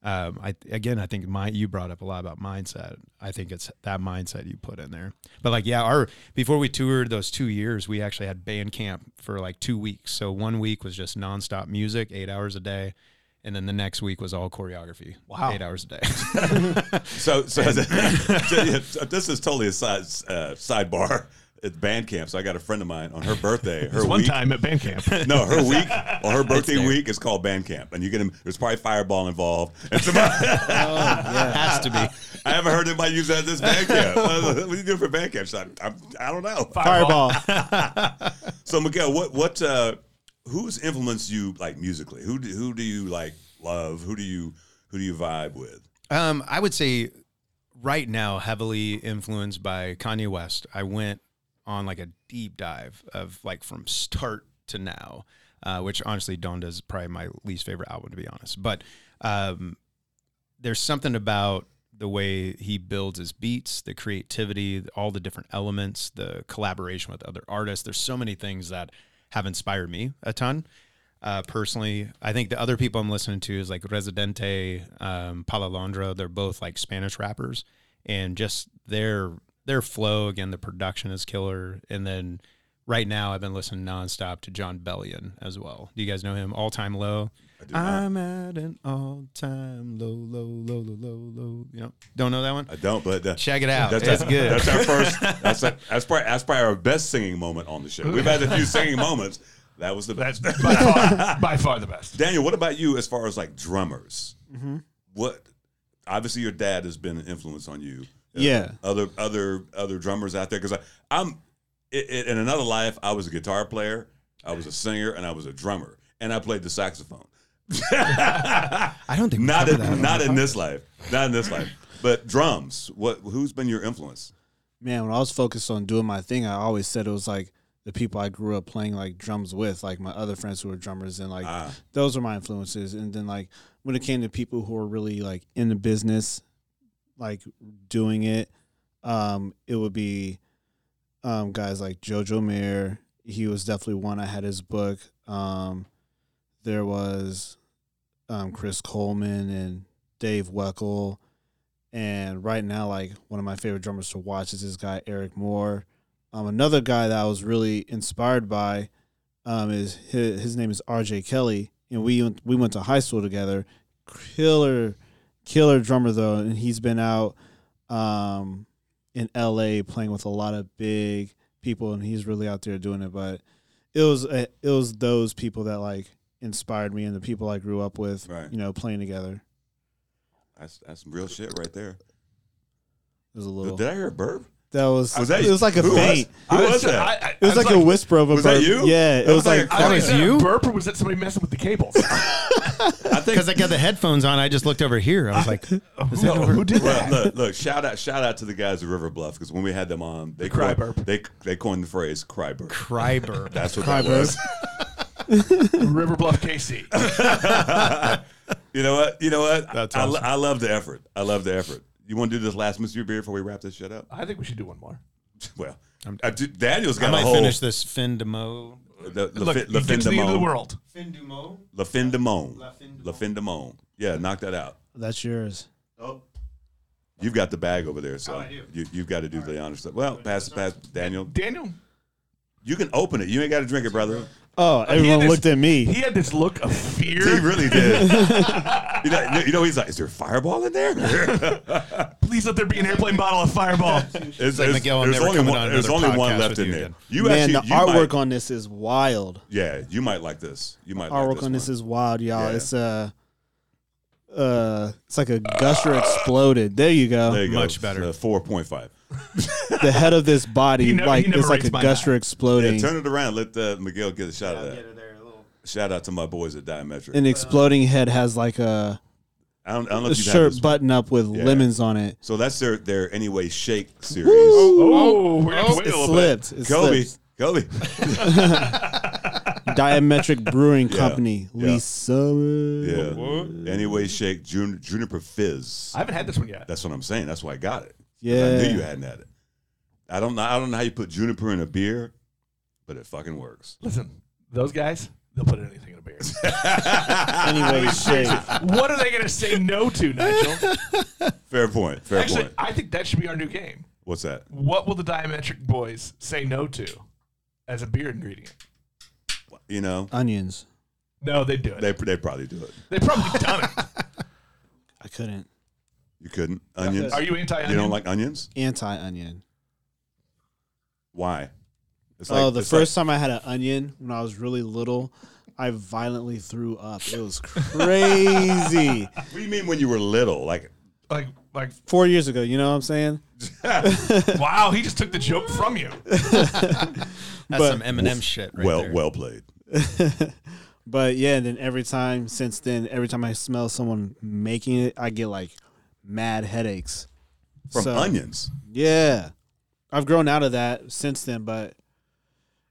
[SPEAKER 4] um, I again, I think my you brought up a lot about mindset. I think it's that mindset you put in there. But like, yeah, our before we toured those two years, we actually had band camp for like two weeks. So one week was just nonstop music, eight hours a day, and then the next week was all choreography.
[SPEAKER 1] Wow.
[SPEAKER 4] eight hours a day.
[SPEAKER 2] So, so, so, yeah, so this is totally a side uh, sidebar. It's band camp. So I got a friend of mine on her birthday. Her
[SPEAKER 1] It's one
[SPEAKER 2] week,
[SPEAKER 1] time at band camp.
[SPEAKER 2] No, her week or her birthday week is called band camp, and you get him. There's probably fireball involved. And somebody,
[SPEAKER 4] Has to be.
[SPEAKER 2] I haven't heard anybody use that at this band camp. What, what do you do for band camp? She's like, I'm, I don't know.
[SPEAKER 3] Fireball.
[SPEAKER 2] So Miguel, what what uh, who's influenced you like musically? Who do, who do you like love? Who do you who do you vibe with?
[SPEAKER 4] Um, I would say right now heavily influenced by Kanye West. I went on like a deep dive of like from start to now, uh, which honestly, Donda is probably my least favorite album to be honest. But um, there's something about the way he builds his beats, the creativity, all the different elements, the collaboration with other artists. There's so many things that have inspired me a ton. Uh, personally, I think the other people I'm listening to is like Residente, um, Palalondra. They're both like Spanish rappers, and just their their flow again. The production is killer, and then right now I've been listening nonstop to John Bellion as well. Do you guys know him? All Time Low.
[SPEAKER 2] I do not.
[SPEAKER 4] I'm at an all time low, low, low, low, low, low. You know, don't know that one?
[SPEAKER 2] I don't, but uh,
[SPEAKER 4] Check it out.
[SPEAKER 2] That's,
[SPEAKER 4] it's
[SPEAKER 2] our,
[SPEAKER 4] good.
[SPEAKER 2] That's our first. That's, our- that's probably that's probably our best singing moment on the show. We've had a few singing moments. That was the
[SPEAKER 1] That's
[SPEAKER 2] best.
[SPEAKER 1] by far, by far the best.
[SPEAKER 2] Daniel, what about you as far as like drummers? What? Obviously, your dad has been an influence on you. Uh,
[SPEAKER 3] Yeah.
[SPEAKER 2] Other other other drummers out there because I'm it, it, in another life. I was a guitar player. I was a singer and I was a drummer and I played the saxophone.
[SPEAKER 4] I don't think we
[SPEAKER 2] Not
[SPEAKER 4] covered
[SPEAKER 2] in,
[SPEAKER 4] that on
[SPEAKER 2] not
[SPEAKER 4] the
[SPEAKER 2] in this life. Not in this life. But drums. What? Who's been your influence?
[SPEAKER 3] man, when I was focused on doing my thing, I always said it was like the people I grew up playing like drums with, like my other friends who were drummers, and like
[SPEAKER 2] Ah.
[SPEAKER 3] those were my influences. And then like when it came to people who were really like in the business, like doing it, um, it would be um, guys like Jojo Mayer. He was definitely one. I had his book. Um, there was um, Chris Coleman and Dave Weckl. And right now, like one of my favorite drummers to watch is this guy Eric Moore. Um, another guy that I was really inspired by um, is his, his name is R.J. Kelly, and we went- we went to high school together. Killer, killer drummer though, and he's been out um, in L.A. playing with a lot of big people, and he's really out there doing it. But it was uh, it was those people that like inspired me, and the people I grew up with,
[SPEAKER 2] Right.
[SPEAKER 3] you know, playing together.
[SPEAKER 2] That's that's some real shit right there.
[SPEAKER 3] It was a
[SPEAKER 2] Did,
[SPEAKER 3] little.
[SPEAKER 2] I hear a burp?
[SPEAKER 3] That was,
[SPEAKER 2] Was that
[SPEAKER 3] it was like a
[SPEAKER 2] who
[SPEAKER 3] faint.
[SPEAKER 2] Was, who
[SPEAKER 1] I
[SPEAKER 2] was that?
[SPEAKER 1] I- I-
[SPEAKER 3] It was,
[SPEAKER 1] I
[SPEAKER 3] like, a whisper of a
[SPEAKER 2] was that
[SPEAKER 3] burp.
[SPEAKER 2] you?
[SPEAKER 3] Yeah, it
[SPEAKER 2] That was
[SPEAKER 3] was like
[SPEAKER 2] like a-
[SPEAKER 1] I-
[SPEAKER 4] That was
[SPEAKER 1] is that a
[SPEAKER 4] you?
[SPEAKER 1] Burp, or was that somebody messing with the cables?
[SPEAKER 2] I think
[SPEAKER 4] Because I got the headphones on, I just looked over here. I was like, is that
[SPEAKER 1] Who-
[SPEAKER 4] over?
[SPEAKER 1] who did
[SPEAKER 2] Well,
[SPEAKER 1] that?
[SPEAKER 2] look, look, shout out, shout out to the guys at River Bluff because when we had them on, they
[SPEAKER 1] cry
[SPEAKER 2] coined,
[SPEAKER 1] burp.
[SPEAKER 2] They they coined the phrase "cry burp."
[SPEAKER 4] Kreiber.
[SPEAKER 2] That's what
[SPEAKER 3] Cry
[SPEAKER 2] that
[SPEAKER 3] burp.
[SPEAKER 2] was.
[SPEAKER 1] River Bluff KC.
[SPEAKER 2] You know what? You know what?
[SPEAKER 4] That's
[SPEAKER 2] I, I lo-
[SPEAKER 4] awesome.
[SPEAKER 2] I love the effort. I love the effort. You want to do this last Mr. Beer before we wrap this shit up?
[SPEAKER 1] I think we should do one more.
[SPEAKER 2] Well, I do- Daniel's
[SPEAKER 4] I
[SPEAKER 2] got a
[SPEAKER 4] might
[SPEAKER 2] whole.
[SPEAKER 4] finish this Fin Demo.
[SPEAKER 2] The, the,
[SPEAKER 1] Look,
[SPEAKER 2] fin-
[SPEAKER 1] you get to the end of the
[SPEAKER 2] Lafindamone.
[SPEAKER 1] world.
[SPEAKER 4] Fin Demo?
[SPEAKER 2] Lafindamone. Lafindamone. Yeah, knock that out.
[SPEAKER 3] That's yours.
[SPEAKER 2] You've got the bag over there, so
[SPEAKER 4] Oh, I do.
[SPEAKER 2] you, you've got to do the honor stuff. Well, pass it, pass, it. Daniel.
[SPEAKER 1] Daniel,
[SPEAKER 2] You can open it. You ain't got to drink it, brother.
[SPEAKER 3] Oh, everyone
[SPEAKER 1] this-
[SPEAKER 3] looked at
[SPEAKER 1] he
[SPEAKER 3] me.
[SPEAKER 1] had this look of fear.
[SPEAKER 2] He really did. you, know, you know, he's like, is there a fireball in there?
[SPEAKER 1] Please let there be an airplane bottle of Fireball.
[SPEAKER 2] It's-
[SPEAKER 4] like,
[SPEAKER 2] it's-
[SPEAKER 4] Miguel, I'm
[SPEAKER 2] there's
[SPEAKER 4] never
[SPEAKER 2] only
[SPEAKER 4] coming
[SPEAKER 2] one,
[SPEAKER 4] on
[SPEAKER 2] there's
[SPEAKER 4] another
[SPEAKER 2] only one
[SPEAKER 4] podcast
[SPEAKER 2] left
[SPEAKER 4] with
[SPEAKER 2] in
[SPEAKER 4] you
[SPEAKER 2] there.
[SPEAKER 4] again.
[SPEAKER 2] You
[SPEAKER 3] Man,
[SPEAKER 2] actually,
[SPEAKER 3] the
[SPEAKER 2] you
[SPEAKER 3] artwork
[SPEAKER 2] might,
[SPEAKER 3] on this is wild.
[SPEAKER 2] yeah, you might like this. You might like
[SPEAKER 3] Artwork
[SPEAKER 2] this
[SPEAKER 3] on this
[SPEAKER 2] one.
[SPEAKER 3] is wild, y'all.
[SPEAKER 2] Yeah.
[SPEAKER 3] It's uh, uh, it's like a gusher exploded. There you go.
[SPEAKER 2] There you go.
[SPEAKER 4] Much better.
[SPEAKER 2] Uh, Four point five.
[SPEAKER 3] The head of this body,
[SPEAKER 1] He never-
[SPEAKER 3] like
[SPEAKER 1] he never
[SPEAKER 3] it's like
[SPEAKER 1] rates
[SPEAKER 3] a
[SPEAKER 1] my
[SPEAKER 3] gusher
[SPEAKER 2] Yeah,
[SPEAKER 3] exploding
[SPEAKER 2] turn it around. Let uh, Miguel get a shot of that. Shout out to my boys at Diametric.
[SPEAKER 3] An exploding head has like a,
[SPEAKER 2] I don't, I don't know
[SPEAKER 3] a
[SPEAKER 2] if you've had
[SPEAKER 3] shirt
[SPEAKER 2] this.
[SPEAKER 3] button up with lemons on it.
[SPEAKER 2] so that's their their anyway shake series.
[SPEAKER 1] Oh, we're gonna have to wait
[SPEAKER 3] It
[SPEAKER 1] a little bit.
[SPEAKER 3] slipped. It
[SPEAKER 2] Kobe,
[SPEAKER 3] slipped.
[SPEAKER 2] Kobe.
[SPEAKER 3] Diametric Brewing
[SPEAKER 2] Yeah.
[SPEAKER 3] Company.
[SPEAKER 2] Yeah.
[SPEAKER 3] Lee Summers.
[SPEAKER 2] Yeah. Anyway shake Jun- Juniper Fizz.
[SPEAKER 1] I haven't had this one yet.
[SPEAKER 2] That's what I'm saying. That's why I got it. 'Cause
[SPEAKER 3] Yeah.
[SPEAKER 2] I knew you hadn't had it. I don't know. I don't know how you put juniper in a beer, but it fucking works.
[SPEAKER 1] Listen, those guys, they'll put anything in a beer.
[SPEAKER 3] Anyway, shit.
[SPEAKER 1] what are they gonna say no to, Nigel?
[SPEAKER 2] Fair point. Fair
[SPEAKER 1] Actually,
[SPEAKER 2] point.
[SPEAKER 1] I think that should be our new game.
[SPEAKER 2] What's that?
[SPEAKER 1] What will the Diametric Boys say no to as a beer ingredient?
[SPEAKER 2] You know,
[SPEAKER 3] Onions.
[SPEAKER 1] No, they do it.
[SPEAKER 2] they
[SPEAKER 1] They,
[SPEAKER 2] they probably do it.
[SPEAKER 1] probably done it.
[SPEAKER 3] I couldn't.
[SPEAKER 2] You couldn't onions.
[SPEAKER 1] Are you anti
[SPEAKER 2] You
[SPEAKER 1] onion?
[SPEAKER 2] don't like onions?
[SPEAKER 3] Anti onion.
[SPEAKER 2] Why? It's
[SPEAKER 3] oh, the
[SPEAKER 2] it's like-
[SPEAKER 3] first time I had an onion when I was really little, I violently threw up. It was crazy.
[SPEAKER 2] what do you mean when you were little? Like,
[SPEAKER 1] like like
[SPEAKER 3] Four years ago, you know what I'm saying?
[SPEAKER 1] wow, he just took the joke from you.
[SPEAKER 4] That's some Eminem shit right
[SPEAKER 2] well,
[SPEAKER 4] there.
[SPEAKER 2] well played.
[SPEAKER 3] But yeah, and then every time since then, every time I smell someone making it, I get like mad headaches.
[SPEAKER 2] from
[SPEAKER 3] So-
[SPEAKER 2] onions.
[SPEAKER 3] Yeah, I've grown out of that since then, but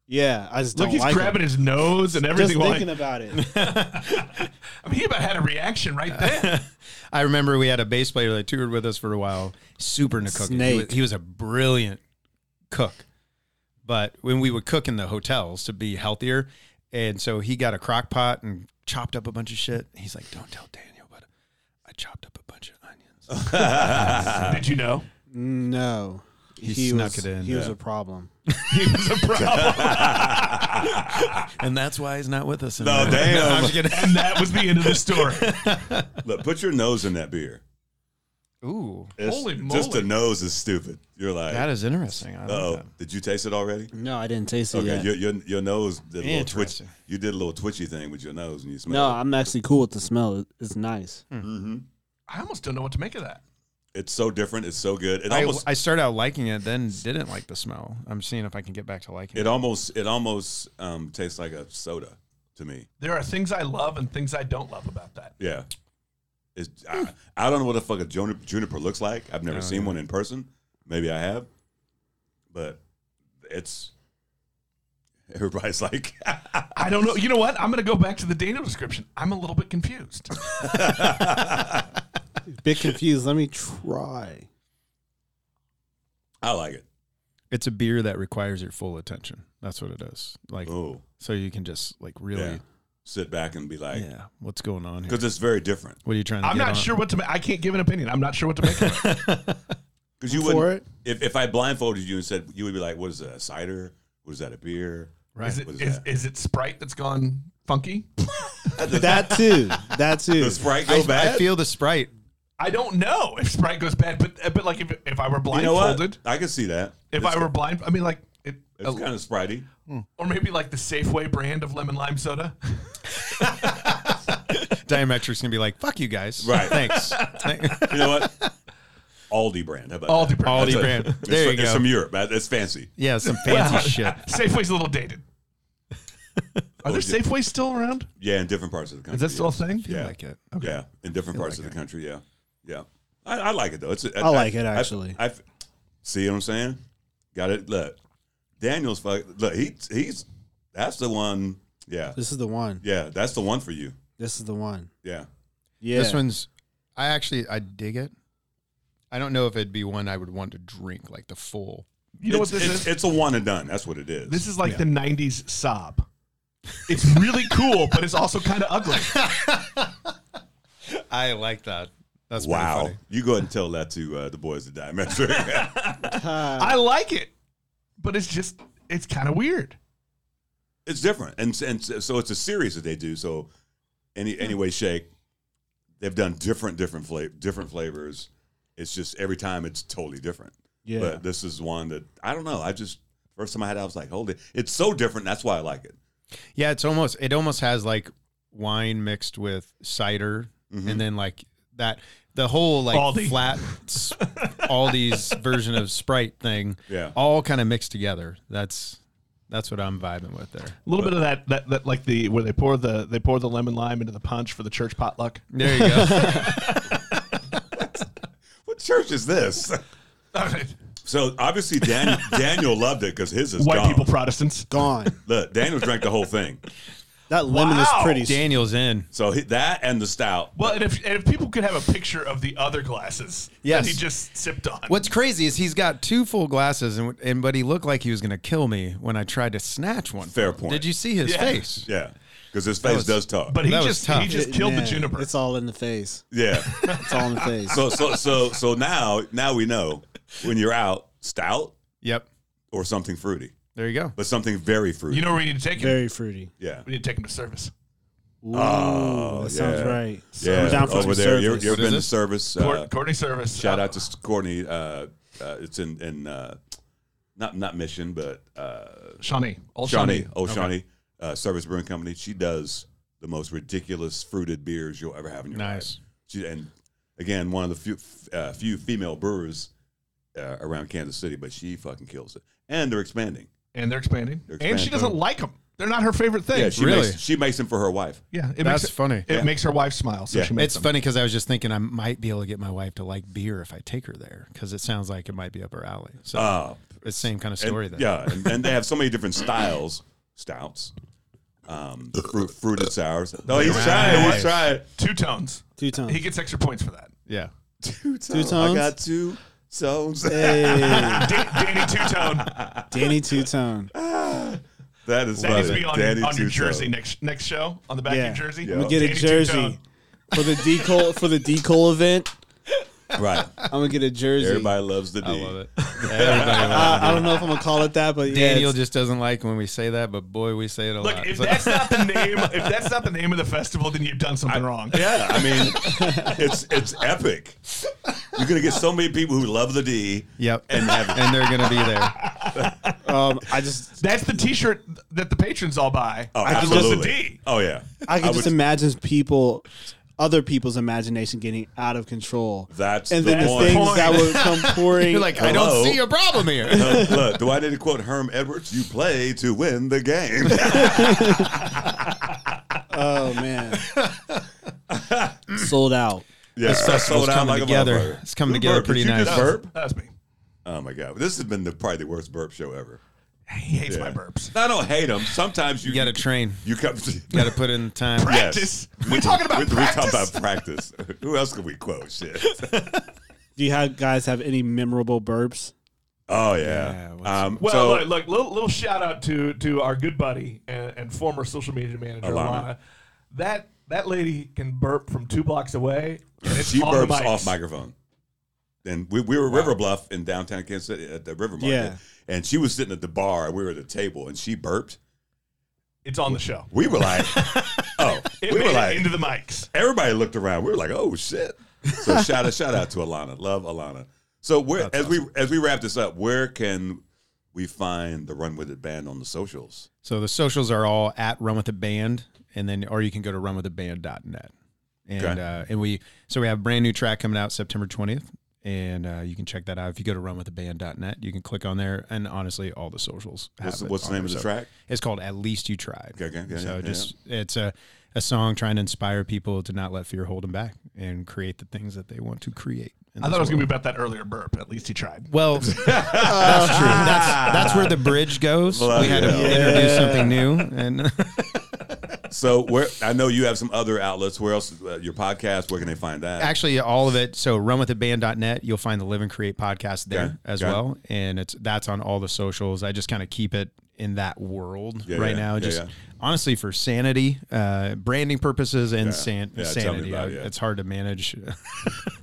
[SPEAKER 3] yeah, I just
[SPEAKER 1] Look,
[SPEAKER 3] don't
[SPEAKER 1] he's
[SPEAKER 3] like
[SPEAKER 1] grabbing
[SPEAKER 3] it.
[SPEAKER 1] his nose and everything.
[SPEAKER 3] Just
[SPEAKER 1] while-
[SPEAKER 3] thinking about it.
[SPEAKER 1] I mean, he about had a reaction right there.
[SPEAKER 4] I remember we had a bass player that toured with us for a while, super into cooking. He was,
[SPEAKER 3] Snake.
[SPEAKER 4] he was a brilliant cook. But when we would cook in the hotels to be healthier, and so he got a crock pot and chopped up a bunch of shit. He's like, Don't tell Daniel, but I chopped up a bunch of onions.
[SPEAKER 1] Did you know?
[SPEAKER 3] No,
[SPEAKER 4] He snuck
[SPEAKER 3] was,
[SPEAKER 4] it in,
[SPEAKER 3] He was
[SPEAKER 4] yeah.
[SPEAKER 3] a problem.
[SPEAKER 1] He was a problem.
[SPEAKER 4] and that's why he's not with us.
[SPEAKER 2] No,
[SPEAKER 4] anymore.
[SPEAKER 2] damn.
[SPEAKER 4] I'm just kidding.
[SPEAKER 1] and that was the end of the story.
[SPEAKER 2] Look, put your nose in that beer.
[SPEAKER 4] Ooh,
[SPEAKER 2] It's-
[SPEAKER 1] Holy
[SPEAKER 2] Just the
[SPEAKER 1] moly.
[SPEAKER 2] nose is stupid. You're like,
[SPEAKER 4] that is interesting. I
[SPEAKER 2] oh,
[SPEAKER 4] love
[SPEAKER 2] did you taste it already?
[SPEAKER 3] No, I didn't taste it
[SPEAKER 2] Okay,
[SPEAKER 3] yet.
[SPEAKER 2] your, your your nose did a little twitch.
[SPEAKER 4] Interesting.
[SPEAKER 2] You did a little twitchy thing with your nose when you smelled.
[SPEAKER 3] No, I'm actually cool with the smell. It- It's nice.
[SPEAKER 2] Hmm.
[SPEAKER 1] I almost don't know what to make of that.
[SPEAKER 2] it. It's so different. It's so good. It
[SPEAKER 4] that. I,
[SPEAKER 2] almost
[SPEAKER 4] I started out liking it, then didn't like the smell. I'm seeing if I can get back to liking it.
[SPEAKER 2] it almost it almost um, tastes like a soda to me.
[SPEAKER 1] There are things I love and things I don't love about that.
[SPEAKER 2] Yeah. It's, I, I don't know what the fuck a juniper, juniper looks like. I've never
[SPEAKER 4] Oh,
[SPEAKER 2] seen
[SPEAKER 4] yeah.
[SPEAKER 2] one in person. Maybe I have, but it's everybody's like,
[SPEAKER 1] I don't know. You know what? I'm going to go back to the Daniel description. I'm a little bit confused.
[SPEAKER 3] Bit confused. Let me try.
[SPEAKER 2] I like it.
[SPEAKER 4] It's a beer that requires your full attention. That's what it is. Like
[SPEAKER 2] Oh,
[SPEAKER 4] so you can just like
[SPEAKER 2] yeah.
[SPEAKER 4] really
[SPEAKER 2] Sit back and be
[SPEAKER 4] yeah,
[SPEAKER 2] like,
[SPEAKER 4] what's going on here?
[SPEAKER 2] because it's very different.
[SPEAKER 4] What are you trying to
[SPEAKER 1] I'm
[SPEAKER 4] get
[SPEAKER 1] not
[SPEAKER 4] on?
[SPEAKER 1] sure what to make. I can't give an opinion. I'm not sure what to make of it.
[SPEAKER 2] Because you
[SPEAKER 3] I'm for
[SPEAKER 2] would, if if I blindfolded you and said you would be like, what is that? A cider? What is that? A beer?
[SPEAKER 4] Right.
[SPEAKER 1] Is it,
[SPEAKER 2] What is
[SPEAKER 1] is,
[SPEAKER 2] that?
[SPEAKER 1] is it Sprite that's gone funky?
[SPEAKER 3] That too. That too.
[SPEAKER 2] Does Sprite
[SPEAKER 4] I,
[SPEAKER 2] go bad?
[SPEAKER 4] I feel the Sprite.
[SPEAKER 1] I don't know if Sprite goes bad, but but like if, if I were
[SPEAKER 2] you know what?
[SPEAKER 1] blindfolded,
[SPEAKER 2] I can see that.
[SPEAKER 1] if I were blind, I mean like it, uh,
[SPEAKER 2] It's kind of spritey.
[SPEAKER 1] or maybe like the Safeway brand of lemon lime soda.
[SPEAKER 4] Diametric's gonna be like, fuck you guys.
[SPEAKER 2] Right.
[SPEAKER 4] Thanks.
[SPEAKER 2] You know what? Aldi brand. How about
[SPEAKER 1] Aldi
[SPEAKER 2] that?
[SPEAKER 1] brand.
[SPEAKER 4] Aldi
[SPEAKER 2] That's a-
[SPEAKER 4] brand.
[SPEAKER 2] it's
[SPEAKER 4] There
[SPEAKER 2] fr-
[SPEAKER 4] you
[SPEAKER 2] It's
[SPEAKER 4] go.
[SPEAKER 2] from Europe. That- It's fancy.
[SPEAKER 4] yeah, some fancy shit.
[SPEAKER 1] Safeway's a little dated. Are there
[SPEAKER 2] yeah.
[SPEAKER 1] Safeways still around?
[SPEAKER 2] Yeah, in different parts of the country.
[SPEAKER 1] Is that still
[SPEAKER 2] yeah.
[SPEAKER 1] a thing?
[SPEAKER 4] I
[SPEAKER 2] Yeah.
[SPEAKER 4] like it.
[SPEAKER 2] Yeah, in different parts of the country. Yeah, yeah. I, I like it though. It's I
[SPEAKER 3] like it, actually.
[SPEAKER 2] I, see what I'm saying. Got it. Look, Daniel's fuck. Look, he he's that's the one. Yeah,
[SPEAKER 3] This is the one.
[SPEAKER 2] yeah. That's the one for you.
[SPEAKER 3] This is the one.
[SPEAKER 2] Yeah.
[SPEAKER 3] Yeah.
[SPEAKER 4] This one's I actually I dig it. I don't know if it'd be one I would want to drink, like the full.
[SPEAKER 1] You know
[SPEAKER 2] it's,
[SPEAKER 1] what this
[SPEAKER 2] it's,
[SPEAKER 1] is?
[SPEAKER 2] It's a one and done. That's what it is.
[SPEAKER 1] This is like the '90s sob. It's really cool, but it's also kind of ugly.
[SPEAKER 4] I like that. That's pretty
[SPEAKER 2] wow.
[SPEAKER 4] funny.
[SPEAKER 2] You go ahead and tell that to uh, the boys at Diametric.
[SPEAKER 1] I like it, but it's just it's kind of weird.
[SPEAKER 2] it's different, and and so it's a series that they do. So any any way shake, they've done different different flavor different flavors. It's just every time it's totally different.
[SPEAKER 3] yeah.
[SPEAKER 2] But this is one that I don't know. I just first time I had it, I was like, hold it. It's so different. That's why I like it.
[SPEAKER 4] Yeah, it's almost it almost has like wine mixed with cider, and then like that the whole like
[SPEAKER 1] Aldi.
[SPEAKER 4] flat s- Aldi's version of Sprite thing,
[SPEAKER 2] Yeah.
[SPEAKER 4] all kind of mixed together. That's that's what I'm vibing with there.
[SPEAKER 1] A little bit of that, that that like the where they pour the they pour the lemon lime into the punch for the church potluck.
[SPEAKER 4] There you go.
[SPEAKER 2] What church is this? so obviously Dan, Daniel loved it because his is
[SPEAKER 1] White
[SPEAKER 2] gone.
[SPEAKER 1] people Protestants.
[SPEAKER 3] Gone.
[SPEAKER 2] Look, Daniel drank the whole thing.
[SPEAKER 3] That lemon is
[SPEAKER 1] Wow.
[SPEAKER 3] pretty.
[SPEAKER 4] Daniel's in.
[SPEAKER 2] So he, that and the stout.
[SPEAKER 1] Well, and if, and if people could have a picture of the other glasses
[SPEAKER 4] Yes.
[SPEAKER 1] that he just sipped on.
[SPEAKER 4] What's crazy is he's got two full glasses, and, and but he looked like he was gonna kill me when I tried to snatch one.
[SPEAKER 2] Fair point.
[SPEAKER 4] Did you see his
[SPEAKER 1] Yeah.
[SPEAKER 4] face?
[SPEAKER 2] Yeah, because his face
[SPEAKER 4] was-
[SPEAKER 2] does talk.
[SPEAKER 1] But he
[SPEAKER 4] That was
[SPEAKER 1] just
[SPEAKER 4] tough.
[SPEAKER 1] he just killed
[SPEAKER 3] Man,
[SPEAKER 1] the juniper.
[SPEAKER 3] It's all in the face.
[SPEAKER 2] yeah.
[SPEAKER 3] It's all in the face.
[SPEAKER 2] So so so so now now we know when you're out stout
[SPEAKER 4] Yep.
[SPEAKER 2] or something fruity,
[SPEAKER 4] There you go.
[SPEAKER 2] but something very fruity.
[SPEAKER 1] you know where we need to take him?
[SPEAKER 3] Very fruity.
[SPEAKER 2] yeah.
[SPEAKER 1] we need to take him to service.
[SPEAKER 3] Ooh,
[SPEAKER 2] Oh,
[SPEAKER 3] that sounds
[SPEAKER 2] yeah.
[SPEAKER 3] right.
[SPEAKER 2] Yeah,
[SPEAKER 3] I'm down for
[SPEAKER 2] over
[SPEAKER 3] some
[SPEAKER 2] there. You ever,
[SPEAKER 3] service.
[SPEAKER 2] you ever
[SPEAKER 4] What is
[SPEAKER 2] been to
[SPEAKER 4] this?
[SPEAKER 2] service?
[SPEAKER 1] Cour-
[SPEAKER 2] uh,
[SPEAKER 1] Courtney Service.
[SPEAKER 2] Shout out
[SPEAKER 1] Uh,
[SPEAKER 2] to Courtney. Uh, uh, it's in in uh, not not Mission, but uh,
[SPEAKER 1] Shawnee. Old Shawnee.
[SPEAKER 2] Shawnee. Oh, Shawnee uh, Service Brewing Company. She does the most ridiculous fruited beers you'll ever have in your
[SPEAKER 4] Nice.
[SPEAKER 2] life. She, and again, one of the few uh, few female brewers uh, around Kansas City, but she fucking kills it. And they're expanding.
[SPEAKER 1] And they're expanding.
[SPEAKER 2] They're
[SPEAKER 1] And she
[SPEAKER 2] expanding.
[SPEAKER 1] doesn't like him. They're not her favorite thing.
[SPEAKER 2] Yeah, she
[SPEAKER 4] Really?
[SPEAKER 2] makes she makes them for her wife.
[SPEAKER 1] Yeah, it makes
[SPEAKER 4] That's
[SPEAKER 1] her-
[SPEAKER 4] funny.
[SPEAKER 1] It makes her wife smile. So
[SPEAKER 2] Yeah.
[SPEAKER 1] she makes
[SPEAKER 4] It's
[SPEAKER 1] them.
[SPEAKER 4] funny because I was just thinking I might be able to get my wife to like beer if I take her there because it sounds like it might be up her alley. So
[SPEAKER 2] Uh,
[SPEAKER 4] it's same kind of
[SPEAKER 2] and-
[SPEAKER 4] story. Oh, then.
[SPEAKER 2] Yeah, and, and they have so many different styles, stouts, um, fruit, fruited sours. No, he's trying. He's
[SPEAKER 4] Nice.
[SPEAKER 2] trying.
[SPEAKER 1] Two tones.
[SPEAKER 3] Two tones.
[SPEAKER 1] He gets extra points for that.
[SPEAKER 4] yeah.
[SPEAKER 2] Two tones. I
[SPEAKER 3] tones?
[SPEAKER 2] got two tones.
[SPEAKER 3] Hey,
[SPEAKER 1] Dan- Danny Two Tone.
[SPEAKER 3] Danny Two Tone.
[SPEAKER 2] That is
[SPEAKER 1] That needs to
[SPEAKER 2] funny.
[SPEAKER 1] be on,
[SPEAKER 2] Danny
[SPEAKER 1] on your
[SPEAKER 2] Two
[SPEAKER 1] jersey
[SPEAKER 2] Tone.
[SPEAKER 1] next next show on the back
[SPEAKER 3] Yeah.
[SPEAKER 1] of your jersey.
[SPEAKER 2] Yeah.
[SPEAKER 3] I'm gonna get a
[SPEAKER 1] Danny
[SPEAKER 3] jersey
[SPEAKER 1] Two-Tone.
[SPEAKER 3] for the decol for the decol event.
[SPEAKER 2] Right.
[SPEAKER 3] I'm gonna get a jersey.
[SPEAKER 2] Everybody loves the D.
[SPEAKER 4] I love it. Everybody loves
[SPEAKER 3] I, I don't know if I'm gonna call it that, but yeah,
[SPEAKER 4] Daniel
[SPEAKER 3] it's-
[SPEAKER 4] just doesn't like when we say that, but boy, we say it a
[SPEAKER 1] Look,
[SPEAKER 4] lot.
[SPEAKER 1] if
[SPEAKER 4] So-
[SPEAKER 1] that's not the name, if that's not the name of the festival, then you've done something wrong.
[SPEAKER 2] Yeah, I mean, it's it's epic. You're gonna get so many people who love the D.
[SPEAKER 4] yep,
[SPEAKER 2] And
[SPEAKER 4] and,
[SPEAKER 2] have it.
[SPEAKER 4] they're gonna be there.
[SPEAKER 3] um, I just
[SPEAKER 1] That's the T-shirt that the patrons all buy.
[SPEAKER 2] Oh,
[SPEAKER 1] I could
[SPEAKER 2] absolutely.
[SPEAKER 1] Just a D.
[SPEAKER 2] Oh yeah.
[SPEAKER 3] I can
[SPEAKER 2] I
[SPEAKER 3] just
[SPEAKER 2] would-
[SPEAKER 3] imagine people, other people's imagination getting out of control.
[SPEAKER 2] That's
[SPEAKER 3] and
[SPEAKER 2] the
[SPEAKER 3] then the
[SPEAKER 2] point.
[SPEAKER 3] things that would come pouring.
[SPEAKER 4] You're like, I don't
[SPEAKER 2] Hello?
[SPEAKER 4] see a problem here.
[SPEAKER 2] Uh, Look, do I need to quote Herm Edwards? You play to win the game.
[SPEAKER 3] oh man, sold out.
[SPEAKER 2] yeah,
[SPEAKER 4] This festival's
[SPEAKER 2] sold out
[SPEAKER 4] coming
[SPEAKER 2] a
[SPEAKER 4] together.
[SPEAKER 2] motherfucker.
[SPEAKER 4] It's coming
[SPEAKER 2] Who
[SPEAKER 4] together
[SPEAKER 2] burped?
[SPEAKER 4] pretty
[SPEAKER 2] Did you
[SPEAKER 4] nice.
[SPEAKER 2] just
[SPEAKER 1] Burp.
[SPEAKER 2] burp?
[SPEAKER 1] That's me.
[SPEAKER 2] Oh my god, this has been the, probably the worst burp show ever.
[SPEAKER 1] He hates
[SPEAKER 2] Yeah.
[SPEAKER 1] my burps.
[SPEAKER 2] I don't hate them. Sometimes you,
[SPEAKER 4] You got to train.
[SPEAKER 2] You come.
[SPEAKER 4] You got to put in time.
[SPEAKER 1] Practice. We're talking about
[SPEAKER 2] we, we
[SPEAKER 1] practice.
[SPEAKER 2] talking about practice. Who else can we quote? Shit.
[SPEAKER 3] Do you have guys have any memorable burps?
[SPEAKER 2] Oh yeah.
[SPEAKER 4] what's-
[SPEAKER 2] um,
[SPEAKER 1] Well,
[SPEAKER 2] so-
[SPEAKER 1] look, look little, little shout out to to our good buddy and, and former social media manager
[SPEAKER 2] Alana.
[SPEAKER 1] Alana. That that lady can burp from two blocks away. And it's
[SPEAKER 2] she
[SPEAKER 1] on the
[SPEAKER 2] burps
[SPEAKER 1] mics.
[SPEAKER 2] off microphone. And we, we were River Bluff in downtown Kansas City at the River Market.
[SPEAKER 3] Yeah.
[SPEAKER 2] And she was sitting at the bar and we were at the table and she burped.
[SPEAKER 1] It's on the show.
[SPEAKER 2] We were like, oh,
[SPEAKER 1] It
[SPEAKER 2] we
[SPEAKER 1] made
[SPEAKER 2] were
[SPEAKER 1] it
[SPEAKER 2] like,
[SPEAKER 1] into the mics.
[SPEAKER 2] everybody looked around. We were like, oh shit. So shout out, shout out to Alana. Love Alana. So where, as we as we wrap this up, where can we find the Run With It band on the socials?
[SPEAKER 4] So the socials are all at Run with the Band, and then or you can go to runwiththeband.net. And
[SPEAKER 2] Okay.
[SPEAKER 4] uh, and we so we have a brand new track coming out September twentieth, and uh, you can check that out if you go to runwiththeband.net. You can click on there, and honestly, all the socials. have
[SPEAKER 2] What's, the-
[SPEAKER 4] it
[SPEAKER 2] what's the
[SPEAKER 4] on
[SPEAKER 2] name
[SPEAKER 4] there.
[SPEAKER 2] of the
[SPEAKER 4] So
[SPEAKER 2] track?
[SPEAKER 4] It's called "At Least You Tried."
[SPEAKER 2] Okay, okay, okay,
[SPEAKER 4] so
[SPEAKER 2] yeah,
[SPEAKER 4] just it's a a song trying to inspire people to not let fear hold them back and create the things that they want to create. in
[SPEAKER 1] I
[SPEAKER 4] this
[SPEAKER 1] thought it was
[SPEAKER 4] world.
[SPEAKER 1] gonna be about that earlier burp. At least he tried.
[SPEAKER 4] Well, that's true. That's, that's where the bridge goes.
[SPEAKER 2] Well,
[SPEAKER 4] we had to
[SPEAKER 2] yeah.
[SPEAKER 4] introduce something new, and
[SPEAKER 2] So where I know you have some other outlets. Where else? Uh, your podcast. Where can they find that?
[SPEAKER 4] actually all of it. So runwiththeband.net. You'll find the Live and Create podcast there
[SPEAKER 2] Okay,
[SPEAKER 4] as
[SPEAKER 2] got it.
[SPEAKER 4] well, and it's that's on all the socials. I just kind of keep it in that world
[SPEAKER 2] Yeah,
[SPEAKER 4] right
[SPEAKER 2] yeah,
[SPEAKER 4] now,
[SPEAKER 2] yeah,
[SPEAKER 4] just
[SPEAKER 2] yeah.
[SPEAKER 4] honestly for sanity, uh, branding purposes, and
[SPEAKER 2] Yeah,
[SPEAKER 4] san-
[SPEAKER 2] yeah, tell me
[SPEAKER 4] sanity.
[SPEAKER 2] about
[SPEAKER 4] I-
[SPEAKER 2] it, yeah.
[SPEAKER 4] It's hard to manage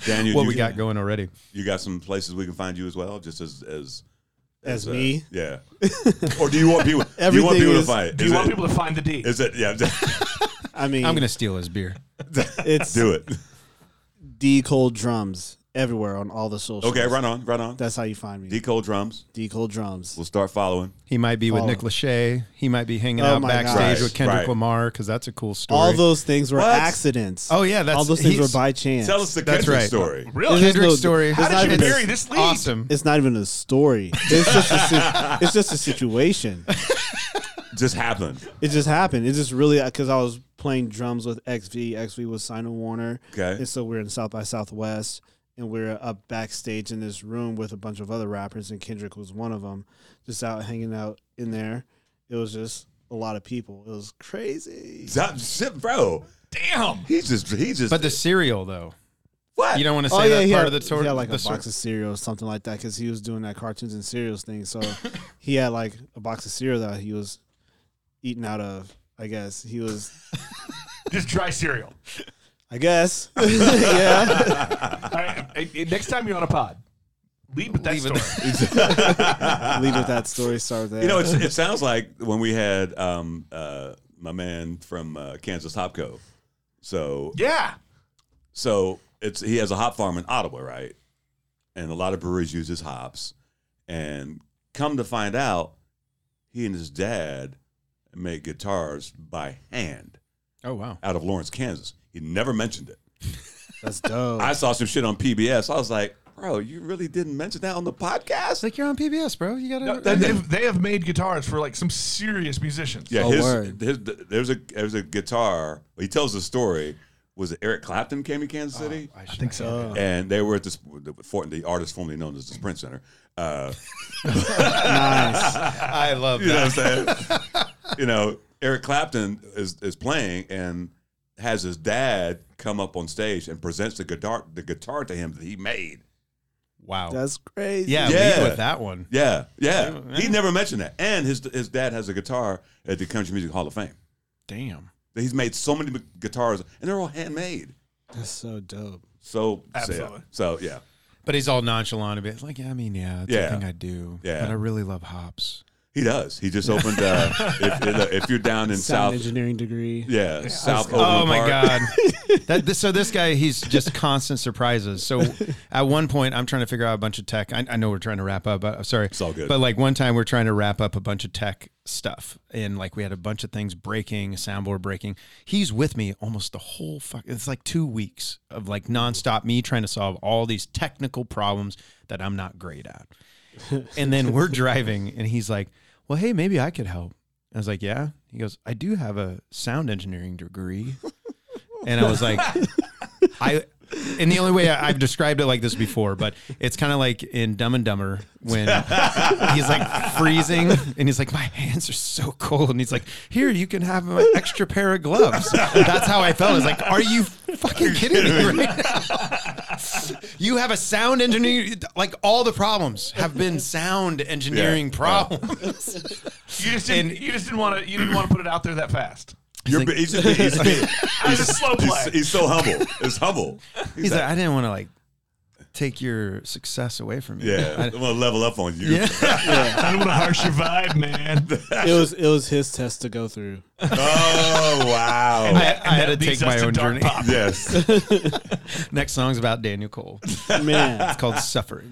[SPEAKER 2] Daniel,
[SPEAKER 4] what
[SPEAKER 2] you-
[SPEAKER 4] we got going already.
[SPEAKER 2] You got some places we can find you as well, just as as
[SPEAKER 3] As
[SPEAKER 2] uh,
[SPEAKER 3] me?
[SPEAKER 2] yeah. or do you want people? do you want
[SPEAKER 3] Everything
[SPEAKER 2] people to
[SPEAKER 3] is-
[SPEAKER 2] find?
[SPEAKER 1] Do you want people to find the D?
[SPEAKER 2] Is it yeah?
[SPEAKER 3] I mean,
[SPEAKER 4] I'm gonna steal his beer.
[SPEAKER 3] it's
[SPEAKER 2] do it.
[SPEAKER 3] D Cold Drums everywhere on all the socials.
[SPEAKER 2] Okay, right on, right on.
[SPEAKER 3] That's how you find me.
[SPEAKER 2] Decode drums.
[SPEAKER 3] D Cold Drums.
[SPEAKER 2] We'll start following.
[SPEAKER 4] He might be with
[SPEAKER 3] Follow.
[SPEAKER 4] Nick Lachey. He might be hanging
[SPEAKER 3] Oh
[SPEAKER 4] out
[SPEAKER 3] my
[SPEAKER 4] backstage
[SPEAKER 2] gosh.
[SPEAKER 4] with Kendrick
[SPEAKER 2] Right.
[SPEAKER 4] Lamar because that's a cool story.
[SPEAKER 3] All those things were
[SPEAKER 2] What?
[SPEAKER 3] accidents.
[SPEAKER 4] Oh, yeah, that's-
[SPEAKER 3] all those things were
[SPEAKER 4] he's-
[SPEAKER 3] by chance.
[SPEAKER 2] Tell us the
[SPEAKER 4] That's
[SPEAKER 2] Kendrick
[SPEAKER 4] right.
[SPEAKER 2] story.
[SPEAKER 1] really?
[SPEAKER 3] There's
[SPEAKER 4] Oh, Kendrick's
[SPEAKER 3] no-
[SPEAKER 4] story.
[SPEAKER 3] How
[SPEAKER 1] How
[SPEAKER 3] not
[SPEAKER 1] did you
[SPEAKER 3] even-
[SPEAKER 1] bury this lead?
[SPEAKER 4] Awesome.
[SPEAKER 3] It's not even a story. It's just a, si- it's just a situation.
[SPEAKER 2] Just happened.
[SPEAKER 3] It just happened. It just really because I was playing drums with XV. XV was Simon Warner.
[SPEAKER 2] Okay.
[SPEAKER 3] And so we're in South by Southwest, and we're up backstage in this room with a bunch of other rappers, and Kendrick was one of them, just out hanging out in there. It was just a lot of people. It was crazy.
[SPEAKER 2] Stop- shit, bro.
[SPEAKER 1] Damn.
[SPEAKER 2] He's just he's just.
[SPEAKER 4] But the cereal though,
[SPEAKER 2] what?
[SPEAKER 4] you don't want to say
[SPEAKER 3] oh yeah,
[SPEAKER 4] that
[SPEAKER 3] he
[SPEAKER 4] part
[SPEAKER 3] had,
[SPEAKER 4] of the tour.
[SPEAKER 3] he had like
[SPEAKER 4] the
[SPEAKER 3] a
[SPEAKER 4] story.
[SPEAKER 3] box of cereal or something like that because he was doing that cartoons and cereals thing. So he had like a box of cereal that he was eating out of. I guess he was.
[SPEAKER 1] Just dry cereal.
[SPEAKER 3] I guess. yeah.
[SPEAKER 1] All right, hey, hey, next time you're on a pod, lead with that story.
[SPEAKER 3] Leave with that story. Start there.
[SPEAKER 2] You know, it's, it sounds like when we had um, uh, my man from uh, Kansas Hopco. So
[SPEAKER 1] yeah.
[SPEAKER 2] So it's he has a hop farm in Ottawa, right? And a lot of breweries use his hops. And come to find out, he and his dad made guitars by hand
[SPEAKER 4] Oh wow.
[SPEAKER 2] out of Lawrence, Kansas. He never mentioned it.
[SPEAKER 3] that's dope.
[SPEAKER 2] I saw some shit on PBS. I was like, bro, you really didn't mention that on the podcast.
[SPEAKER 4] It's like you're on PBS, bro. You gotta.
[SPEAKER 2] No, that-
[SPEAKER 1] And they've, they have made guitars for like some serious musicians.
[SPEAKER 2] Yeah,
[SPEAKER 3] Oh,
[SPEAKER 2] his,
[SPEAKER 3] word.
[SPEAKER 2] his there's a there's a guitar. He tells the story. Was it Eric Clapton came to Kansas City?
[SPEAKER 1] I think so.
[SPEAKER 2] and they were at this the, for- the artist formerly known as the Sprint Center. Uh,
[SPEAKER 4] I love
[SPEAKER 2] you know what I'm saying? you know, Eric Clapton is is playing and has his dad come up on stage and presents the guitar the guitar to him that he made.
[SPEAKER 4] Wow.
[SPEAKER 3] That's crazy.
[SPEAKER 4] yeah,
[SPEAKER 2] Yeah.
[SPEAKER 4] lead with that one.
[SPEAKER 2] Yeah, yeah. He never mentioned that. And his his dad has a guitar at the Country Music Hall of Fame.
[SPEAKER 4] Damn.
[SPEAKER 2] He's made so many guitars and they're all handmade.
[SPEAKER 3] That's so dope.
[SPEAKER 2] So
[SPEAKER 1] Absolutely.
[SPEAKER 2] So, yeah.
[SPEAKER 4] But he's all nonchalant about it. It's like, yeah, I mean, yeah, it's
[SPEAKER 2] Yeah.
[SPEAKER 4] a thing I do.
[SPEAKER 2] Yeah.
[SPEAKER 4] But I really love hops.
[SPEAKER 2] He does. He just opened. Uh, if, if you're down in South,
[SPEAKER 3] Sound engineering degree.
[SPEAKER 2] yeah, South.
[SPEAKER 4] Oh
[SPEAKER 2] Overland
[SPEAKER 4] my
[SPEAKER 2] Park.
[SPEAKER 4] god! that, this, so this guy, he's just constant surprises. So at one point, I'm trying to figure out a bunch of tech. I, I know we're trying to wrap up. But, I'm sorry, it's
[SPEAKER 2] all good.
[SPEAKER 4] But like one time, we're trying to wrap up a bunch of tech stuff, and like we had a bunch of things breaking, soundboard breaking. He's with me almost the whole fuck. It's like two weeks of like nonstop me trying to solve all these technical problems that I'm not great at. And then we're driving, and he's like, "Well, hey, maybe I could help." I was like, "Yeah." He goes, "I do have a sound engineering degree," and I was like, "I." And the only way I, I've described it like this before, but it's kind of like in Dumb and Dumber when he's like freezing and he's like, My hands are so cold. And he's like, Here, you can have an extra pair of gloves. That's how I felt. I was like, Are you fucking kidding me right now? You have a sound engineer. Like all the problems have been sound engineering
[SPEAKER 2] Yeah.
[SPEAKER 4] problems.
[SPEAKER 1] You just didn't. you just didn't want to. You didn't want to put it out there that fast.
[SPEAKER 2] You're,
[SPEAKER 4] like-
[SPEAKER 2] he's, just, he's, he's,
[SPEAKER 1] I was a slow play.
[SPEAKER 2] he's, he's so humble. It's humble.
[SPEAKER 4] He's like, I didn't want to like take your success away from you.
[SPEAKER 2] Yeah,
[SPEAKER 4] I-
[SPEAKER 2] I'm gonna level up on you.
[SPEAKER 4] yeah.
[SPEAKER 1] I don't want to harsh your vibe, man.
[SPEAKER 3] It was it was his test to go through.
[SPEAKER 2] Oh wow.
[SPEAKER 4] I, I had to
[SPEAKER 1] That leads
[SPEAKER 4] take my
[SPEAKER 1] us to
[SPEAKER 4] own
[SPEAKER 1] dark
[SPEAKER 4] journey.
[SPEAKER 1] pop.
[SPEAKER 2] yes.
[SPEAKER 4] Next song's about Daniel Cole. It's
[SPEAKER 3] Man.
[SPEAKER 4] called Suffering.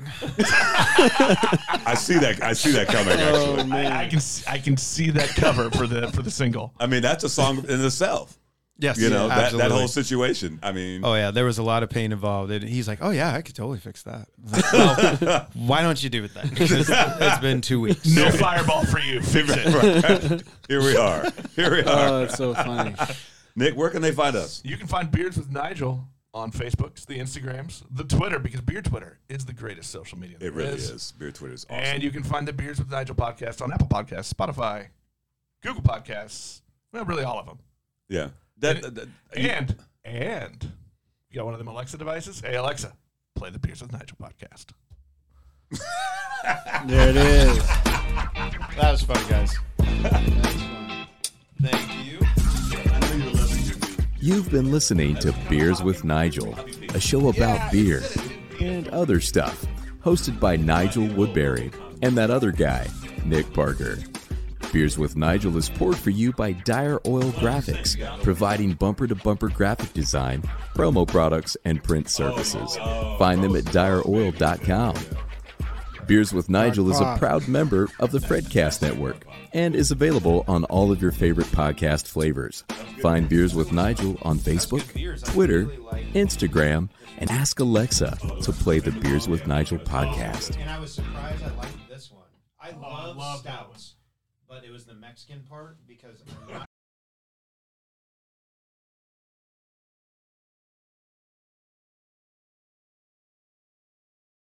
[SPEAKER 2] I see that. I see that coming.
[SPEAKER 3] oh
[SPEAKER 2] Actually,
[SPEAKER 1] I, I
[SPEAKER 3] man.
[SPEAKER 1] can. s- I can see that cover for the for the single.
[SPEAKER 2] I mean that's a song in itself.
[SPEAKER 4] Yes,
[SPEAKER 2] You know that, that
[SPEAKER 4] absolutely.
[SPEAKER 2] whole situation. I mean,
[SPEAKER 4] Oh yeah, there was a lot of pain involved. And he's like, "Oh yeah, I could totally fix that." I was like, well, why don't you do it then? 'Cause it's been two weeks.
[SPEAKER 1] No fireball for you. Fix it.
[SPEAKER 2] here we are. Here we are.
[SPEAKER 3] Oh, it's so funny.
[SPEAKER 2] Nick, where can they find us?
[SPEAKER 1] You can find Beards with Nigel on Facebooks, the Instagrams, the Twitter, because Beer Twitter is the greatest social media.
[SPEAKER 2] It
[SPEAKER 1] there
[SPEAKER 2] really is. Beer Twitter is awesome.
[SPEAKER 1] And you can find the Beards with Nigel podcast on Apple Podcasts, Spotify, Google Podcasts, well, really all of them.
[SPEAKER 2] yeah. That, that, that-
[SPEAKER 1] And and you got one of them Alexa devices? Hey Alexa, play the Beards with Nigel podcast.
[SPEAKER 3] There it is.
[SPEAKER 4] That was fun, guys. Thank you.
[SPEAKER 5] You've been listening to Beers with Nigel, a show about beer and other stuff, hosted by Nigel Woodbury and that other guy, Nick Parker. Beers with Nigel is poured for you by Dire Oil Graphics, providing bumper to bumper graphic design, promo products, and print services. Find them at direoil.com. Beers with Nigel is a proud member of the Fredcast Network and is available on all of your favorite podcast flavors. Find Beers with Nigel on Facebook, Twitter, Instagram, and ask Alexa to play the Beers with Nigel podcast.
[SPEAKER 4] And I was surprised Oh, I liked this one. I love, stouts, but it was the Mexican part because I'm not